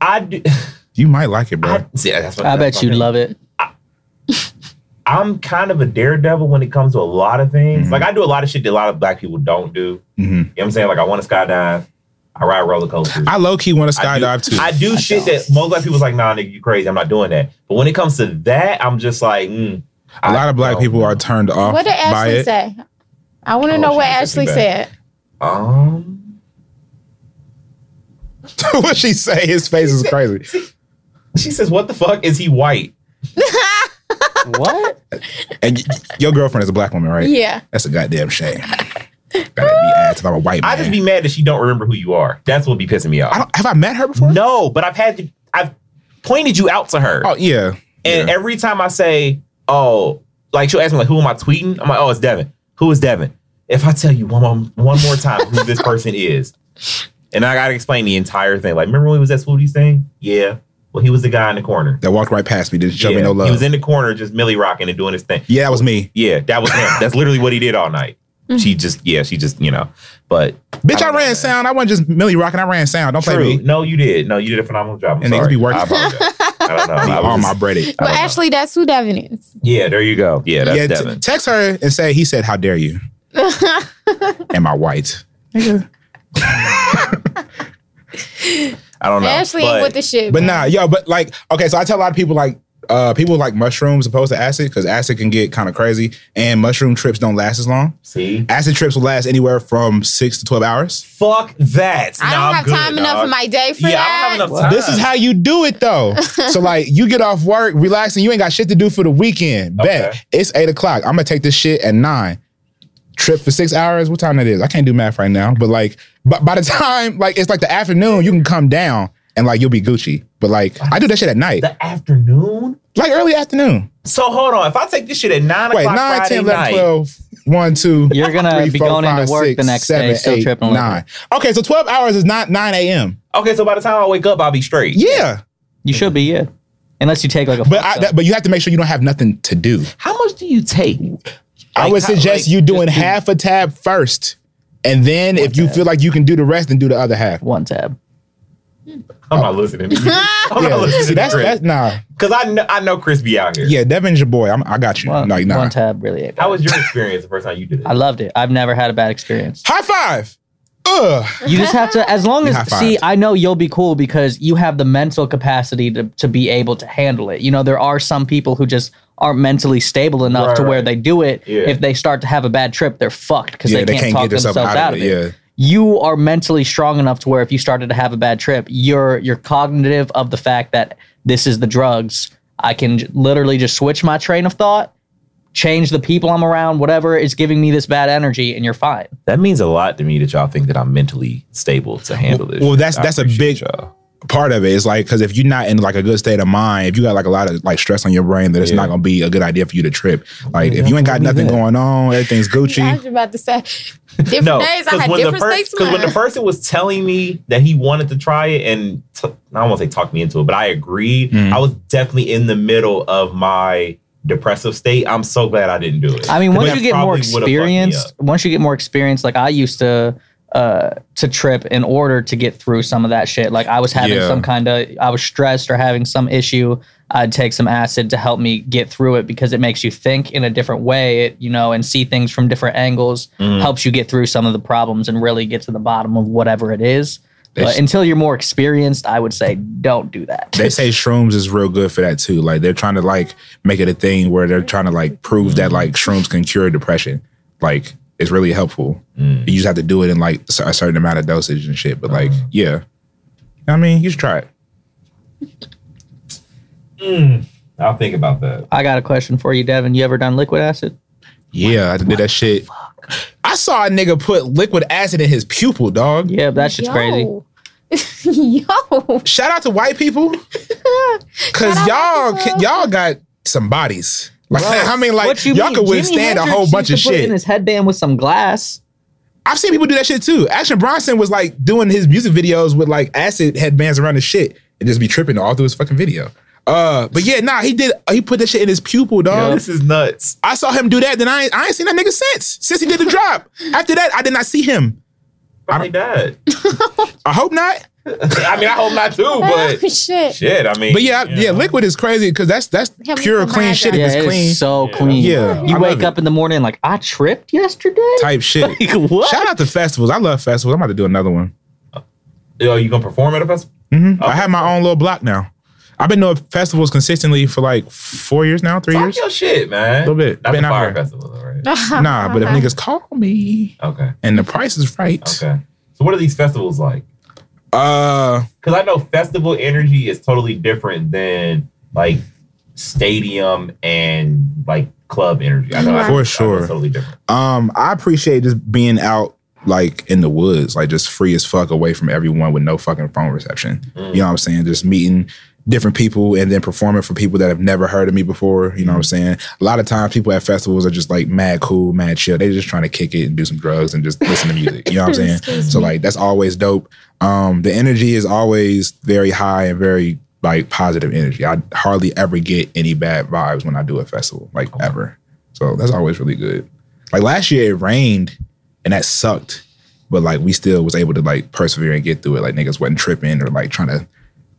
I do You might like it, bro. I, see, that's what, I that's bet my you'd thing. love it. I'm kind of a daredevil when it comes to a lot of things. Mhm. Like I do a lot of shit that a lot of black people don't do. You know Mhm. what I'm saying? Like I want to skydive, I ride roller coasters. I low key want to I do- skydive too. I do shit that most black people's like, nah, nigga, you crazy. I'm not doing that. But when it comes to that, I'm just like, mm, A lot of black people are turned off what did by Ashley it. say? I want to Oh, know what she took it Ashley back. said. Um, what she say? His face is crazy. she says, what the fuck is he white? what? And y- your girlfriend is a black woman, right? Yeah. That's a goddamn shame. Gotta be asked if I'm a white man. I just be mad that she don't remember who you are. That's what be pissing me I off. don't, have I met her before? No, but I've had to. I've pointed you out to her, Oh yeah. Mm-hmm. and yeah. every time I say, oh, like she'll ask me like, who am I tweeting? I'm like, oh, it's Devin. Who is Devin? If I tell you one more, one more time who this person is, and I gotta explain the entire thing. Like, remember when we was at Swootie's thing? Yeah. Well, he was the guy in the corner. that walked right past me. Didn't show yeah. me no He love. was in the corner just Millie rocking and doing his thing. yeah, that was me. Yeah, that was him. That's literally what he did all night. Mm-hmm. She just, yeah, she just, you know. But Bitch, I, don't know, ran man. sound. I wasn't just Millie rocking. I ran sound. Don't True. play me. No, you did. No, you did a phenomenal job. I'm And niggas sorry. be working. I apologize. I don't know. Be I was on just- my breaded. I Well, don't know. actually, that's who Devin is. yeah, there you go. Yeah, that's Yeah, t- Devin. text her and say he said, "How dare you?" Am I white? I don't know. Ashley ain't but- with the shit. But man. nah, yo, but like, okay, so I tell a lot of people like uh people like mushrooms opposed to acid because acid can get kind of crazy and mushroom trips don't last as long. See? Acid trips will last anywhere from six to twelve hours. Fuck that. I don't Nah, I'm have good, time enough dog. in my day for Yeah, that. I don't have enough time. This is how you do it though. so like you get off work, relax, and you ain't got shit to do for the weekend. Bet Okay. it's eight o'clock. I'm gonna take this shit at nine. Trip for six hours. What time it is? I can't do math right now. But like, but by the time like it's like the afternoon, you can come down and like you'll be Gucci. But like, I do that shit at night, the afternoon. like early afternoon. So hold on. If I take this shit at nine Wait, o'clock 9, Friday 10, 11, night, 12, 1, 2, You're gonna three, be four, going five, into work six, the next seven, day, still eight, tripping. liquor. nine. Okay, so 12 hours is not 9 a.m. okay. So by the time I wake up, I'll be straight. Yeah, You should be, yeah. Unless you take like a. but But I, that, but you have to make sure you don't have nothing to do. How much do you take? I Like, would how- suggest like, you doing just do- half a tab first, and then if you feel like you can do the rest, then do the other half. one tab. I'm not listening. to you. I'm Yeah, not listening see, to that's Chris that's nah. because I know I know Chris be out here. Yeah, Devin's your boy. I'm, I got you. One, like nah. one tab really. ain't How bad. was your experience the first time you did it? I loved it. I've never had a bad experience. High five. Ugh. You just have to, as long You as, high-fived. see, I know you'll be cool because you have the mental capacity to, to be able to handle it. You know, there are some people who just aren't mentally stable enough Right, to where right. they do it. Yeah. If they start to have a bad trip, they're fucked because Yeah, they, can't, talk themselves out, of it. Yeah. You are mentally strong enough to where if you started to have a bad trip, you're you're cognitive of the fact that this is the drugs. I can j- literally just switch my train of thought, change the people I'm around, whatever is giving me this bad energy, and you're fine. That means a lot to me that y'all think that I'm mentally stable to handle this. Well, shit. that's- I that's a appreciate big- y'all. part of it is like because if you're not in like a good state of mind, if you got like a lot of like stress on your brain, then it's Yeah. not gonna be a good idea for you to trip. Like if you ain't got Believe nothing that. going on, everything's I Gucci. was about to say different days. I had when the different first- states. of 'cause when the mind. person was telling me that he wanted to try it, and t- I won't say talk me into it, but I agreed. Mm. I was definitely in the middle of my depressive state. I'm so glad I didn't do it. I mean, Because once that you get more probably would've fucked me experienced, up. once you get more experience, like I used to uh to trip in order to get through some of that shit. Like I was having Yeah. some kind of I was stressed or having some issue. I'd take some acid to help me get through it because it makes you think in a different way, it, you know, and see things from different angles, Mm. helps you get through some of the problems and really get to the bottom of whatever it is. They, But until you're more experienced, I would say don't do that. they say shrooms is real good for that too. Like they're trying to like make it a thing where they're trying to like prove that like shrooms can cure depression. Like it's really helpful. You just have to do it in like a certain amount of dosage and shit. But like yeah, I mean you should try it. I'll think about that. I got a question for you, Devin. You ever done liquid acid? Yeah, I did that shit. I saw a nigga put liquid acid in his pupil, dog. Yeah, that shit's crazy. crazy. Yo, Shout out to white people. Cause Shout y'all out to can, people. y'all got some bodies. Like I mean, like What you y'all mean? can Jimi withstand a Hendrix whole used bunch to of put In shit. his headband with some glass. I've seen people do that shit too. Action Bronson was like doing his music videos with like acid headbands around his shit and just be tripping all through his fucking video. Uh, but yeah, nah, he did. He put that shit in his pupil, dog. This is nuts. I saw him do that. Then I ain't, I ain't seen that nigga since. Since he did the drop. After that, I did not see him. Probably died. I hope not. I mean, I hope not too, oh, but shit. shit. I mean, But yeah, yeah, you know. liquid is crazy because that's that's Have you pure come clean back shit. up? If Yeah, it's it clean, is so Yeah. clean. Yeah, you I love wake it. up in the morning like I tripped yesterday. type shit. Like what? Shout out to festivals. I love festivals. I'm about to do another one. Yo, you gonna perform at a festival? hmm I have my own little block now. I've been doing festivals consistently for like four years now, three Talk years. your shit, man. Little bit. Not Been the out fire here. festival, though, right? Nah, but if niggas call me Okay. and the price is right, Okay. So, what are these festivals like? uh, because I know festival energy is totally different than like stadium and like club energy. I know I- For I know it's sure. totally different. um, I appreciate just being out like in the woods, like just free as fuck away from everyone with no fucking phone reception. Mm. You know what I'm saying? Just meeting different people and then performing for people that have never heard of me before. You know what I'm saying? A lot of times people at festivals are just like mad cool, mad chill. They're just trying to kick it and do some drugs and just listen to music. You know what I'm saying? Excuse So me. like that's always dope. Um the energy is always very high and very like positive energy. I hardly ever get any bad vibes when I do a festival, like ever. So that's always really good. Like last year it rained and that sucked, but like we still was able to like persevere and get through it. Like niggas wasn't tripping or like trying to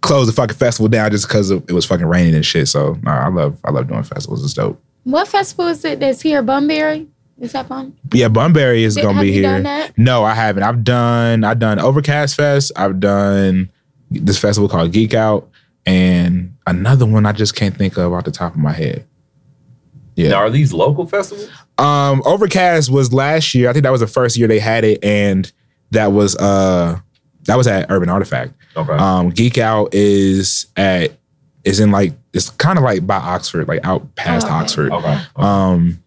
close the fucking festival down just because it was fucking raining and shit. So nah, I love I love doing festivals. It's dope. What festival is it that's here? Bunbury? Is that fun? Yeah, Bunbury is Did- gonna have be you here. done that? No, I haven't. I've done I've done Overcast Fest. I've done this festival called Geek Out, and another one I just can't think of off the top of my head. Yeah. Now, are these local festivals? Um, Overcast was last year. I think that was the first year they had it, and that was uh that was at Urban Artifact. Okay. Um, Geek Out is at is in like it's kind of like by Oxford, like out past Oh, okay. Oxford. okay. Um,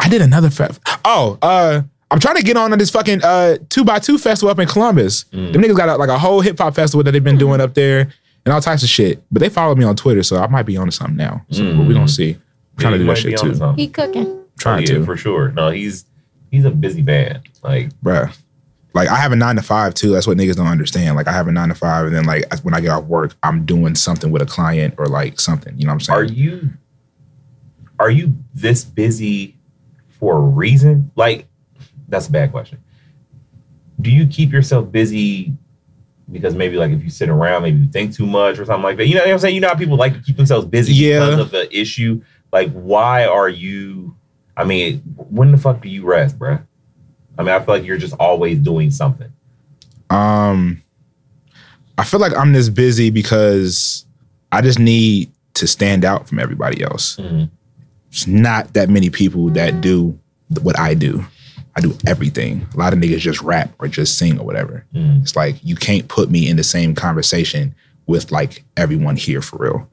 I did another fest. Oh, uh, I'm trying to get on to this fucking uh two by two festival up in Mm. Columbus. Them niggas got a, like a whole hip hop festival that they've been doing up there and all types of shit. But they follow me on Twitter, so I might be on to something now. So Mm. but we gonna see. I'm trying Yeah, to do you that might be shit onto too. something. Oh, He cooking. Trying yeah, to, for sure. No, he's he's a busy man. Like bruh. Like I have a nine to five too. That's what niggas don't understand. Like I have a nine to five, and then like when I get off work, I'm doing something with a client or like something. You know what I'm are saying? you are you this busy for a reason? Like that's a bad question. Do you keep yourself busy because maybe like if you sit around, maybe you think too much or something like that. You know what I'm saying? You know how people like to keep themselves busy Yeah. because of the issue. Like why are you? I mean, when the fuck do you rest, bruh? I mean, I feel like you're just always doing something. Um, I feel like I'm this busy because I just need to stand out from everybody else. Mhm. It's not that many people that do th- what I do. I do everything. A lot of niggas just rap or just sing or whatever. Mm. It's like you can't put me in the same conversation with like everyone here for real.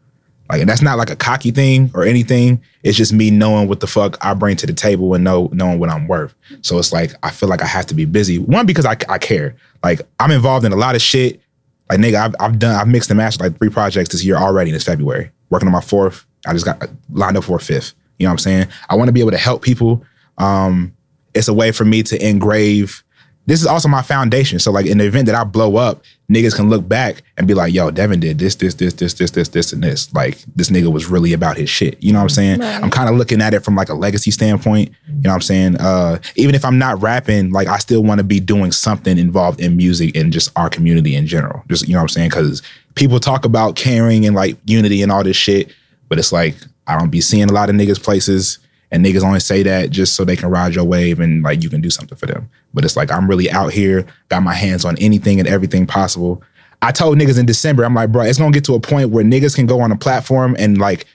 Like, and that's not like a cocky thing or anything. It's just me knowing what the fuck I bring to the table and know knowing what I'm worth. So it's like I feel like I have to be busy. One because I, I care. Like I'm involved in a lot of shit. Like nigga, I've, I've done I've mixed and matched like three projects this year already. And it's February. Working on my fourth. I just got uh, lined up for a fifth. You know what I'm saying? I want to be able to help people. Um, it's a way for me to engrave. This is also my foundation. So like in the event that I blow up, niggas can look back and be like, "Yo, Devin did this, this, this, this, this, this, this, and this." Like this nigga was really about his shit. You know what I'm saying? Right. I'm kind of looking at it from like a legacy standpoint. You know what I'm saying? Uh, even if I'm not rapping, like I still want to be doing something involved in music and just our community in general. Just you know what I'm saying? Because people talk about caring and like unity and all this shit, but it's like I don't be seeing a lot of niggas places, and niggas only say that just so they can ride your wave and like you can do something for them. But it's like I'm really out here, got my hands on anything and everything possible. I told niggas in December, I'm like, bro, it's gonna get to a point where niggas can go on a platform and like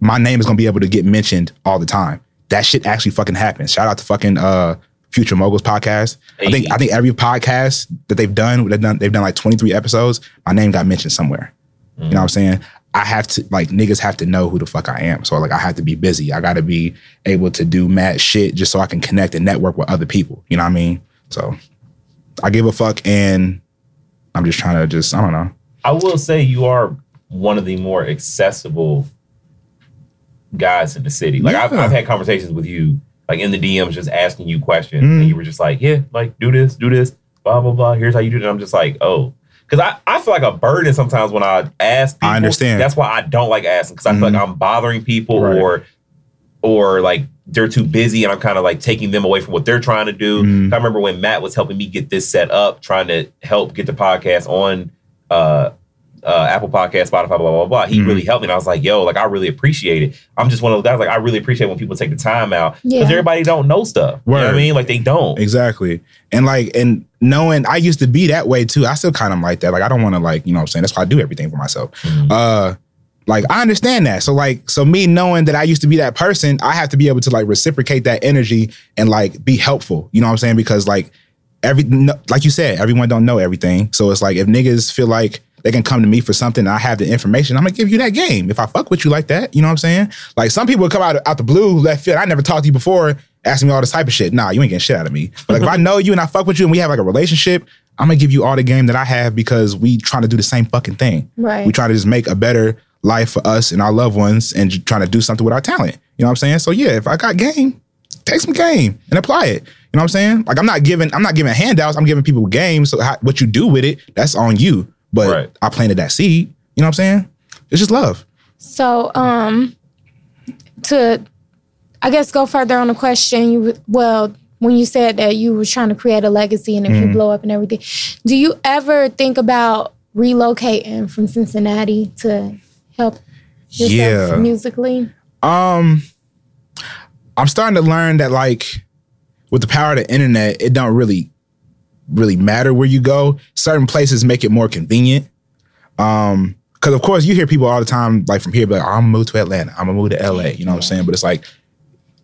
my name is gonna be able to get mentioned all the time. That shit actually fucking happens. Shout out to fucking uh Future Moguls podcast. I think I think every podcast that they've done, they've done they've done like 23 episodes. My name got mentioned somewhere. You know what I'm saying? I have to like niggas have to know who the fuck I am. So like I have to be busy. I gotta be able to do mad shit just so I can connect and network with other people. You know what I mean? So I give a fuck and I'm just trying to just I don't know. I will say you are one of the more accessible guys in the city. Like I've, Yeah. I've had conversations with you, like in the DMs, just asking you questions, Mm. and you were just like, "Yeah, like do this, do this, blah blah blah. Here's how you do it." And I'm just like, "Oh." Because I, I feel like a burden sometimes when I ask people. I understand. That's why I don't like asking because I feel Mhm. like I'm bothering people Right. or or like they're too busy and I'm kind of like taking them away from what they're trying to do. Mhm. I remember when Matt was helping me get this set up, trying to help get the podcast on uh, uh, Apple Podcast, Spotify, blah, blah, blah, blah. He Mhm. really helped me. And I was like, yo, like, I really appreciate it. I'm just one of those guys, like, I really appreciate when people take the time out because Yeah. everybody don't know stuff. You know what Word. I mean? Like, they don't. Exactly. And like, and knowing I used to be that way too. I still kind of like that. Like, I don't want to like, you know what I'm saying? That's why I do everything for myself. Mhm. Uh, like I understand that. So like, so me knowing that I used to be that person, I have to be able to like reciprocate that energy and like be helpful. You know what I'm saying? Because like every, no, like you said, everyone don't know everything. So it's like, if niggas feel like they can come to me for something and I have the information, I'm gonna give you that game. If I fuck with you like that, you know what I'm saying? Like some people come out, out the blue left field. I never talked to you before asking me all this type of shit. Nah, you ain't getting shit out of me. But like if I know you and I fuck with you and we have like a relationship, I'm gonna give you all the game that I have because we trying to do the same fucking thing. Right. We try to just make a better life for us and our loved ones and j- trying to do something with our talent. You know what I'm saying? So yeah, if I got game, take some game and apply it. You know what I'm saying? Like I'm not giving I'm not giving handouts. I'm giving people games. So how, what you do with it, that's on you. But Right. I planted that seed. You know what I'm saying? It's just love. So, um, to I guess go further on the question. You w- well, when you said that you were trying to create a legacy, and if Mm-hmm. you blow up and everything, do you ever think about relocating from Cincinnati to help yourself Yeah. musically? Um, I'm starting to learn that like with the power of the internet, it don't really really matter where you go. Certain places make it more convenient. Um, because of course you hear people all the time like from here, be like I'm gonna move to Atlanta, I'm gonna move to LA. You know what I'm saying? But it's like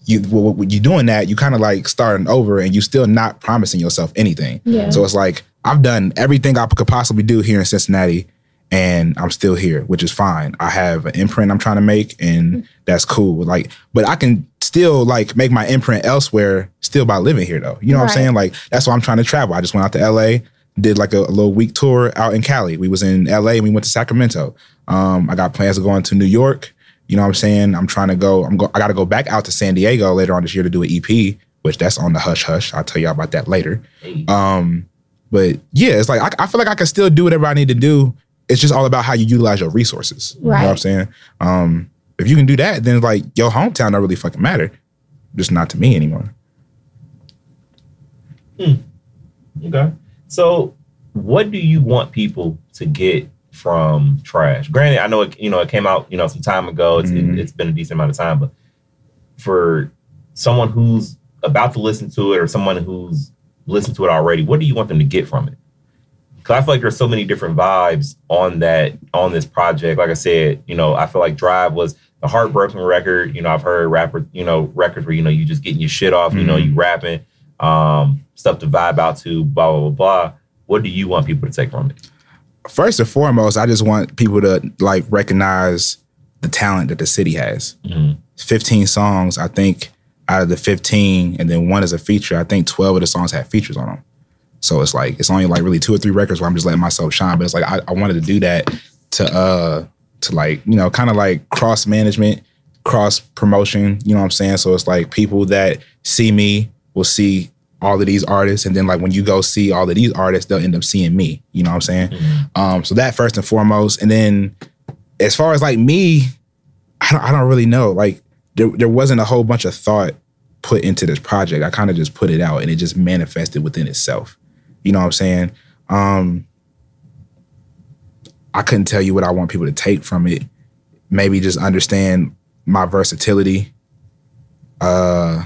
you well, when you're doing that, you kind of like starting over, and you still not promising yourself anything. Yeah. So it's like I've done everything I could possibly do here in Cincinnati, and I'm still here, which is fine. I have an imprint I'm trying to make, and that's cool. Like, but I can still like make my imprint elsewhere, still by living here though. You know what I'm Right. saying? Like that's why I'm trying to travel. I just went out to LA, did like a, a little week tour out in Cali. We was in LA and we went to Sacramento. Um, I got plans of going to New York. You know what I'm saying? I'm trying to go. I'm go. I got to go back out to San Diego later on this year to do an E EP, which that's on the hush hush. I'll tell y'all about that later. Um, but yeah, it's like I, I feel like I can still do whatever I need to do. It's just all about how you utilize your resources. You know what I'm Right. saying? Um, if you can do that, then like your hometown don't really fucking matter. Just not to me anymore. Okay. So, what do you want people to get from Trash? Granted, I know it. You know, it came out. You know, some time ago. It's, Mhm. it, has been a decent amount of time, but for someone who's about to listen to it, or someone who's listened to it already, what do you want them to get from it? Because I feel like there's so many different vibes on that on this project. Like I said, you know, I feel like Drive was a heartbroken record. You know, I've heard rapper, you know, records where you know you just getting your shit off. You know, Mhm. you rapping, um, stuff to vibe out to, blah blah blah. blah. What do you want people to take from it? First and foremost, I just want people to like recognize the talent that the city has. 15 songs, I think out of the 15, and then one is a feature, I think 12 of the songs had features on them. So it's like, it's only like really two or three records where I'm just letting myself shine. But it's like, I, I wanted to do that to, uh, to like, you know, kind of like cross management, cross promotion, you know what I'm saying? So it's like people that see me will see all of these artists. And then like when you go see all of these artists, they'll end up seeing me, you know what I'm saying? Um, so that first and foremost, and then as far as like me, I don't, I don't really know. Like there, there wasn't a whole bunch of thought put into this project. I kind of just put it out, and it just manifested within itself. You know what I'm saying? Um, I couldn't tell you what I want people to take from it. Maybe just understand my versatility. Uh,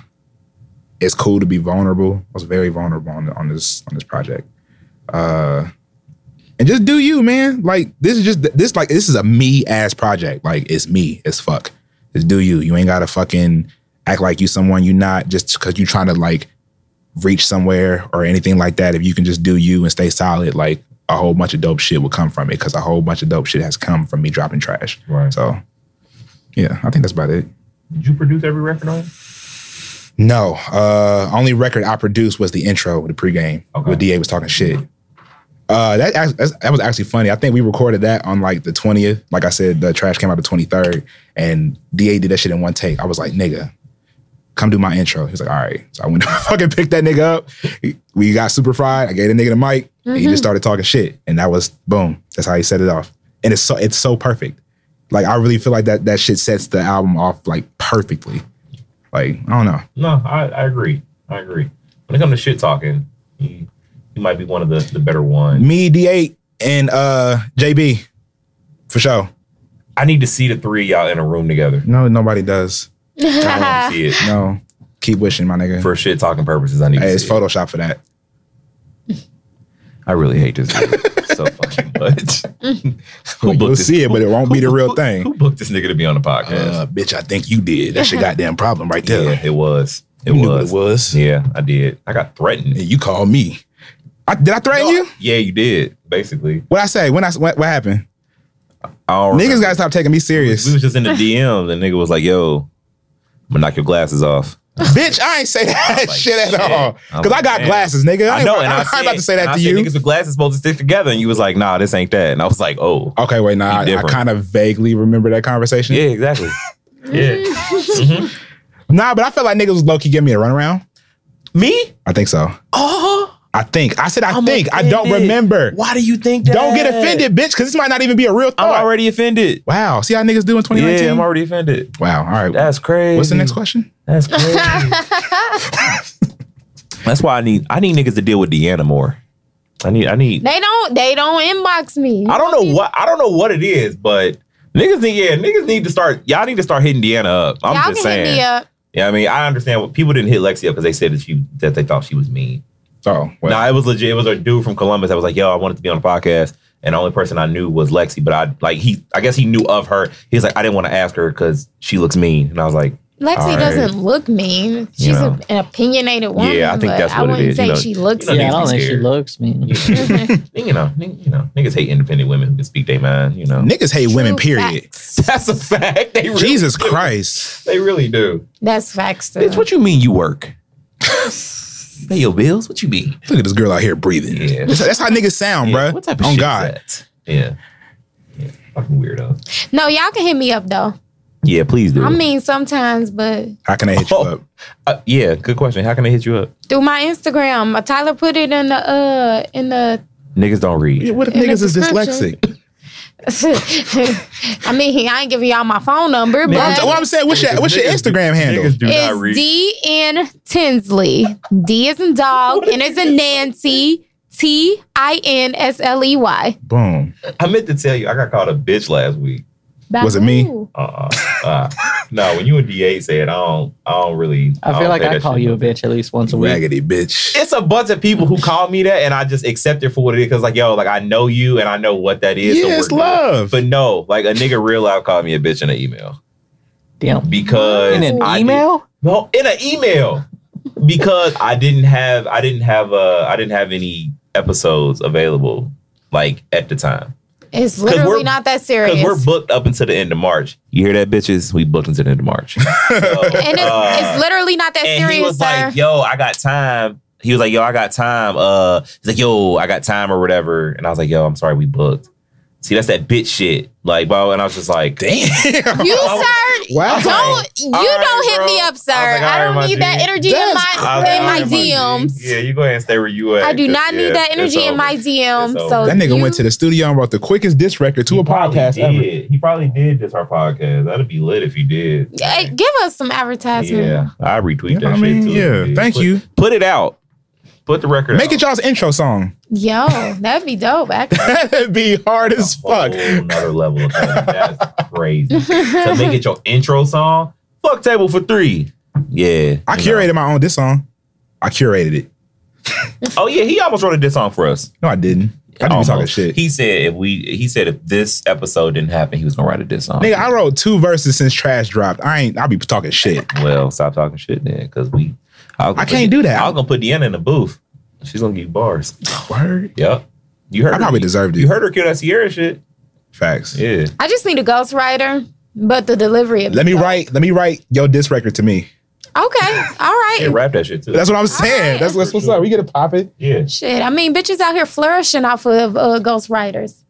it's cool to be vulnerable. I was very vulnerable on, on this on this project. Uh, and just do you, man. Like this is just this like this is a me ass project. Like it's me as fuck. Just do you. You ain't gotta fucking act like you someone you not just because you trying to like reach somewhere or anything like that. If you can just do you and stay solid, like a whole bunch of dope shit will come from it because a whole bunch of dope shit has come from me dropping trash. Right. So yeah, I think that's about it. Did you produce every record on it? No, uh, only record I produced was the intro, the pregame, Okay. where Da was talking shit. Uh, that act- that's- that was actually funny. I think we recorded that on like the twentieth. Like I said, the trash came out the twenty third, and Da did that shit in one take. I was like, nigga, come do my intro. He was like, all right. So I went to fucking pick that nigga up. We got super fried. I gave the nigga the mic. And Mm-hmm. he just started talking shit, and that was boom. That's how he set it off. And it's so it's so perfect. Like I really feel like that that shit sets the album off like perfectly. Like I don't know. No, I, I agree. I agree. When it comes to shit talking, you, you might be one of the, the better ones. Me, D8, and uh JB. For sure. I need to see the three of y'all in a room together. No, nobody does. Mm-hmm. I want to see it No. Keep wishing, my nigga. for shit talking purposes. I need hey, to it's see it. Photoshop for that. I really hate this nigga so fucking much. who We'll booked this? see it, but it won't be the who- real who- thing. Who booked this nigga to be on the podcast? Uh, bitch, I think you did. That's your goddamn problem right yeah, there. it was. It You knew what was. it was. Yeah, I did. I got threatened. And you called me. I, did I threaten you? Yeah, you did. Basically, What I say? When I what, what happened? I don't Niggas remember. gotta stop taking me serious. We was just in the DMs, and nigga was like, "Yo, I'm gonna knock your glasses off." bitch, I ain't say that like, shit at shit. all. I'm Cause I like, got damn. glasses, nigga. I, ain't know, I, I, ain't about said- to say and that I to said you. Niggas with glasses supposed to stick together, and you was like, "Nah, this ain't that." And I was like, "Oh, Okay, wait, nah, Be I, I different. kind of vaguely remember that conversation. yeah, exactly." yeah, Nah, but I felt like niggas was low key giving me a runaround. me? I think so. Oh, I think. I said I I'm think. I don't offended. remember. Why do you think that? Don't get offended, bitch, because this might not even be a real I'm thought. already offended. wow. See how niggas do in 2019? Yeah, I'm already offended. wow. All right. That's crazy. What's the next question? That's crazy. That's why I need I need niggas to deal with Deanna more. I need I need They don't. They don't inbox me. I don't know what I don't know what it is, but niggas need yeah, niggas need to start y'all need to start hitting Deanna up. I'm Y'all just can saying. hit me up. Yeah, I mean, I understand what people didn't hit Lexi up because they said that she that they thought she was mean. Oh, well. nah, it was legit. It was a dude from Columbus that was like, "Yo, I wanted to be on the podcast," and the only person I knew was Lexi. But I like he, I guess he knew of her. He was like, "I didn't want to ask her because she looks mean," and I was like, Lexi All right. doesn't look mean. She's know. a- an opinionated woman. Yeah, I think but that's I what it wouldn't is, say you know. she looks. You know, yeah, niggas I don't be think she scared. looks mean. "You know, nig- you know, niggas hate independent women who can speak their mind." You know, Niggas hate women, True period. facts. that's a fact. They really, Jesus Christ. they really do. That's facts. Though. Bitch, what you mean you work? Pay your bills. What you mean? Look at this girl out here breathing. Yeah. That's, that's how niggas sound, Yeah, bruh. What type of On shit God. is that? Yeah. yeah, fucking weirdo. no, y'all can hit me up though. Yeah, please do. I mean, sometimes, but How can I hit you Oh. up? Uh, yeah, good question. How can they hit you up? through my Instagram, uh, Tyler put it in the uh in the. Niggas don't read. What if In the niggas is description. dyslexic? I mean, I ain't giving y'all my phone number, Well, I'm, but well, I'm saying, what's your, what's your Niggas do- Instagram handle? Niggas do not read. it's D N Tinsley. D is in dog, and is in Nancy. T I N S L E Y. Boom. I meant to tell you, I got called a bitch last week. Was it me? Babu. Uh, uh, no, when you and DA say it, I don't, I don't really. I feel don't like say I that call shit. you a bitch at least once a week. Raggedy bitch. It's a bunch of people who call me that, and I just accept it for what it is. Cause like, yo, like I know you, and I know what that is. so Yeah, we're it's good. love. But no, like a nigga real life called me a bitch in an email Damn. because In an Uh, I did- email? no, in an email because I didn't have, I didn't have, uh, I didn't have any episodes available like at the time. It's we're- literally not that serious. Because we're booked up until the end of March. You hear that, bitches? We booked until the end of March. So, and it's, uh, it's literally not that and serious, he was sir. like, "Yo, I got time." He was like, "Yo, I got time." Uh, he's like, "Yo, I got time" or whatever. And I was like, "Yo, I'm sorry, we booked." See, that's that bitch shit. Like, bro, and I was just like, Damn. you, I was- sir, wow. don't you All right, don't hit bro. me up, sir. I was I, like, all don't right, my need that G. energy That's I was in like, my all in right, my G. DMs. Yeah, you go ahead and stay where you at. I do 'cause, not yeah, need that it's energy in over. my DMs. over. So That nigga you- went to the studio and wrote the quickest diss record to He a probably podcast ever. did. He probably did this our podcast. That'd be lit if he did. Hey, give us some advertisement. Yeah, I retweet You know that what I shit mean? too. Yeah. Yeah, Thank put- you. Put it out. Put the record. Make out. it y'all's intro song. Yo, that'd be dope. Actually, That'd be hard as Oh, fuck. Whole another level. Of that. That's crazy. So make it your intro song. Fuck table for three. Yeah, I you know. curated my own diss song. I curated it. Oh yeah, he almost wrote a diss song for us. No, I didn't. I didn't be Almost. talking shit. He said if we, he said if this episode didn't happen, he was gonna write a diss song. Nigga, I wrote two verses since trash dropped. I ain't. I'll be talking shit. well, stop talking shit then, because we. was I gonna can't put- do that. I was gonna put Deanna in the booth. She's gonna give you bars. Word. Yep. You heard. I her. probably deserved You it. heard her kill that Sierra shit. Facts. Yeah. I just need a ghostwriter, but the delivery. Let me write. Let me write your diss record to me. Okay, all right. Yeah, rap that shit too. That's what I'm saying. right. That's, that's what's up. We get it popping. yeah. Shit, I mean, bitches out here flourishing off of uh, ghostwriters.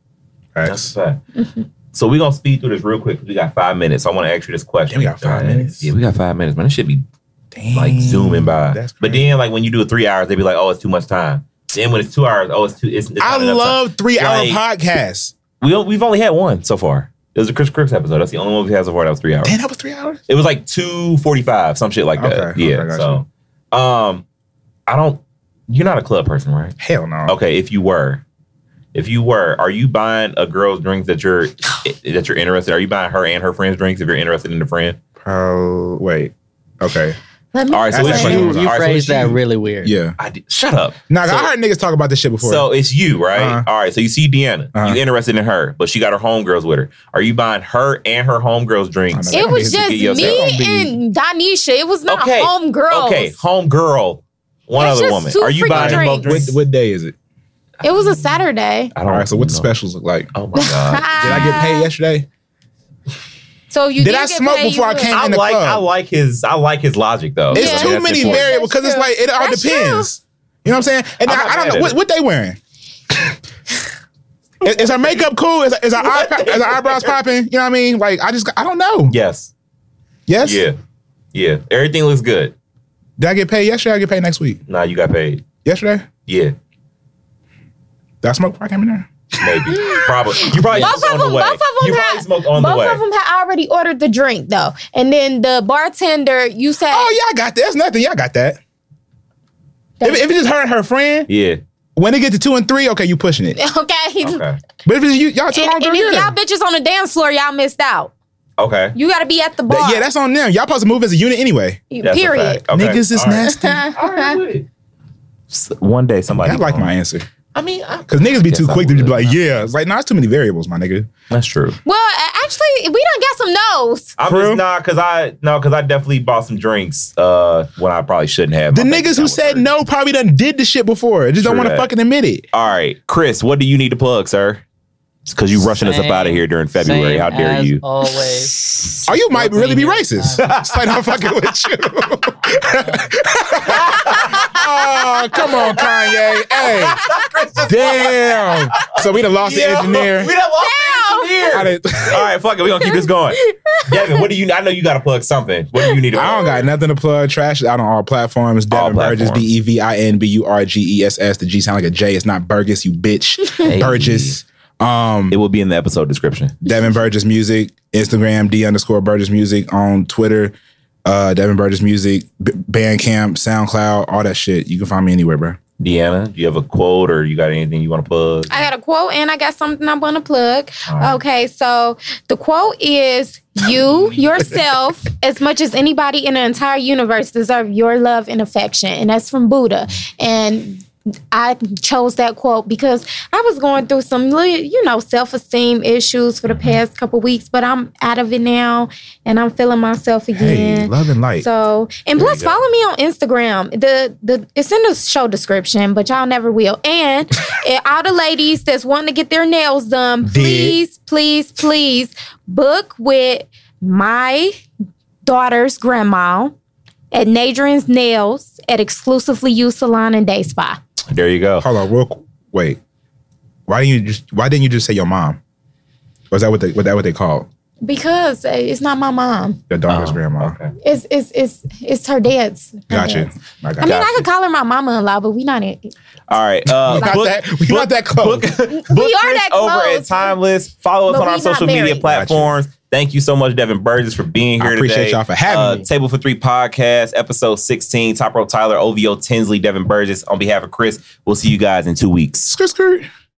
That's uh, a fact. So we're gonna speed through this real quick 'cause we got five minutes. So I want to ask you this question. Yeah, we got five Alright. minutes. Yeah, we got five minutes, man. It should be Damn. like zooming by. That's but crazy. then, like when you do it three hours, they be like, "Oh, it's too much time." Then when it's two hours, oh, it's too. It's, it's I not enough time. love three hour Like- podcasts. We don't- we've only had one so far. It was a Chris Cripps episode. That's the only one we had so far. That was three hours. Damn, that was three hours. It was like two forty five, some shit like that. Okay, yeah. okay, gotcha. so, um, I don't. You're not a club person, right? Hell no. Okay, if you were, if you were, are you buying a girl's drinks that you're that you're interested? Are you buying her and her friend's drinks if you're interested in the friend? Pro- wait. Okay. Let me. All right, so That's it's actually you. what You, was- All you right, so phrased it's that you. really weird. Yeah. I did, shut up. Nah, So- I heard niggas talk about this shit before. So it's you, right? Uh-huh. All right. So you see Deanna, Uh-huh. you interested in her, but she got her homegirls with her. Are you buying her and her homegirls drinks? I know. It was Get just yourself. me and Donisha. It was not Okay, home girls. Okay, homegirl, one That's other just woman. two Are you freaking buying them both drinks. drinks? what, what day is it? It was a Saturday. I All right. So what the know. specials look like? Uh, Oh Did my god. I Uh, get paid yesterday? So you Did did I get smoke paid, before I you- came I in the like club? I like his I like his logic though. It's Yeah. too That's many important. variables because it's That's like it all true. depends. You know what I'm saying? And I'm I, not I mad don't at know what, it. what they wearing. is, is her makeup cool? Is, is, her, eye, What they is her eyebrows popping? You know what I mean? Like I just I don't know. Yes. Yes. Yeah. Yeah. Everything looks good. Did I get paid yesterday? Or I get paid next week. Nah, you got paid. yesterday. Yeah, Did I smoke before I came in there? maybe. probably. You probably Both smoked of on the them- way. both of them you probably had- smoked on the Both way. of them had already ordered the drink though, and then the bartender, you said, Oh yeah, I got that. That's nothing. Y'all got that. If, if it's just her and her friend, yeah. when it get to two and three, okay, you pushing it. okay. Okay. But if it's you, y'all chill And, on and girl, if yeah. y'all bitches on the dance floor, y'all missed out. Okay. You got to be at the bar. That- yeah, that's on them. Y'all supposed to move as a unit anyway. That's a period. fact. Okay. Niggas is All right. nasty. I All right, with it. S- One day somebody. like my answer. I mean, I, Cause niggas be Guess too I quick to be would. like, yeah. It's like, nah, it's too many variables, my nigga. That's true. Well, a- actually, we done got some no's. I'm For just real? nah, cause I no, cause I definitely bought some drinks uh when I probably shouldn't have. The My baby's niggas who not with said her. no probably done did the shit before. Just don't True want to that. fucking admit it. All right, Chris, what do you need to plug, sir? Because you rushing us up Same- out of here during February. Same How dare as you? Always. Or Oh, you might Well, really be yeah. racist. it's like I'm fucking with you. oh, come on, Kanye. Hey. Damn. So we done lost Yeah, the engineer. We done lost the engineer. I, done- All right, fuck it. We're gonna keep this going. Devin, what do you I know you gotta plug something. What do you need to I don't got nothing to plug. Trash is out on all platforms. All Devin Burgess, platforms. B E V I N B U R G E S S. The G sound like a J. It's not Burgess, you bitch. Burgess. Um, It will be in the episode description. Devin Burgess Music, Instagram, D underscore Burgess Music on Twitter, uh, Devin Burgess Music, B- Bandcamp, SoundCloud, all that shit. You can find me anywhere, bro. Deanna, do you have a quote or you got anything you wanna plug? I got a quote and I got something I want to plug. All Um, right. Okay, so the quote is You yourself, as much as anybody in the entire universe, deserve your love and affection. And that's from Buddha. And I chose that quote because I was going through some, li- you know, self esteem issues for the past couple weeks, but I'm out of it now and I'm feeling myself again. Hey, love and light. So and plus you go. follow me on Instagram. The the it's in the show description, but y'all never will. And eh, all the ladies that's wanting to get their nails done, please, please, please book with my daughter's grandma at Nadrin's Nails at exclusively you salon and day spa. There you go. Hold on, real qu- wait. Why didn't you just why didn't you just say your mom? Was that what they was that what they called? Because eh, it's not my mom. Your daughter's Oh, grandma. okay. It's it's it's it's her dad's. her Gotcha. dad's. I I got mean, that. I could call her my mama-in-law, but we not in. All right. Uh, Not book- that- we not that close. book, book are Chris that over close. at Timeless. Follow us But on our we not social media married. platforms. Thank you so much, Devin Burgess, for being I here appreciate today. Uh, y'all for having me. Table for Three podcast, episode 16. Top Rope Tyler, OVO Tinsley, Devin Burgess. On behalf of Chris, we'll see you guys in two weeks. Skirt, skirt.